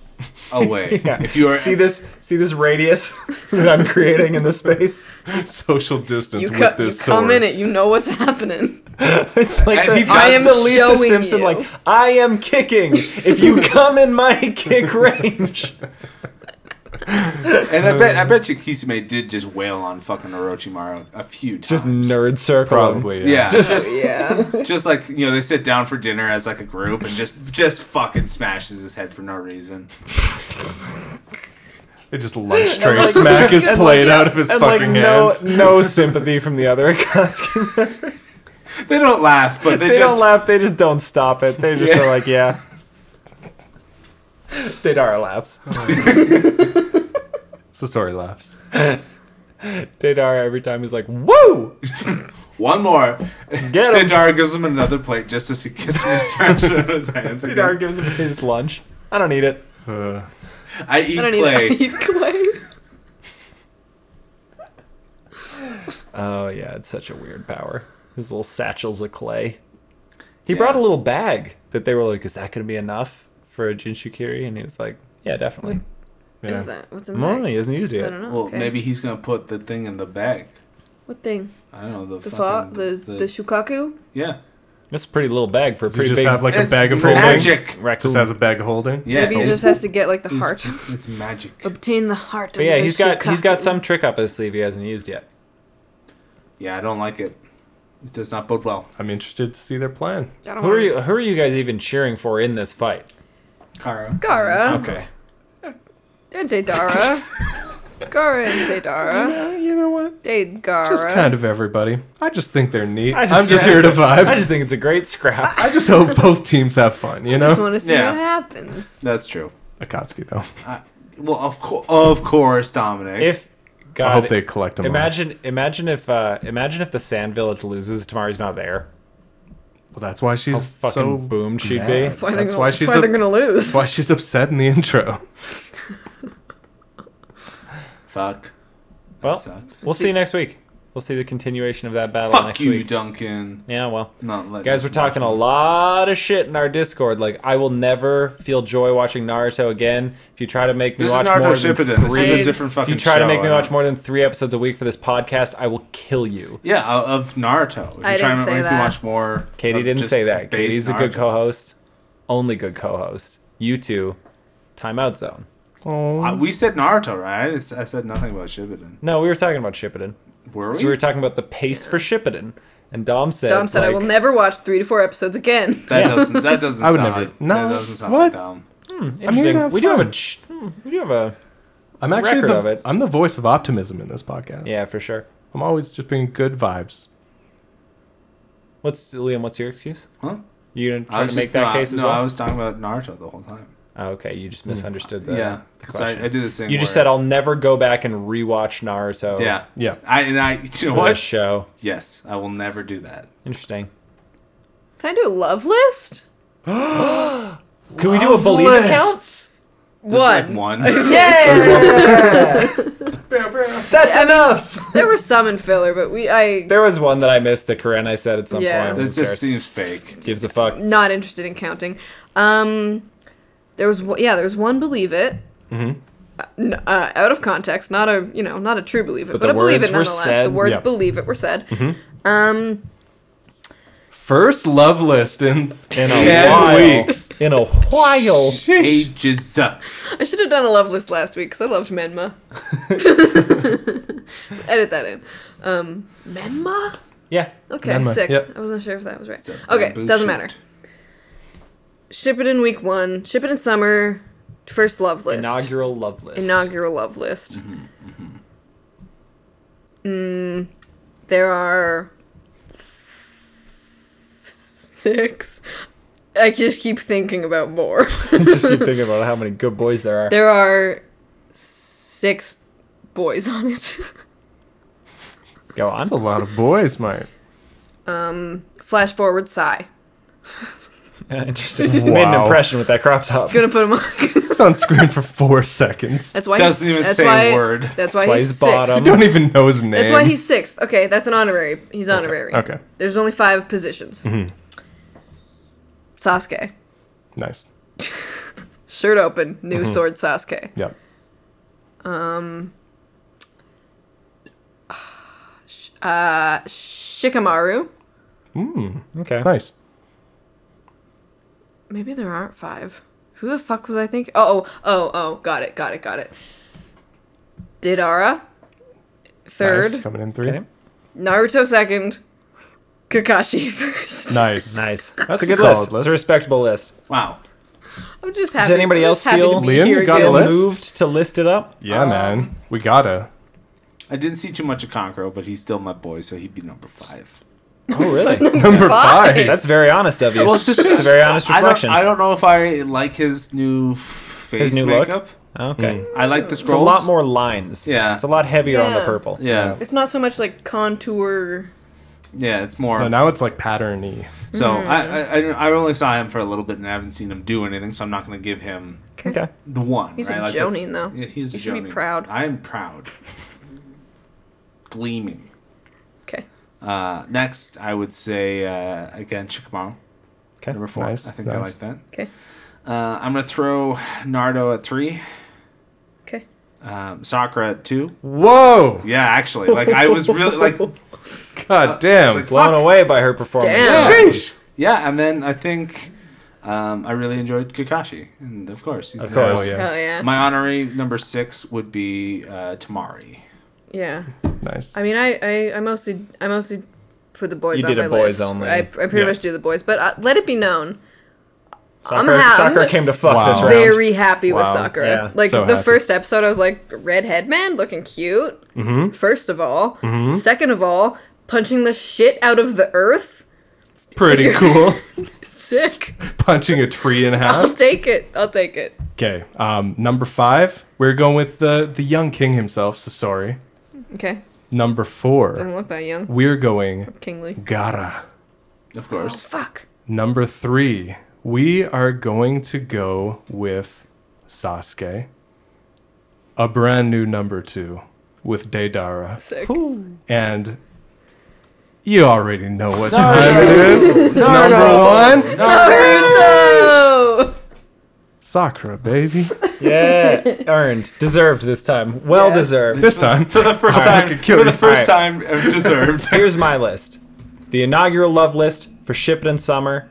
Speaker 3: away.
Speaker 1: Yeah.
Speaker 3: If you are
Speaker 1: see this, see this radius that I'm creating in this space.
Speaker 4: Social distance
Speaker 2: You,
Speaker 4: with
Speaker 2: co- you
Speaker 4: this
Speaker 2: come
Speaker 4: sword.
Speaker 2: in it, you know what's happening.
Speaker 1: It's like
Speaker 3: And he
Speaker 1: the,
Speaker 3: just- I am
Speaker 1: the Lisa
Speaker 2: showing
Speaker 1: Simpson,
Speaker 2: you.
Speaker 1: like I am kicking. If you come in my kick range,
Speaker 3: and I bet I bet you Kisame did just wail on fucking Orochimaru a few times.
Speaker 1: just nerd circle. him.
Speaker 4: Probably,
Speaker 3: yeah,
Speaker 1: Just-
Speaker 3: just
Speaker 2: Yeah.
Speaker 3: just like you know, they sit down for dinner as like a group and just just fucking smashes his head for no reason.
Speaker 4: They just lunch tray
Speaker 1: like-
Speaker 4: smack his
Speaker 1: and
Speaker 4: plate out of his
Speaker 1: And
Speaker 4: fucking
Speaker 1: like no,
Speaker 4: hands.
Speaker 1: no sympathy from the other Akatsuki
Speaker 3: They don't laugh, but they,
Speaker 1: they
Speaker 3: just
Speaker 1: don't laugh. They just don't stop it. They just
Speaker 3: Yeah.
Speaker 1: are like, yeah. Deidara laughs.
Speaker 4: Sasori laughs.
Speaker 1: Deidara every time is like, woo!
Speaker 3: one more.
Speaker 1: Get
Speaker 3: Then
Speaker 1: him!
Speaker 3: Dara gives him another plate just as he kisses his trash out of his hands. again.
Speaker 1: Deidara gives him his lunch. I don't need it.
Speaker 4: Uh,
Speaker 3: I eat
Speaker 2: I don't
Speaker 3: clay.
Speaker 2: need to eat clay.
Speaker 1: Oh, yeah, it's such a weird power. His little satchels of clay. He brought a little bag that they were like, is that going to be enough for a Jinshukiri? And he was like, yeah, definitely.
Speaker 2: What
Speaker 4: yeah.
Speaker 2: is that? What's in
Speaker 1: No, no,
Speaker 2: there?
Speaker 1: he hasn't used it
Speaker 2: I
Speaker 1: yet.
Speaker 2: don't know.
Speaker 3: Well,
Speaker 2: okay.
Speaker 3: maybe he's gonna put the thing in the bag.
Speaker 2: What thing?
Speaker 3: I don't know the
Speaker 2: The fa?
Speaker 3: fucking,
Speaker 2: The, the, shukaku?
Speaker 3: yeah.
Speaker 1: That's a pretty little bag for a
Speaker 4: Does he
Speaker 1: pretty
Speaker 4: just
Speaker 1: big
Speaker 4: have like a
Speaker 3: It's
Speaker 4: bag of
Speaker 3: magic.
Speaker 4: holding?
Speaker 1: raccoon.
Speaker 4: Just has a bag of holding.
Speaker 3: Yes,
Speaker 2: Maybe he
Speaker 3: it's-
Speaker 2: just has to get like the
Speaker 3: it's-
Speaker 2: heart.
Speaker 3: It's magic.
Speaker 2: Obtain the heart.
Speaker 1: but yeah, he's got he's got some trick up his sleeve he hasn't used yet.
Speaker 3: Yeah, I don't like it. It does not bode well.
Speaker 4: I'm interested to see their plan.
Speaker 1: Who are you? Who are you guys even cheering for in this fight?
Speaker 3: Kara.
Speaker 2: Gara
Speaker 1: Okay,
Speaker 2: and Daedara. Gara and Daedara.
Speaker 4: Uh, you know what?
Speaker 2: Dade Gara.
Speaker 4: Just kind of everybody. I just think they're neat.
Speaker 1: I just
Speaker 4: I'm just
Speaker 1: think
Speaker 4: here to
Speaker 1: it's a-
Speaker 4: vibe.
Speaker 1: I just think it's a great scrap.
Speaker 4: I just hope both teams have fun, you
Speaker 2: Just
Speaker 4: know?
Speaker 2: want to see
Speaker 3: Yeah.
Speaker 2: what happens.
Speaker 3: That's true.
Speaker 4: Akatsuki, though.
Speaker 3: Well, of course, of course, Dominic.
Speaker 1: If God,
Speaker 4: I hope they collect them
Speaker 1: imagine imagine if uh, imagine if the Sand Village loses, Tamari's not there.
Speaker 4: all. Well, that's why she's
Speaker 1: fucking
Speaker 4: so
Speaker 1: boomed she'd
Speaker 4: mad.
Speaker 1: be.
Speaker 4: That's
Speaker 2: That's why, they're gonna,
Speaker 4: why
Speaker 2: that's
Speaker 4: she's
Speaker 2: why
Speaker 4: a-
Speaker 2: they're gonna lose.
Speaker 4: why she's upset in the intro.
Speaker 3: Fuck. That
Speaker 1: Well,
Speaker 3: sucks.
Speaker 1: Oh. We'll see you next week. We'll see the continuation of that battle
Speaker 3: Fuck
Speaker 1: next
Speaker 3: you,
Speaker 1: week.
Speaker 3: Duncan.
Speaker 1: Yeah, well,
Speaker 3: Not let
Speaker 1: guys, we're talking a lot of shit in our Discord. Like, I will never feel joy watching Naruto again. If you try to make me
Speaker 3: This is
Speaker 1: watch
Speaker 3: Naruto
Speaker 1: more than
Speaker 3: Shippuden. This is
Speaker 1: three,
Speaker 3: a different
Speaker 1: if
Speaker 3: fucking.
Speaker 1: you try to
Speaker 3: show,
Speaker 1: make me
Speaker 3: I
Speaker 1: watch
Speaker 3: don't-
Speaker 1: more than three episodes a week for this podcast, I will kill you.
Speaker 3: Yeah, o- of Naruto. If you
Speaker 2: I
Speaker 3: try to
Speaker 2: didn't
Speaker 3: make
Speaker 2: say
Speaker 3: me
Speaker 2: that.
Speaker 3: watch more.
Speaker 1: Katie
Speaker 3: of
Speaker 1: didn't
Speaker 3: just
Speaker 1: say that.
Speaker 3: base
Speaker 1: Katie's a good
Speaker 3: Naruto.
Speaker 1: co-host, only good co-host. You two, timeout zone.
Speaker 3: I-
Speaker 4: Oh.
Speaker 3: Uh, we said Naruto, right? I s- I said nothing about Shippuden.
Speaker 1: No, we were talking about Shippuden.
Speaker 3: Were
Speaker 1: So
Speaker 3: we?
Speaker 1: we were talking about the pace for Shippuden, and Dom said,
Speaker 2: Dom said, "I
Speaker 1: like,
Speaker 2: will never watch three to four episodes again."
Speaker 3: that
Speaker 1: Yeah.
Speaker 3: doesn't. That doesn't.
Speaker 4: I would
Speaker 3: sound
Speaker 4: never-
Speaker 3: Like,
Speaker 4: No,
Speaker 3: That doesn't sound
Speaker 4: what?
Speaker 3: like um, Dom.
Speaker 1: hmm, Interesting.
Speaker 4: to have
Speaker 1: we do have a.
Speaker 4: fun.
Speaker 1: ch- hmm, We do have a.
Speaker 4: I'm actually
Speaker 1: Record
Speaker 4: the,
Speaker 1: of it.
Speaker 4: I'm the voice of optimism in this podcast.
Speaker 1: Yeah, for sure.
Speaker 4: I'm always just being good vibes.
Speaker 1: What's Liam? What's your excuse?
Speaker 3: Huh?
Speaker 1: You gonna
Speaker 3: I
Speaker 1: try
Speaker 3: was
Speaker 1: to
Speaker 3: just-
Speaker 1: make that
Speaker 3: no, I-
Speaker 1: case as
Speaker 3: no, I
Speaker 1: well?
Speaker 3: was talking about Naruto the whole time.
Speaker 1: Oh, okay, you just misunderstood the,
Speaker 3: yeah,
Speaker 1: the
Speaker 3: because
Speaker 1: question.
Speaker 3: I, I do this thing.
Speaker 1: you just
Speaker 3: where-
Speaker 1: said I'll never go back and rewatch Naruto.
Speaker 3: Yeah,
Speaker 4: Yeah.
Speaker 3: I and I. You know
Speaker 1: For
Speaker 3: what?
Speaker 1: this show.
Speaker 3: Yes, I will never do that.
Speaker 1: Interesting.
Speaker 2: Can I do a love list?
Speaker 1: Can we do a believe count?
Speaker 3: There's like
Speaker 2: One.
Speaker 3: one.
Speaker 1: That's enough.
Speaker 2: There were some in filler, but we I
Speaker 1: There was one that I missed that Karen I said at some
Speaker 2: Yeah.
Speaker 1: point.
Speaker 3: That
Speaker 1: Who
Speaker 3: just
Speaker 1: cares?
Speaker 3: seems fake.
Speaker 1: Gives a fuck.
Speaker 2: not interested in counting. Um, there was one- yeah, there was one believe it. Mm-hmm. Uh, out of context, not a you know not a true believe it,
Speaker 1: But
Speaker 2: but,
Speaker 1: the
Speaker 2: a believe
Speaker 1: words
Speaker 2: it
Speaker 1: were
Speaker 2: nonetheless.
Speaker 1: said. Mm-hmm.
Speaker 2: The words
Speaker 4: Yeah.
Speaker 2: believe it were said. Um,
Speaker 4: First love list in
Speaker 1: In a
Speaker 4: 10
Speaker 1: while.
Speaker 4: weeks.
Speaker 1: In a while.
Speaker 3: Ages. up.
Speaker 2: I should have done a love list last week because I loved Menma. Edit that in. Um, Menma.
Speaker 1: Yeah.
Speaker 2: Okay,
Speaker 4: Menma,
Speaker 2: sick.
Speaker 4: yep.
Speaker 2: I wasn't sure if that was right.
Speaker 3: It's a
Speaker 2: Okay,
Speaker 3: bamboo
Speaker 2: doesn't
Speaker 3: shoot.
Speaker 2: matter. Ship it in week one. Ship it in summer. First love list.
Speaker 1: Inaugural love list.
Speaker 2: inaugural love list. Mm, there are six. I just keep thinking about more.
Speaker 1: just keep thinking about how many good boys there are.
Speaker 2: there are six boys on it.
Speaker 1: go on.
Speaker 4: That's a lot of boys, mate.
Speaker 2: Flash forward, sigh.
Speaker 1: Yeah, interesting. You Made an
Speaker 4: Wow.
Speaker 1: impression with that crop top.
Speaker 2: Gonna put him on.
Speaker 4: It's on screen for four seconds.
Speaker 2: that's why
Speaker 3: Doesn't
Speaker 2: he's,
Speaker 3: even
Speaker 2: that's
Speaker 3: say
Speaker 2: why,
Speaker 3: a word.
Speaker 2: That's why,
Speaker 1: Why
Speaker 2: he's,
Speaker 1: he's
Speaker 2: sixth.
Speaker 1: bottom.
Speaker 4: I don't even know his name.
Speaker 2: That's why he's sixth. Okay, that's an honorary. He's honorary.
Speaker 4: okay.
Speaker 2: There's only five positions.
Speaker 4: Mm-hmm.
Speaker 2: Sasuke.
Speaker 4: nice.
Speaker 2: Shirt open, new sword Sasuke.
Speaker 4: Mm-hmm.
Speaker 2: Um,
Speaker 4: Yep.
Speaker 2: Uh, Shikamaru.
Speaker 1: Okay.
Speaker 4: Nice.
Speaker 2: Maybe there aren't five. Who the fuck was I thinking? Oh, oh, oh, oh, got it, got it, got it. Didara. Third.
Speaker 4: Nice. Coming in three.
Speaker 1: Okay.
Speaker 2: Naruto second. Kakashi first.
Speaker 4: Nice.
Speaker 1: Nice.
Speaker 4: That's
Speaker 1: That's a good
Speaker 4: a solid
Speaker 1: list.
Speaker 4: list.
Speaker 1: It's a respectable list.
Speaker 3: Wow.
Speaker 2: I'm just happy.
Speaker 1: Does anybody
Speaker 2: I'm
Speaker 1: else
Speaker 2: just happy
Speaker 1: feel-
Speaker 2: to be
Speaker 4: Liam,
Speaker 2: here
Speaker 4: you got a
Speaker 2: again.
Speaker 4: list?
Speaker 1: Moved to list it up.
Speaker 4: Yeah, man. We gotta.
Speaker 3: I didn't see too much of Conqueror, but he's still my boy, so he'd be number five.
Speaker 1: Oh, really?
Speaker 4: Number
Speaker 2: Five.
Speaker 4: five.
Speaker 1: That's very honest of you.
Speaker 3: Well, it's just-
Speaker 1: a very honest
Speaker 3: I don't,
Speaker 1: reflection.
Speaker 3: I don't know if I like his new face
Speaker 1: new look?
Speaker 3: makeup.
Speaker 1: okay.
Speaker 3: I like the
Speaker 1: It's a
Speaker 3: scrolls.
Speaker 1: lot more lines.
Speaker 3: Yeah.
Speaker 1: It's a lot heavier on the
Speaker 2: Yeah.
Speaker 1: purple.
Speaker 3: Yeah,
Speaker 2: It's not so much like contour.
Speaker 3: yeah, it's more.
Speaker 4: No, now it's like patterny.
Speaker 3: So I, I, I, don't- I only saw him for a little bit, and I haven't seen him do anything. So I'm not going to give him
Speaker 1: Okay.
Speaker 3: the one.
Speaker 2: He's a
Speaker 3: right?
Speaker 2: jonin,
Speaker 3: that's-
Speaker 2: though.
Speaker 3: Yeah, he's a
Speaker 2: You should be
Speaker 3: jonin.
Speaker 2: proud.
Speaker 3: I am proud. Gleaming.
Speaker 2: Okay.
Speaker 3: Uh, next, I would say uh, again Shikamaru,
Speaker 1: Okay.
Speaker 3: number four.
Speaker 4: Nice,
Speaker 3: I think I
Speaker 4: nice.
Speaker 3: like that.
Speaker 2: Okay.
Speaker 3: Uh, I'm going to throw Nardo at three.
Speaker 2: Okay.
Speaker 3: Um, Sakura at two.
Speaker 4: Whoa!
Speaker 3: Yeah, actually, like I was really like, I
Speaker 4: God damn.
Speaker 3: was Uh, like,
Speaker 1: Blown
Speaker 3: fuck.
Speaker 1: away by her performance.
Speaker 2: Damn.
Speaker 4: Sheesh.
Speaker 3: yeah, and then I think um, I really enjoyed Kakashi, and of course, he's
Speaker 1: Of
Speaker 3: my-
Speaker 1: course.
Speaker 4: Oh, yeah.
Speaker 2: Oh yeah.
Speaker 3: My honorary number six would be uh, Tamari.
Speaker 2: yeah.
Speaker 4: Nice.
Speaker 2: I mean, I, I, I mostly I mostly put the boys
Speaker 1: You
Speaker 2: on
Speaker 1: did
Speaker 2: my
Speaker 1: a boys
Speaker 2: list.
Speaker 1: only.
Speaker 2: I, I pretty
Speaker 4: Yeah.
Speaker 2: much do the boys, but uh, let it be known, I'm
Speaker 1: Soccer,
Speaker 2: ha-
Speaker 1: soccer
Speaker 2: I'm
Speaker 1: came to fuck this
Speaker 4: Wow.
Speaker 1: round.
Speaker 2: very happy with
Speaker 4: Wow.
Speaker 2: soccer.
Speaker 1: Yeah.
Speaker 2: Like
Speaker 4: So
Speaker 2: the
Speaker 4: happy.
Speaker 2: first episode, I was like, redhead man looking cute.
Speaker 1: Mm-hmm.
Speaker 4: Mhm.
Speaker 2: First of all, second of all, punching the shit out of the earth.
Speaker 4: Pretty cool.
Speaker 2: Sick.
Speaker 4: Punching a tree in
Speaker 2: I'll
Speaker 4: half.
Speaker 2: take it. I'll take it.
Speaker 4: Okay. Um, number five, we're going with the the young king himself, Sasori.
Speaker 2: Okay.
Speaker 4: Number
Speaker 2: Doesn't
Speaker 4: four,
Speaker 2: look that young.
Speaker 4: we're going
Speaker 2: Kingly.
Speaker 4: Gara.
Speaker 3: Of course.
Speaker 2: Oh, Fuck.
Speaker 4: Number three, we are going to go with Sasuke. A brand new number two with Deidara.
Speaker 2: Sick.
Speaker 4: And you already know what time it is. number one,
Speaker 2: Naruto!
Speaker 4: Sakura, baby.
Speaker 1: Yeah, earned, deserved this time. Well
Speaker 2: Yeah.
Speaker 1: deserved.
Speaker 4: This time.
Speaker 3: For the first
Speaker 4: I
Speaker 3: time,
Speaker 4: could kill
Speaker 3: for
Speaker 4: you.
Speaker 3: the first
Speaker 1: All
Speaker 3: time, uh, deserved.
Speaker 1: Here's my list: the inaugural love list for Shippuden Summer.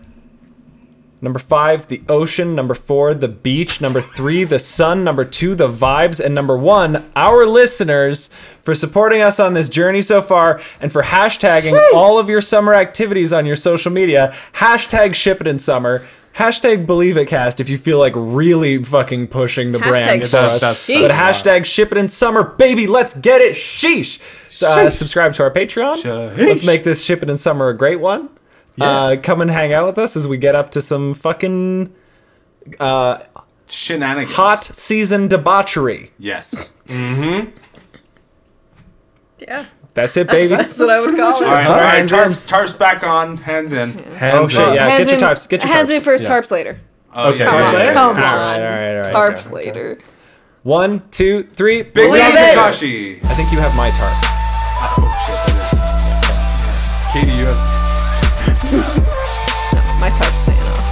Speaker 1: Number five, the ocean. Number four, the beach. Number three, the sun. Number two, the vibes. And number one, our listeners for supporting us on this journey so far and for hashtagging all of your summer activities on your social media. Hashtag Shippuden Summer. Hashtag Believe It Cast if you feel like really fucking pushing the brand.
Speaker 2: Hashtag
Speaker 1: for us.
Speaker 4: that's-
Speaker 2: sheesh.
Speaker 1: But hashtag ship it in summer, baby. Let's get it. Sheesh. Uh, subscribe to our Patreon.
Speaker 3: Sheesh.
Speaker 1: Let's make this ship it in summer a great one. Uh, come and hang out with us as we get up to some fucking
Speaker 3: Shenanigans.
Speaker 1: hot season debauchery.
Speaker 3: Yes.
Speaker 2: Yeah.
Speaker 1: That's it, baby.
Speaker 2: That's what I would call
Speaker 3: All
Speaker 2: it.
Speaker 3: right, all right.
Speaker 1: Hands in.
Speaker 3: Tarps, tarps back on. Hands in.
Speaker 1: Oh,
Speaker 4: Hands
Speaker 1: shit,
Speaker 4: up.
Speaker 1: yeah. get your
Speaker 2: in-
Speaker 1: tarps, get your
Speaker 2: hands
Speaker 1: tarps.
Speaker 2: in first,
Speaker 4: Yeah.
Speaker 2: tarps later.
Speaker 3: Oh,
Speaker 4: Okay,
Speaker 3: yeah,
Speaker 4: come
Speaker 3: yeah,
Speaker 2: on,
Speaker 3: yeah.
Speaker 2: come
Speaker 3: Yeah.
Speaker 2: on.
Speaker 1: All right, all right.
Speaker 2: Tarps later.
Speaker 1: One, two, three.
Speaker 3: Big
Speaker 1: believe
Speaker 3: Dog
Speaker 1: it.
Speaker 3: Kakashi.
Speaker 1: I think you have my tarp.
Speaker 3: Oh, shit, that is.
Speaker 4: Katie, you have.
Speaker 2: My tarps staying off.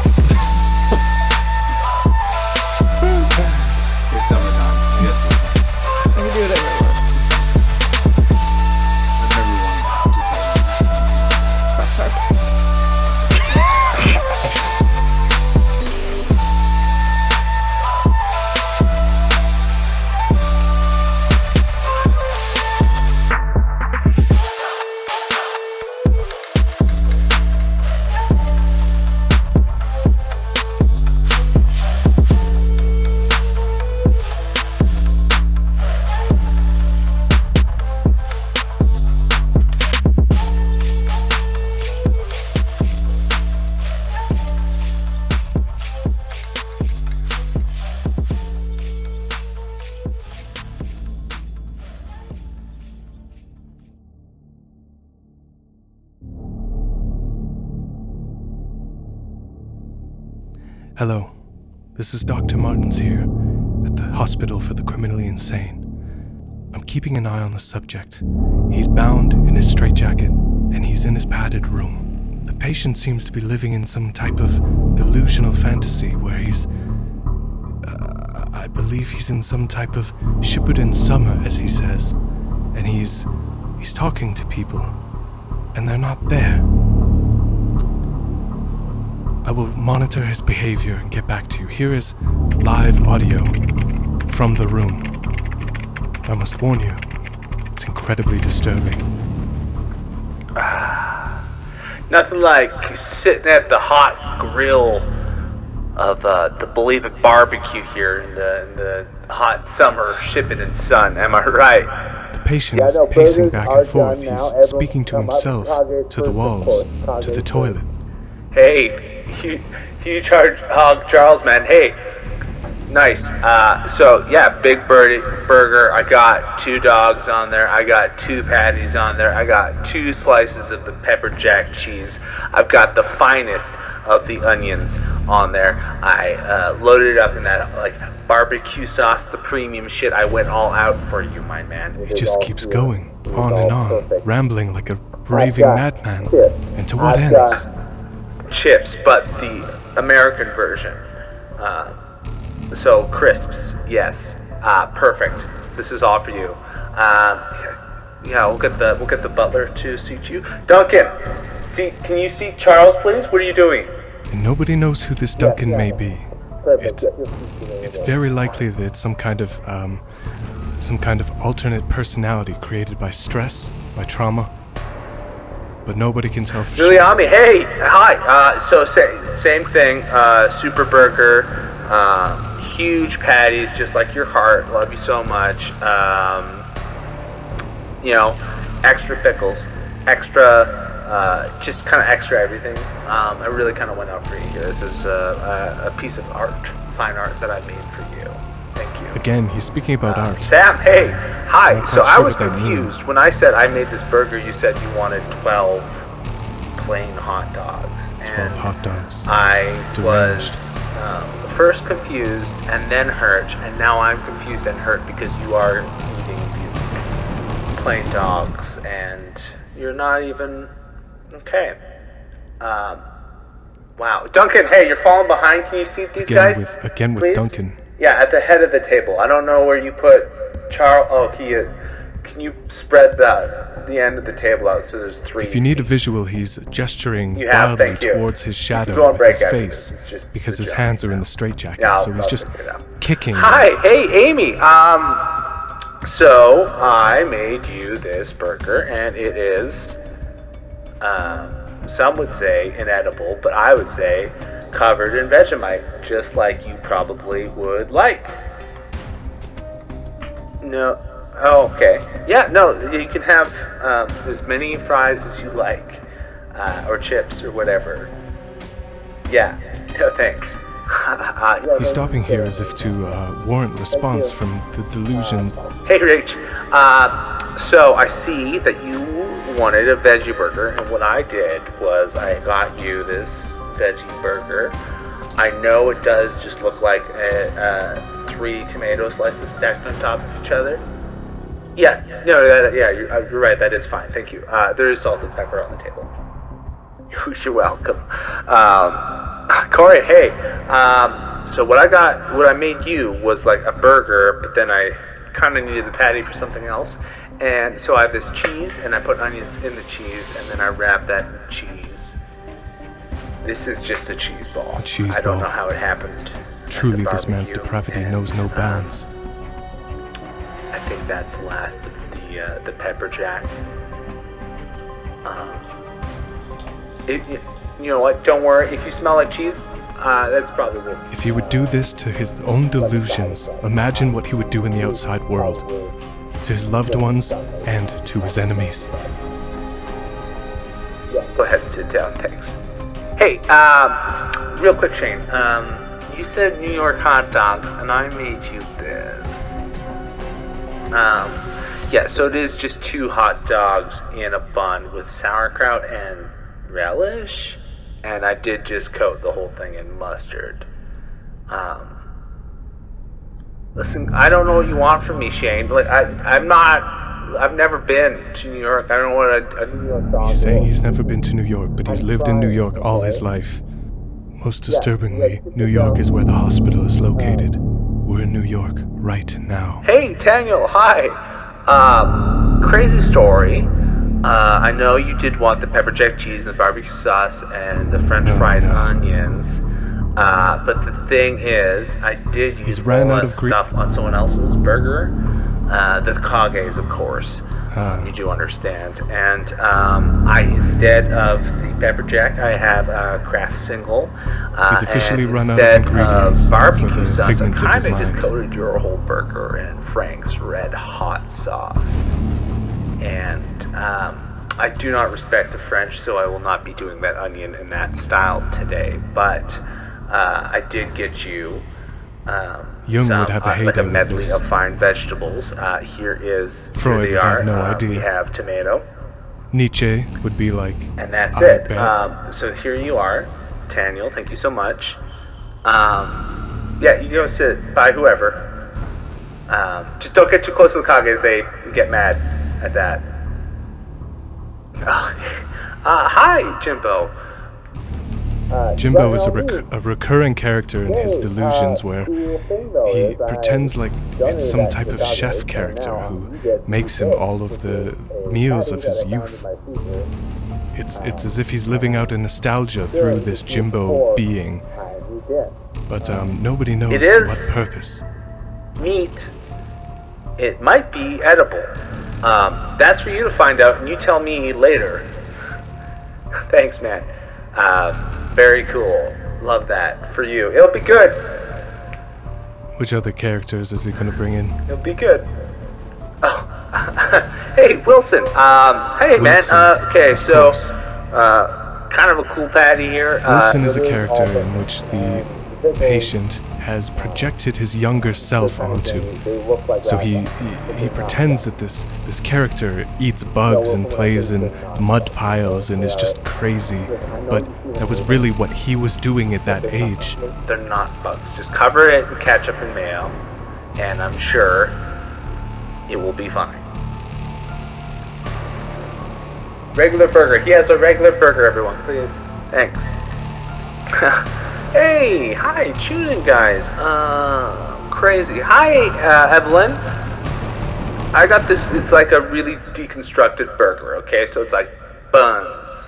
Speaker 3: It's summertime. Yes.
Speaker 2: I can do whatever I want.
Speaker 3: I've never wanted to tell you.
Speaker 4: Hello, this is Dr. Martins here at the Hospital for the Criminally Insane. I'm keeping an eye on the subject. He's bound in his straitjacket and he's in his padded room. The patient seems to be living in some type of delusional fantasy where he's. uh, I believe he's in some type of Shippuden summer, as he says. And he's. he's talking to people, and they're not there. I will monitor his behavior and get back to you. Here is live audio from the room. I must warn you, it's incredibly disturbing.
Speaker 6: Nothing like sitting at the hot grill of uh, the Believe It barbecue here in the, in the hot summer, shipping and sun. Am I right?
Speaker 4: The patient
Speaker 7: Yeah,
Speaker 4: is
Speaker 7: no,
Speaker 4: pacing
Speaker 7: burgers
Speaker 4: back
Speaker 7: are
Speaker 4: and forth.
Speaker 7: done now.
Speaker 4: He's
Speaker 7: Everyone
Speaker 4: speaking to
Speaker 7: come up.
Speaker 4: himself,
Speaker 7: Target
Speaker 4: to the
Speaker 7: first,
Speaker 4: walls,
Speaker 7: of course.
Speaker 4: to the
Speaker 7: Target
Speaker 4: toilet.
Speaker 6: Hey, you, you charge hog Charles, man. Hey, nice. Uh, so yeah, big birdie burger. I got two dogs on there. I got two patties on there. I got two slices of the pepper jack cheese. I've got the finest of the onions on there. I uh, loaded it up in that like barbecue sauce, the premium shit. I went all out for you, my man.
Speaker 4: He just keeps going, on and on, rambling like a raving
Speaker 7: got
Speaker 4: madman.
Speaker 7: chips.
Speaker 4: And to what
Speaker 7: I've
Speaker 4: ends?
Speaker 7: got-
Speaker 6: chips, but the American version. Uh, so crisps, yes, uh, perfect. This is all for you. Um, yeah, we'll get the we'll get the butler to suit you. Duncan, See, can you see Charles, please? What are you doing?
Speaker 4: And nobody knows who this Duncan may be. It, it's very likely that it's some kind of um, some kind of alternate personality created by stress, by trauma. But nobody can tell for sure.
Speaker 6: Giuliani, hey, hi. Uh, so sa- same thing. Uh, super burger, um, huge patties, just like your heart. Love you so much. Um, you know, extra pickles, extra. Uh, just kind of extra everything. Um, I really kind of went out for you here. This is uh, a, a piece of art, fine art that I made for you. Thank you.
Speaker 4: Again, he's speaking about art.
Speaker 6: Sam, hey, hi.
Speaker 4: I'm not
Speaker 6: So
Speaker 4: quite
Speaker 6: I
Speaker 4: sure
Speaker 6: was
Speaker 4: what that
Speaker 6: confused.
Speaker 4: means.
Speaker 6: When I said I made this burger, you said you wanted 12 plain hot dogs. And
Speaker 4: Twelve hot dogs.
Speaker 6: Uh, I was
Speaker 4: Deranged.
Speaker 6: um, first confused and then hurt, and now I'm confused and hurt because you are eating these plain dogs and you're not even okay. Um, wow. Duncan, hey, you're falling behind. Can you see these guys?
Speaker 4: Again with again with
Speaker 6: please?
Speaker 4: Duncan.
Speaker 6: Yeah, at the head of the table. I don't know where you put Charles. Oh, he is. Can you spread the the end of the table out so there's three?
Speaker 4: If you need a visual, he's gesturing
Speaker 6: You have,
Speaker 4: wildly
Speaker 6: thank you.
Speaker 4: towards his
Speaker 6: Go
Speaker 4: shadow
Speaker 6: on
Speaker 4: with his
Speaker 6: break,
Speaker 4: face
Speaker 6: guys. It's just
Speaker 4: because
Speaker 6: the
Speaker 4: his
Speaker 6: joke.
Speaker 4: hands are in the straitjacket,
Speaker 6: Yeah, I'll-
Speaker 4: so he's
Speaker 6: I'll
Speaker 4: just
Speaker 6: figure it out.
Speaker 4: kicking.
Speaker 6: Hi, hey, Amy. Um, so I made you this burger, and it is, um, some would say inedible, but I would say covered in Vegemite, just like you probably would like. No. Oh, okay. Yeah, no, you can have um, as many fries as you like, uh, or chips, or whatever. Yeah. No thanks. Uh, yeah,
Speaker 4: He's
Speaker 6: no,
Speaker 4: stopping here as if to uh, warrant response from the delusions.
Speaker 6: Hey, Rach. Uh, so I see that you wanted a veggie burger, and what I did was I got you this veggie burger. I know it does just look like a, uh, three tomato slices stacked on top of each other. Yeah, no, that, yeah, you're, uh, you're right. That is fine. Thank you. Uh, there is salt and pepper on the table. You're welcome. Um, Corey, hey. Um, so what I got, what I made you was like a burger, but then I kind of needed the patty for something else. And so I have this cheese, and I put onions in the cheese, and then I wrap that in cheese. This is just a cheese ball.
Speaker 4: A cheese
Speaker 6: I don't
Speaker 4: ball.
Speaker 6: know how it happened. at
Speaker 4: Truly,
Speaker 6: the
Speaker 4: this man's
Speaker 6: barbecue,
Speaker 4: depravity
Speaker 6: and,
Speaker 4: knows no
Speaker 6: um,
Speaker 4: bounds.
Speaker 6: I think that's the last of the uh, the pepper jack. Um, it, it- you know what? Don't worry. If you smell like cheese, uh, that's probably good.
Speaker 4: If he would do this to his own delusions, imagine what he would do in the outside world to his loved ones and to his enemies.
Speaker 6: Go ahead and sit down. Thanks. Hey, um, real quick, Shane. Um, you said New York hot dogs, and I made you this. Um, yeah. So it is just two hot dogs in a bun with sauerkraut and relish, and I did just coat the whole thing in mustard. Um, Listen, I don't know what you want from me, Shane. Like I, I'm not. I've never been to New York. I don't know what a, a New York dog
Speaker 4: He's
Speaker 6: is.
Speaker 4: saying he's never been to New York, but he's lived in New York all his life. Most disturbingly, New York is where the hospital is located. We're in New York right now.
Speaker 6: Hey, Daniel, hi. Um, crazy story. Uh, I know you did want the pepper jack cheese and the barbecue sauce and the french
Speaker 4: No,
Speaker 6: fries
Speaker 4: no.
Speaker 6: and onions. Uh, but the thing is, I did use
Speaker 4: He's ran out
Speaker 6: all that
Speaker 4: of gre-
Speaker 6: stuff on someone else's burger. Uh, the Kages, of course
Speaker 4: Ah.
Speaker 6: you do understand. And um, I, instead of the pepper jack, I have a craft single. Uh,
Speaker 4: He's officially
Speaker 6: and uh,
Speaker 4: run out of
Speaker 6: instead
Speaker 4: ingredients for
Speaker 6: barbecue
Speaker 4: the
Speaker 6: sauce,
Speaker 4: figments of
Speaker 6: I
Speaker 4: his
Speaker 6: kinda
Speaker 4: mind.
Speaker 6: just coated your whole burger in Frank's Red Hot sauce. And um, I do not respect the French, so I will not be doing that onion in that style today. But uh, I did get you. Um,
Speaker 4: Jung would
Speaker 6: some,
Speaker 4: have a
Speaker 6: uh, like
Speaker 4: heyday
Speaker 6: a
Speaker 4: with
Speaker 6: medley
Speaker 4: this.
Speaker 6: of fine vegetables. Uh, here is
Speaker 4: Freud
Speaker 6: here they
Speaker 4: would have
Speaker 6: are.
Speaker 4: no
Speaker 6: Uh,
Speaker 4: idea.
Speaker 6: We have tomato,
Speaker 4: Nietzsche would be like,
Speaker 6: and that's
Speaker 4: I
Speaker 6: it.
Speaker 4: bet.
Speaker 6: Um, so here you are, Daniel. Thank you so much. Um, yeah, you go sit by whoever. Um, just don't get too close to the Kages; they get mad at that. Uh, hi, Jimbo.
Speaker 4: Jimbo is a, rec- a recurring character in his delusions where he pretends like it's some type of chef character who makes him all of the meals of his youth. It's it's as if he's living out a nostalgia through ah, this Jimbo being, but um, nobody knows to
Speaker 6: is.
Speaker 4: what purpose.
Speaker 6: meat, it might be edible. Um, that's for you to find out, and you tell me later. Thanks, man. Uh, very cool. Love that for you. It'll be good.
Speaker 4: Which other characters is he gonna bring in?
Speaker 6: It'll be good. Oh, hey Wilson. Um, hey man.
Speaker 4: Wilson,
Speaker 6: Uh, okay,
Speaker 4: of
Speaker 6: so
Speaker 4: course.
Speaker 6: uh, kind of a cool patty here.
Speaker 4: Wilson
Speaker 6: uh,
Speaker 4: is a character in which the patient has projected his younger self onto. So he, he he pretends that this this character eats bugs and plays in mud piles and is just crazy, but that was really what he was doing at that age.
Speaker 6: They're not bugs. Just cover it in ketchup and mayo, and I'm sure it will be fine. Regular burger. He has a regular burger, everyone. Please. Thanks. hey, hi, shooting guys. Uh, crazy. Hi, uh, Evelyn. I got this. It's like a really deconstructed burger. Okay, so it's like buns,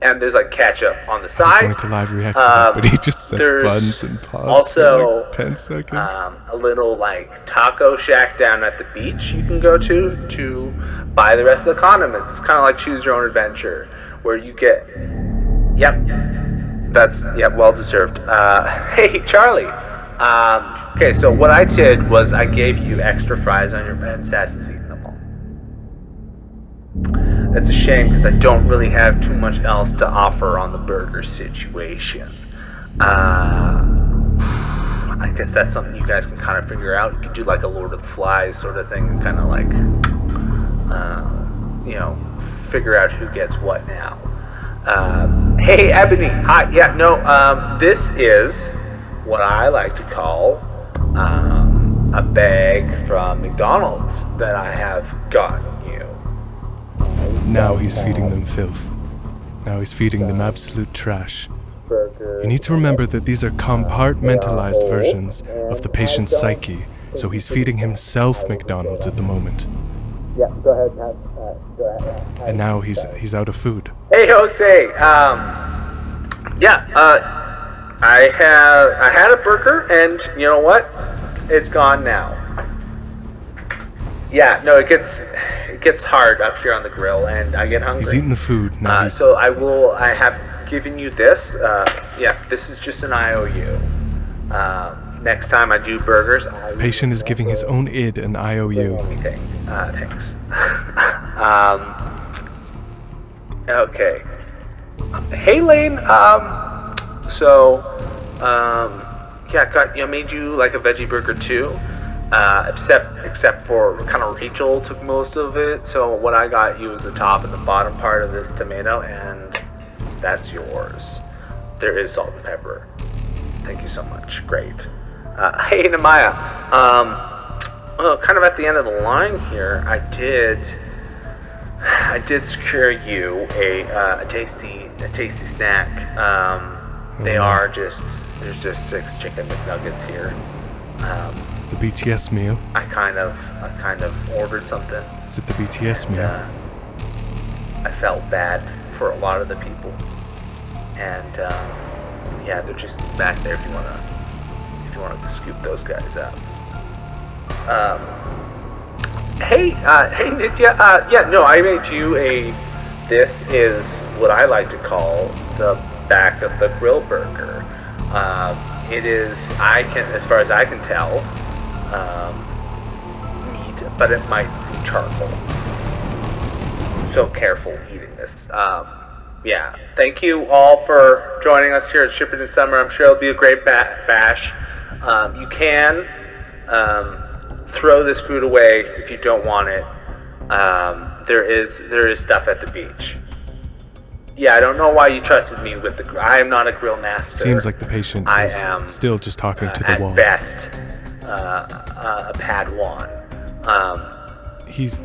Speaker 6: and there's like ketchup on the
Speaker 4: I'm
Speaker 6: side.
Speaker 4: going to live react to that,
Speaker 6: Um,
Speaker 4: but he just said
Speaker 6: there's
Speaker 4: buns and paused for
Speaker 6: also,
Speaker 4: like ten seconds.
Speaker 6: um, a little like taco shack down at the beach you can go to to buy the rest of the condiments. It's kind of like choose your own adventure where you get. Yep, that's yep, well deserved. Uh, hey Charlie. Um, okay, so what I did was I gave you extra fries on your bread. and Sassy's eating them all. That's a shame because I don't really have too much else to offer on the burger situation. Uh, I guess that's something you guys can kind of figure out. You could do like a Lord of the Flies sort of thing and kind of like, uh, you know, figure out who gets what now. Uh, hey, Ebony. Hi. Yeah, no, um, this is what I like to call um, a bag from McDonald's that I have gotten you.
Speaker 4: Now he's feeding them filth. Now he's feeding them absolute trash. You need to remember that these are compartmentalized versions of the patient's psyche, so he's feeding himself McDonald's at the moment.
Speaker 6: Yeah, go ahead. Have, uh, go ahead.
Speaker 4: And now he's he's out of food.
Speaker 6: Hey Jose, um, yeah, uh, I have I had a burger, and you know what? It's gone now. Yeah, no, it gets it gets hard up here on the grill, and I get hungry.
Speaker 4: He's eaten the food. Now
Speaker 6: Uh,
Speaker 4: he,
Speaker 6: so I will. I have given you this. Uh, yeah, this is just an IOU. Uh, next time I do burgers, I
Speaker 4: the patient is giving his own id an IOU.
Speaker 6: anything. Uh, thanks. um, okay. Hey, Lane. Um, so, um, yeah, I got, you know, made you like a veggie burger too. Uh, except, except for kind of Rachel took most of it. So what I got you is the top and the bottom part of this tomato, and that's yours. There is salt and pepper. Thank you so much. Great. Uh, hey, Namaya. Um, well, kind of at the end of the line here, I did, I did secure you a, uh, a tasty, a tasty snack. Um, they
Speaker 4: Oh, no.
Speaker 6: are just, there's just six chicken McNuggets here. Um,
Speaker 4: The BTS meal.
Speaker 6: I kind of, I kind of ordered something.
Speaker 4: Is it the BTS meal?
Speaker 6: Uh, I felt bad for a lot of the people, and um, yeah, they're just back there. If you wanna, if you wanna scoop those guys up. Um, hey, uh, hey, Nitya. Uh, yeah, no, I made you a. This is what I like to call the back of the grill burger. Um, it is, I can, as far as I can tell, um, meat, but it might be charcoal so careful eating this. Um, yeah, thank you all for joining us here at Shipping in Summer. I'm sure it'll be a great ba- bash. Um, you can um, throw this food away if you don't want it. Um, there is there is stuff at the beach. Yeah, I don't know why you trusted me with the. Gr- I am not a grill master.
Speaker 4: Seems like the patient
Speaker 6: I
Speaker 4: is
Speaker 6: am,
Speaker 4: still just talking to
Speaker 6: at
Speaker 4: the wall.
Speaker 6: best uh, a, a Padawan. Um,
Speaker 4: He's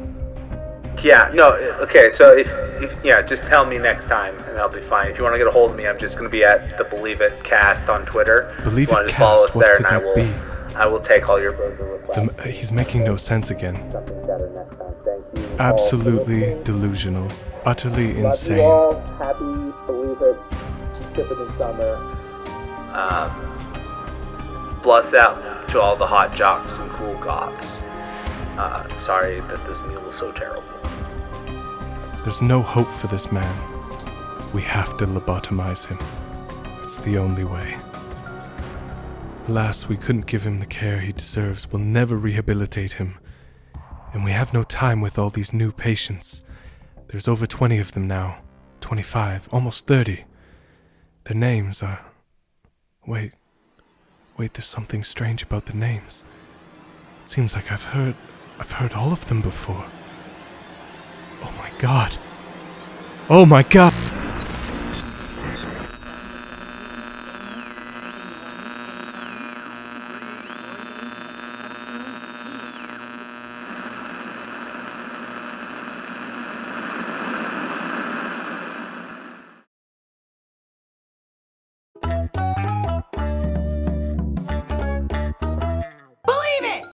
Speaker 6: yeah, no, uh, okay, so if, if, yeah, just tell me next time and I'll be fine. If you want to get a hold of me, I'm just going to be at the Believe It cast on Twitter. If
Speaker 4: Believe
Speaker 6: you wanna
Speaker 4: It
Speaker 6: just follow
Speaker 4: cast,
Speaker 6: us
Speaker 4: what
Speaker 6: there
Speaker 4: could
Speaker 6: and I
Speaker 4: that
Speaker 6: will,
Speaker 4: be?
Speaker 6: I will take all your burger requests.
Speaker 4: the, he's making no sense again.
Speaker 6: Something better next time. Thank you.
Speaker 4: Absolutely delusional. Utterly insane.
Speaker 6: happy, believe it, skipping in summer. Um, bless out to all the hot jocks and cool cops. Uh, sorry that this meal was so terrible.
Speaker 4: There's no hope for this man. We have to lobotomize him. It's the only way. Alas, we couldn't give him the care he deserves. We'll never rehabilitate him. And we have no time with all these new patients. There's over 20 of them now. 25, almost 30. Their names are. Wait. Wait, there's something strange about the names. It seems like I've heard. I've heard all of them before. Oh my god. Oh my god.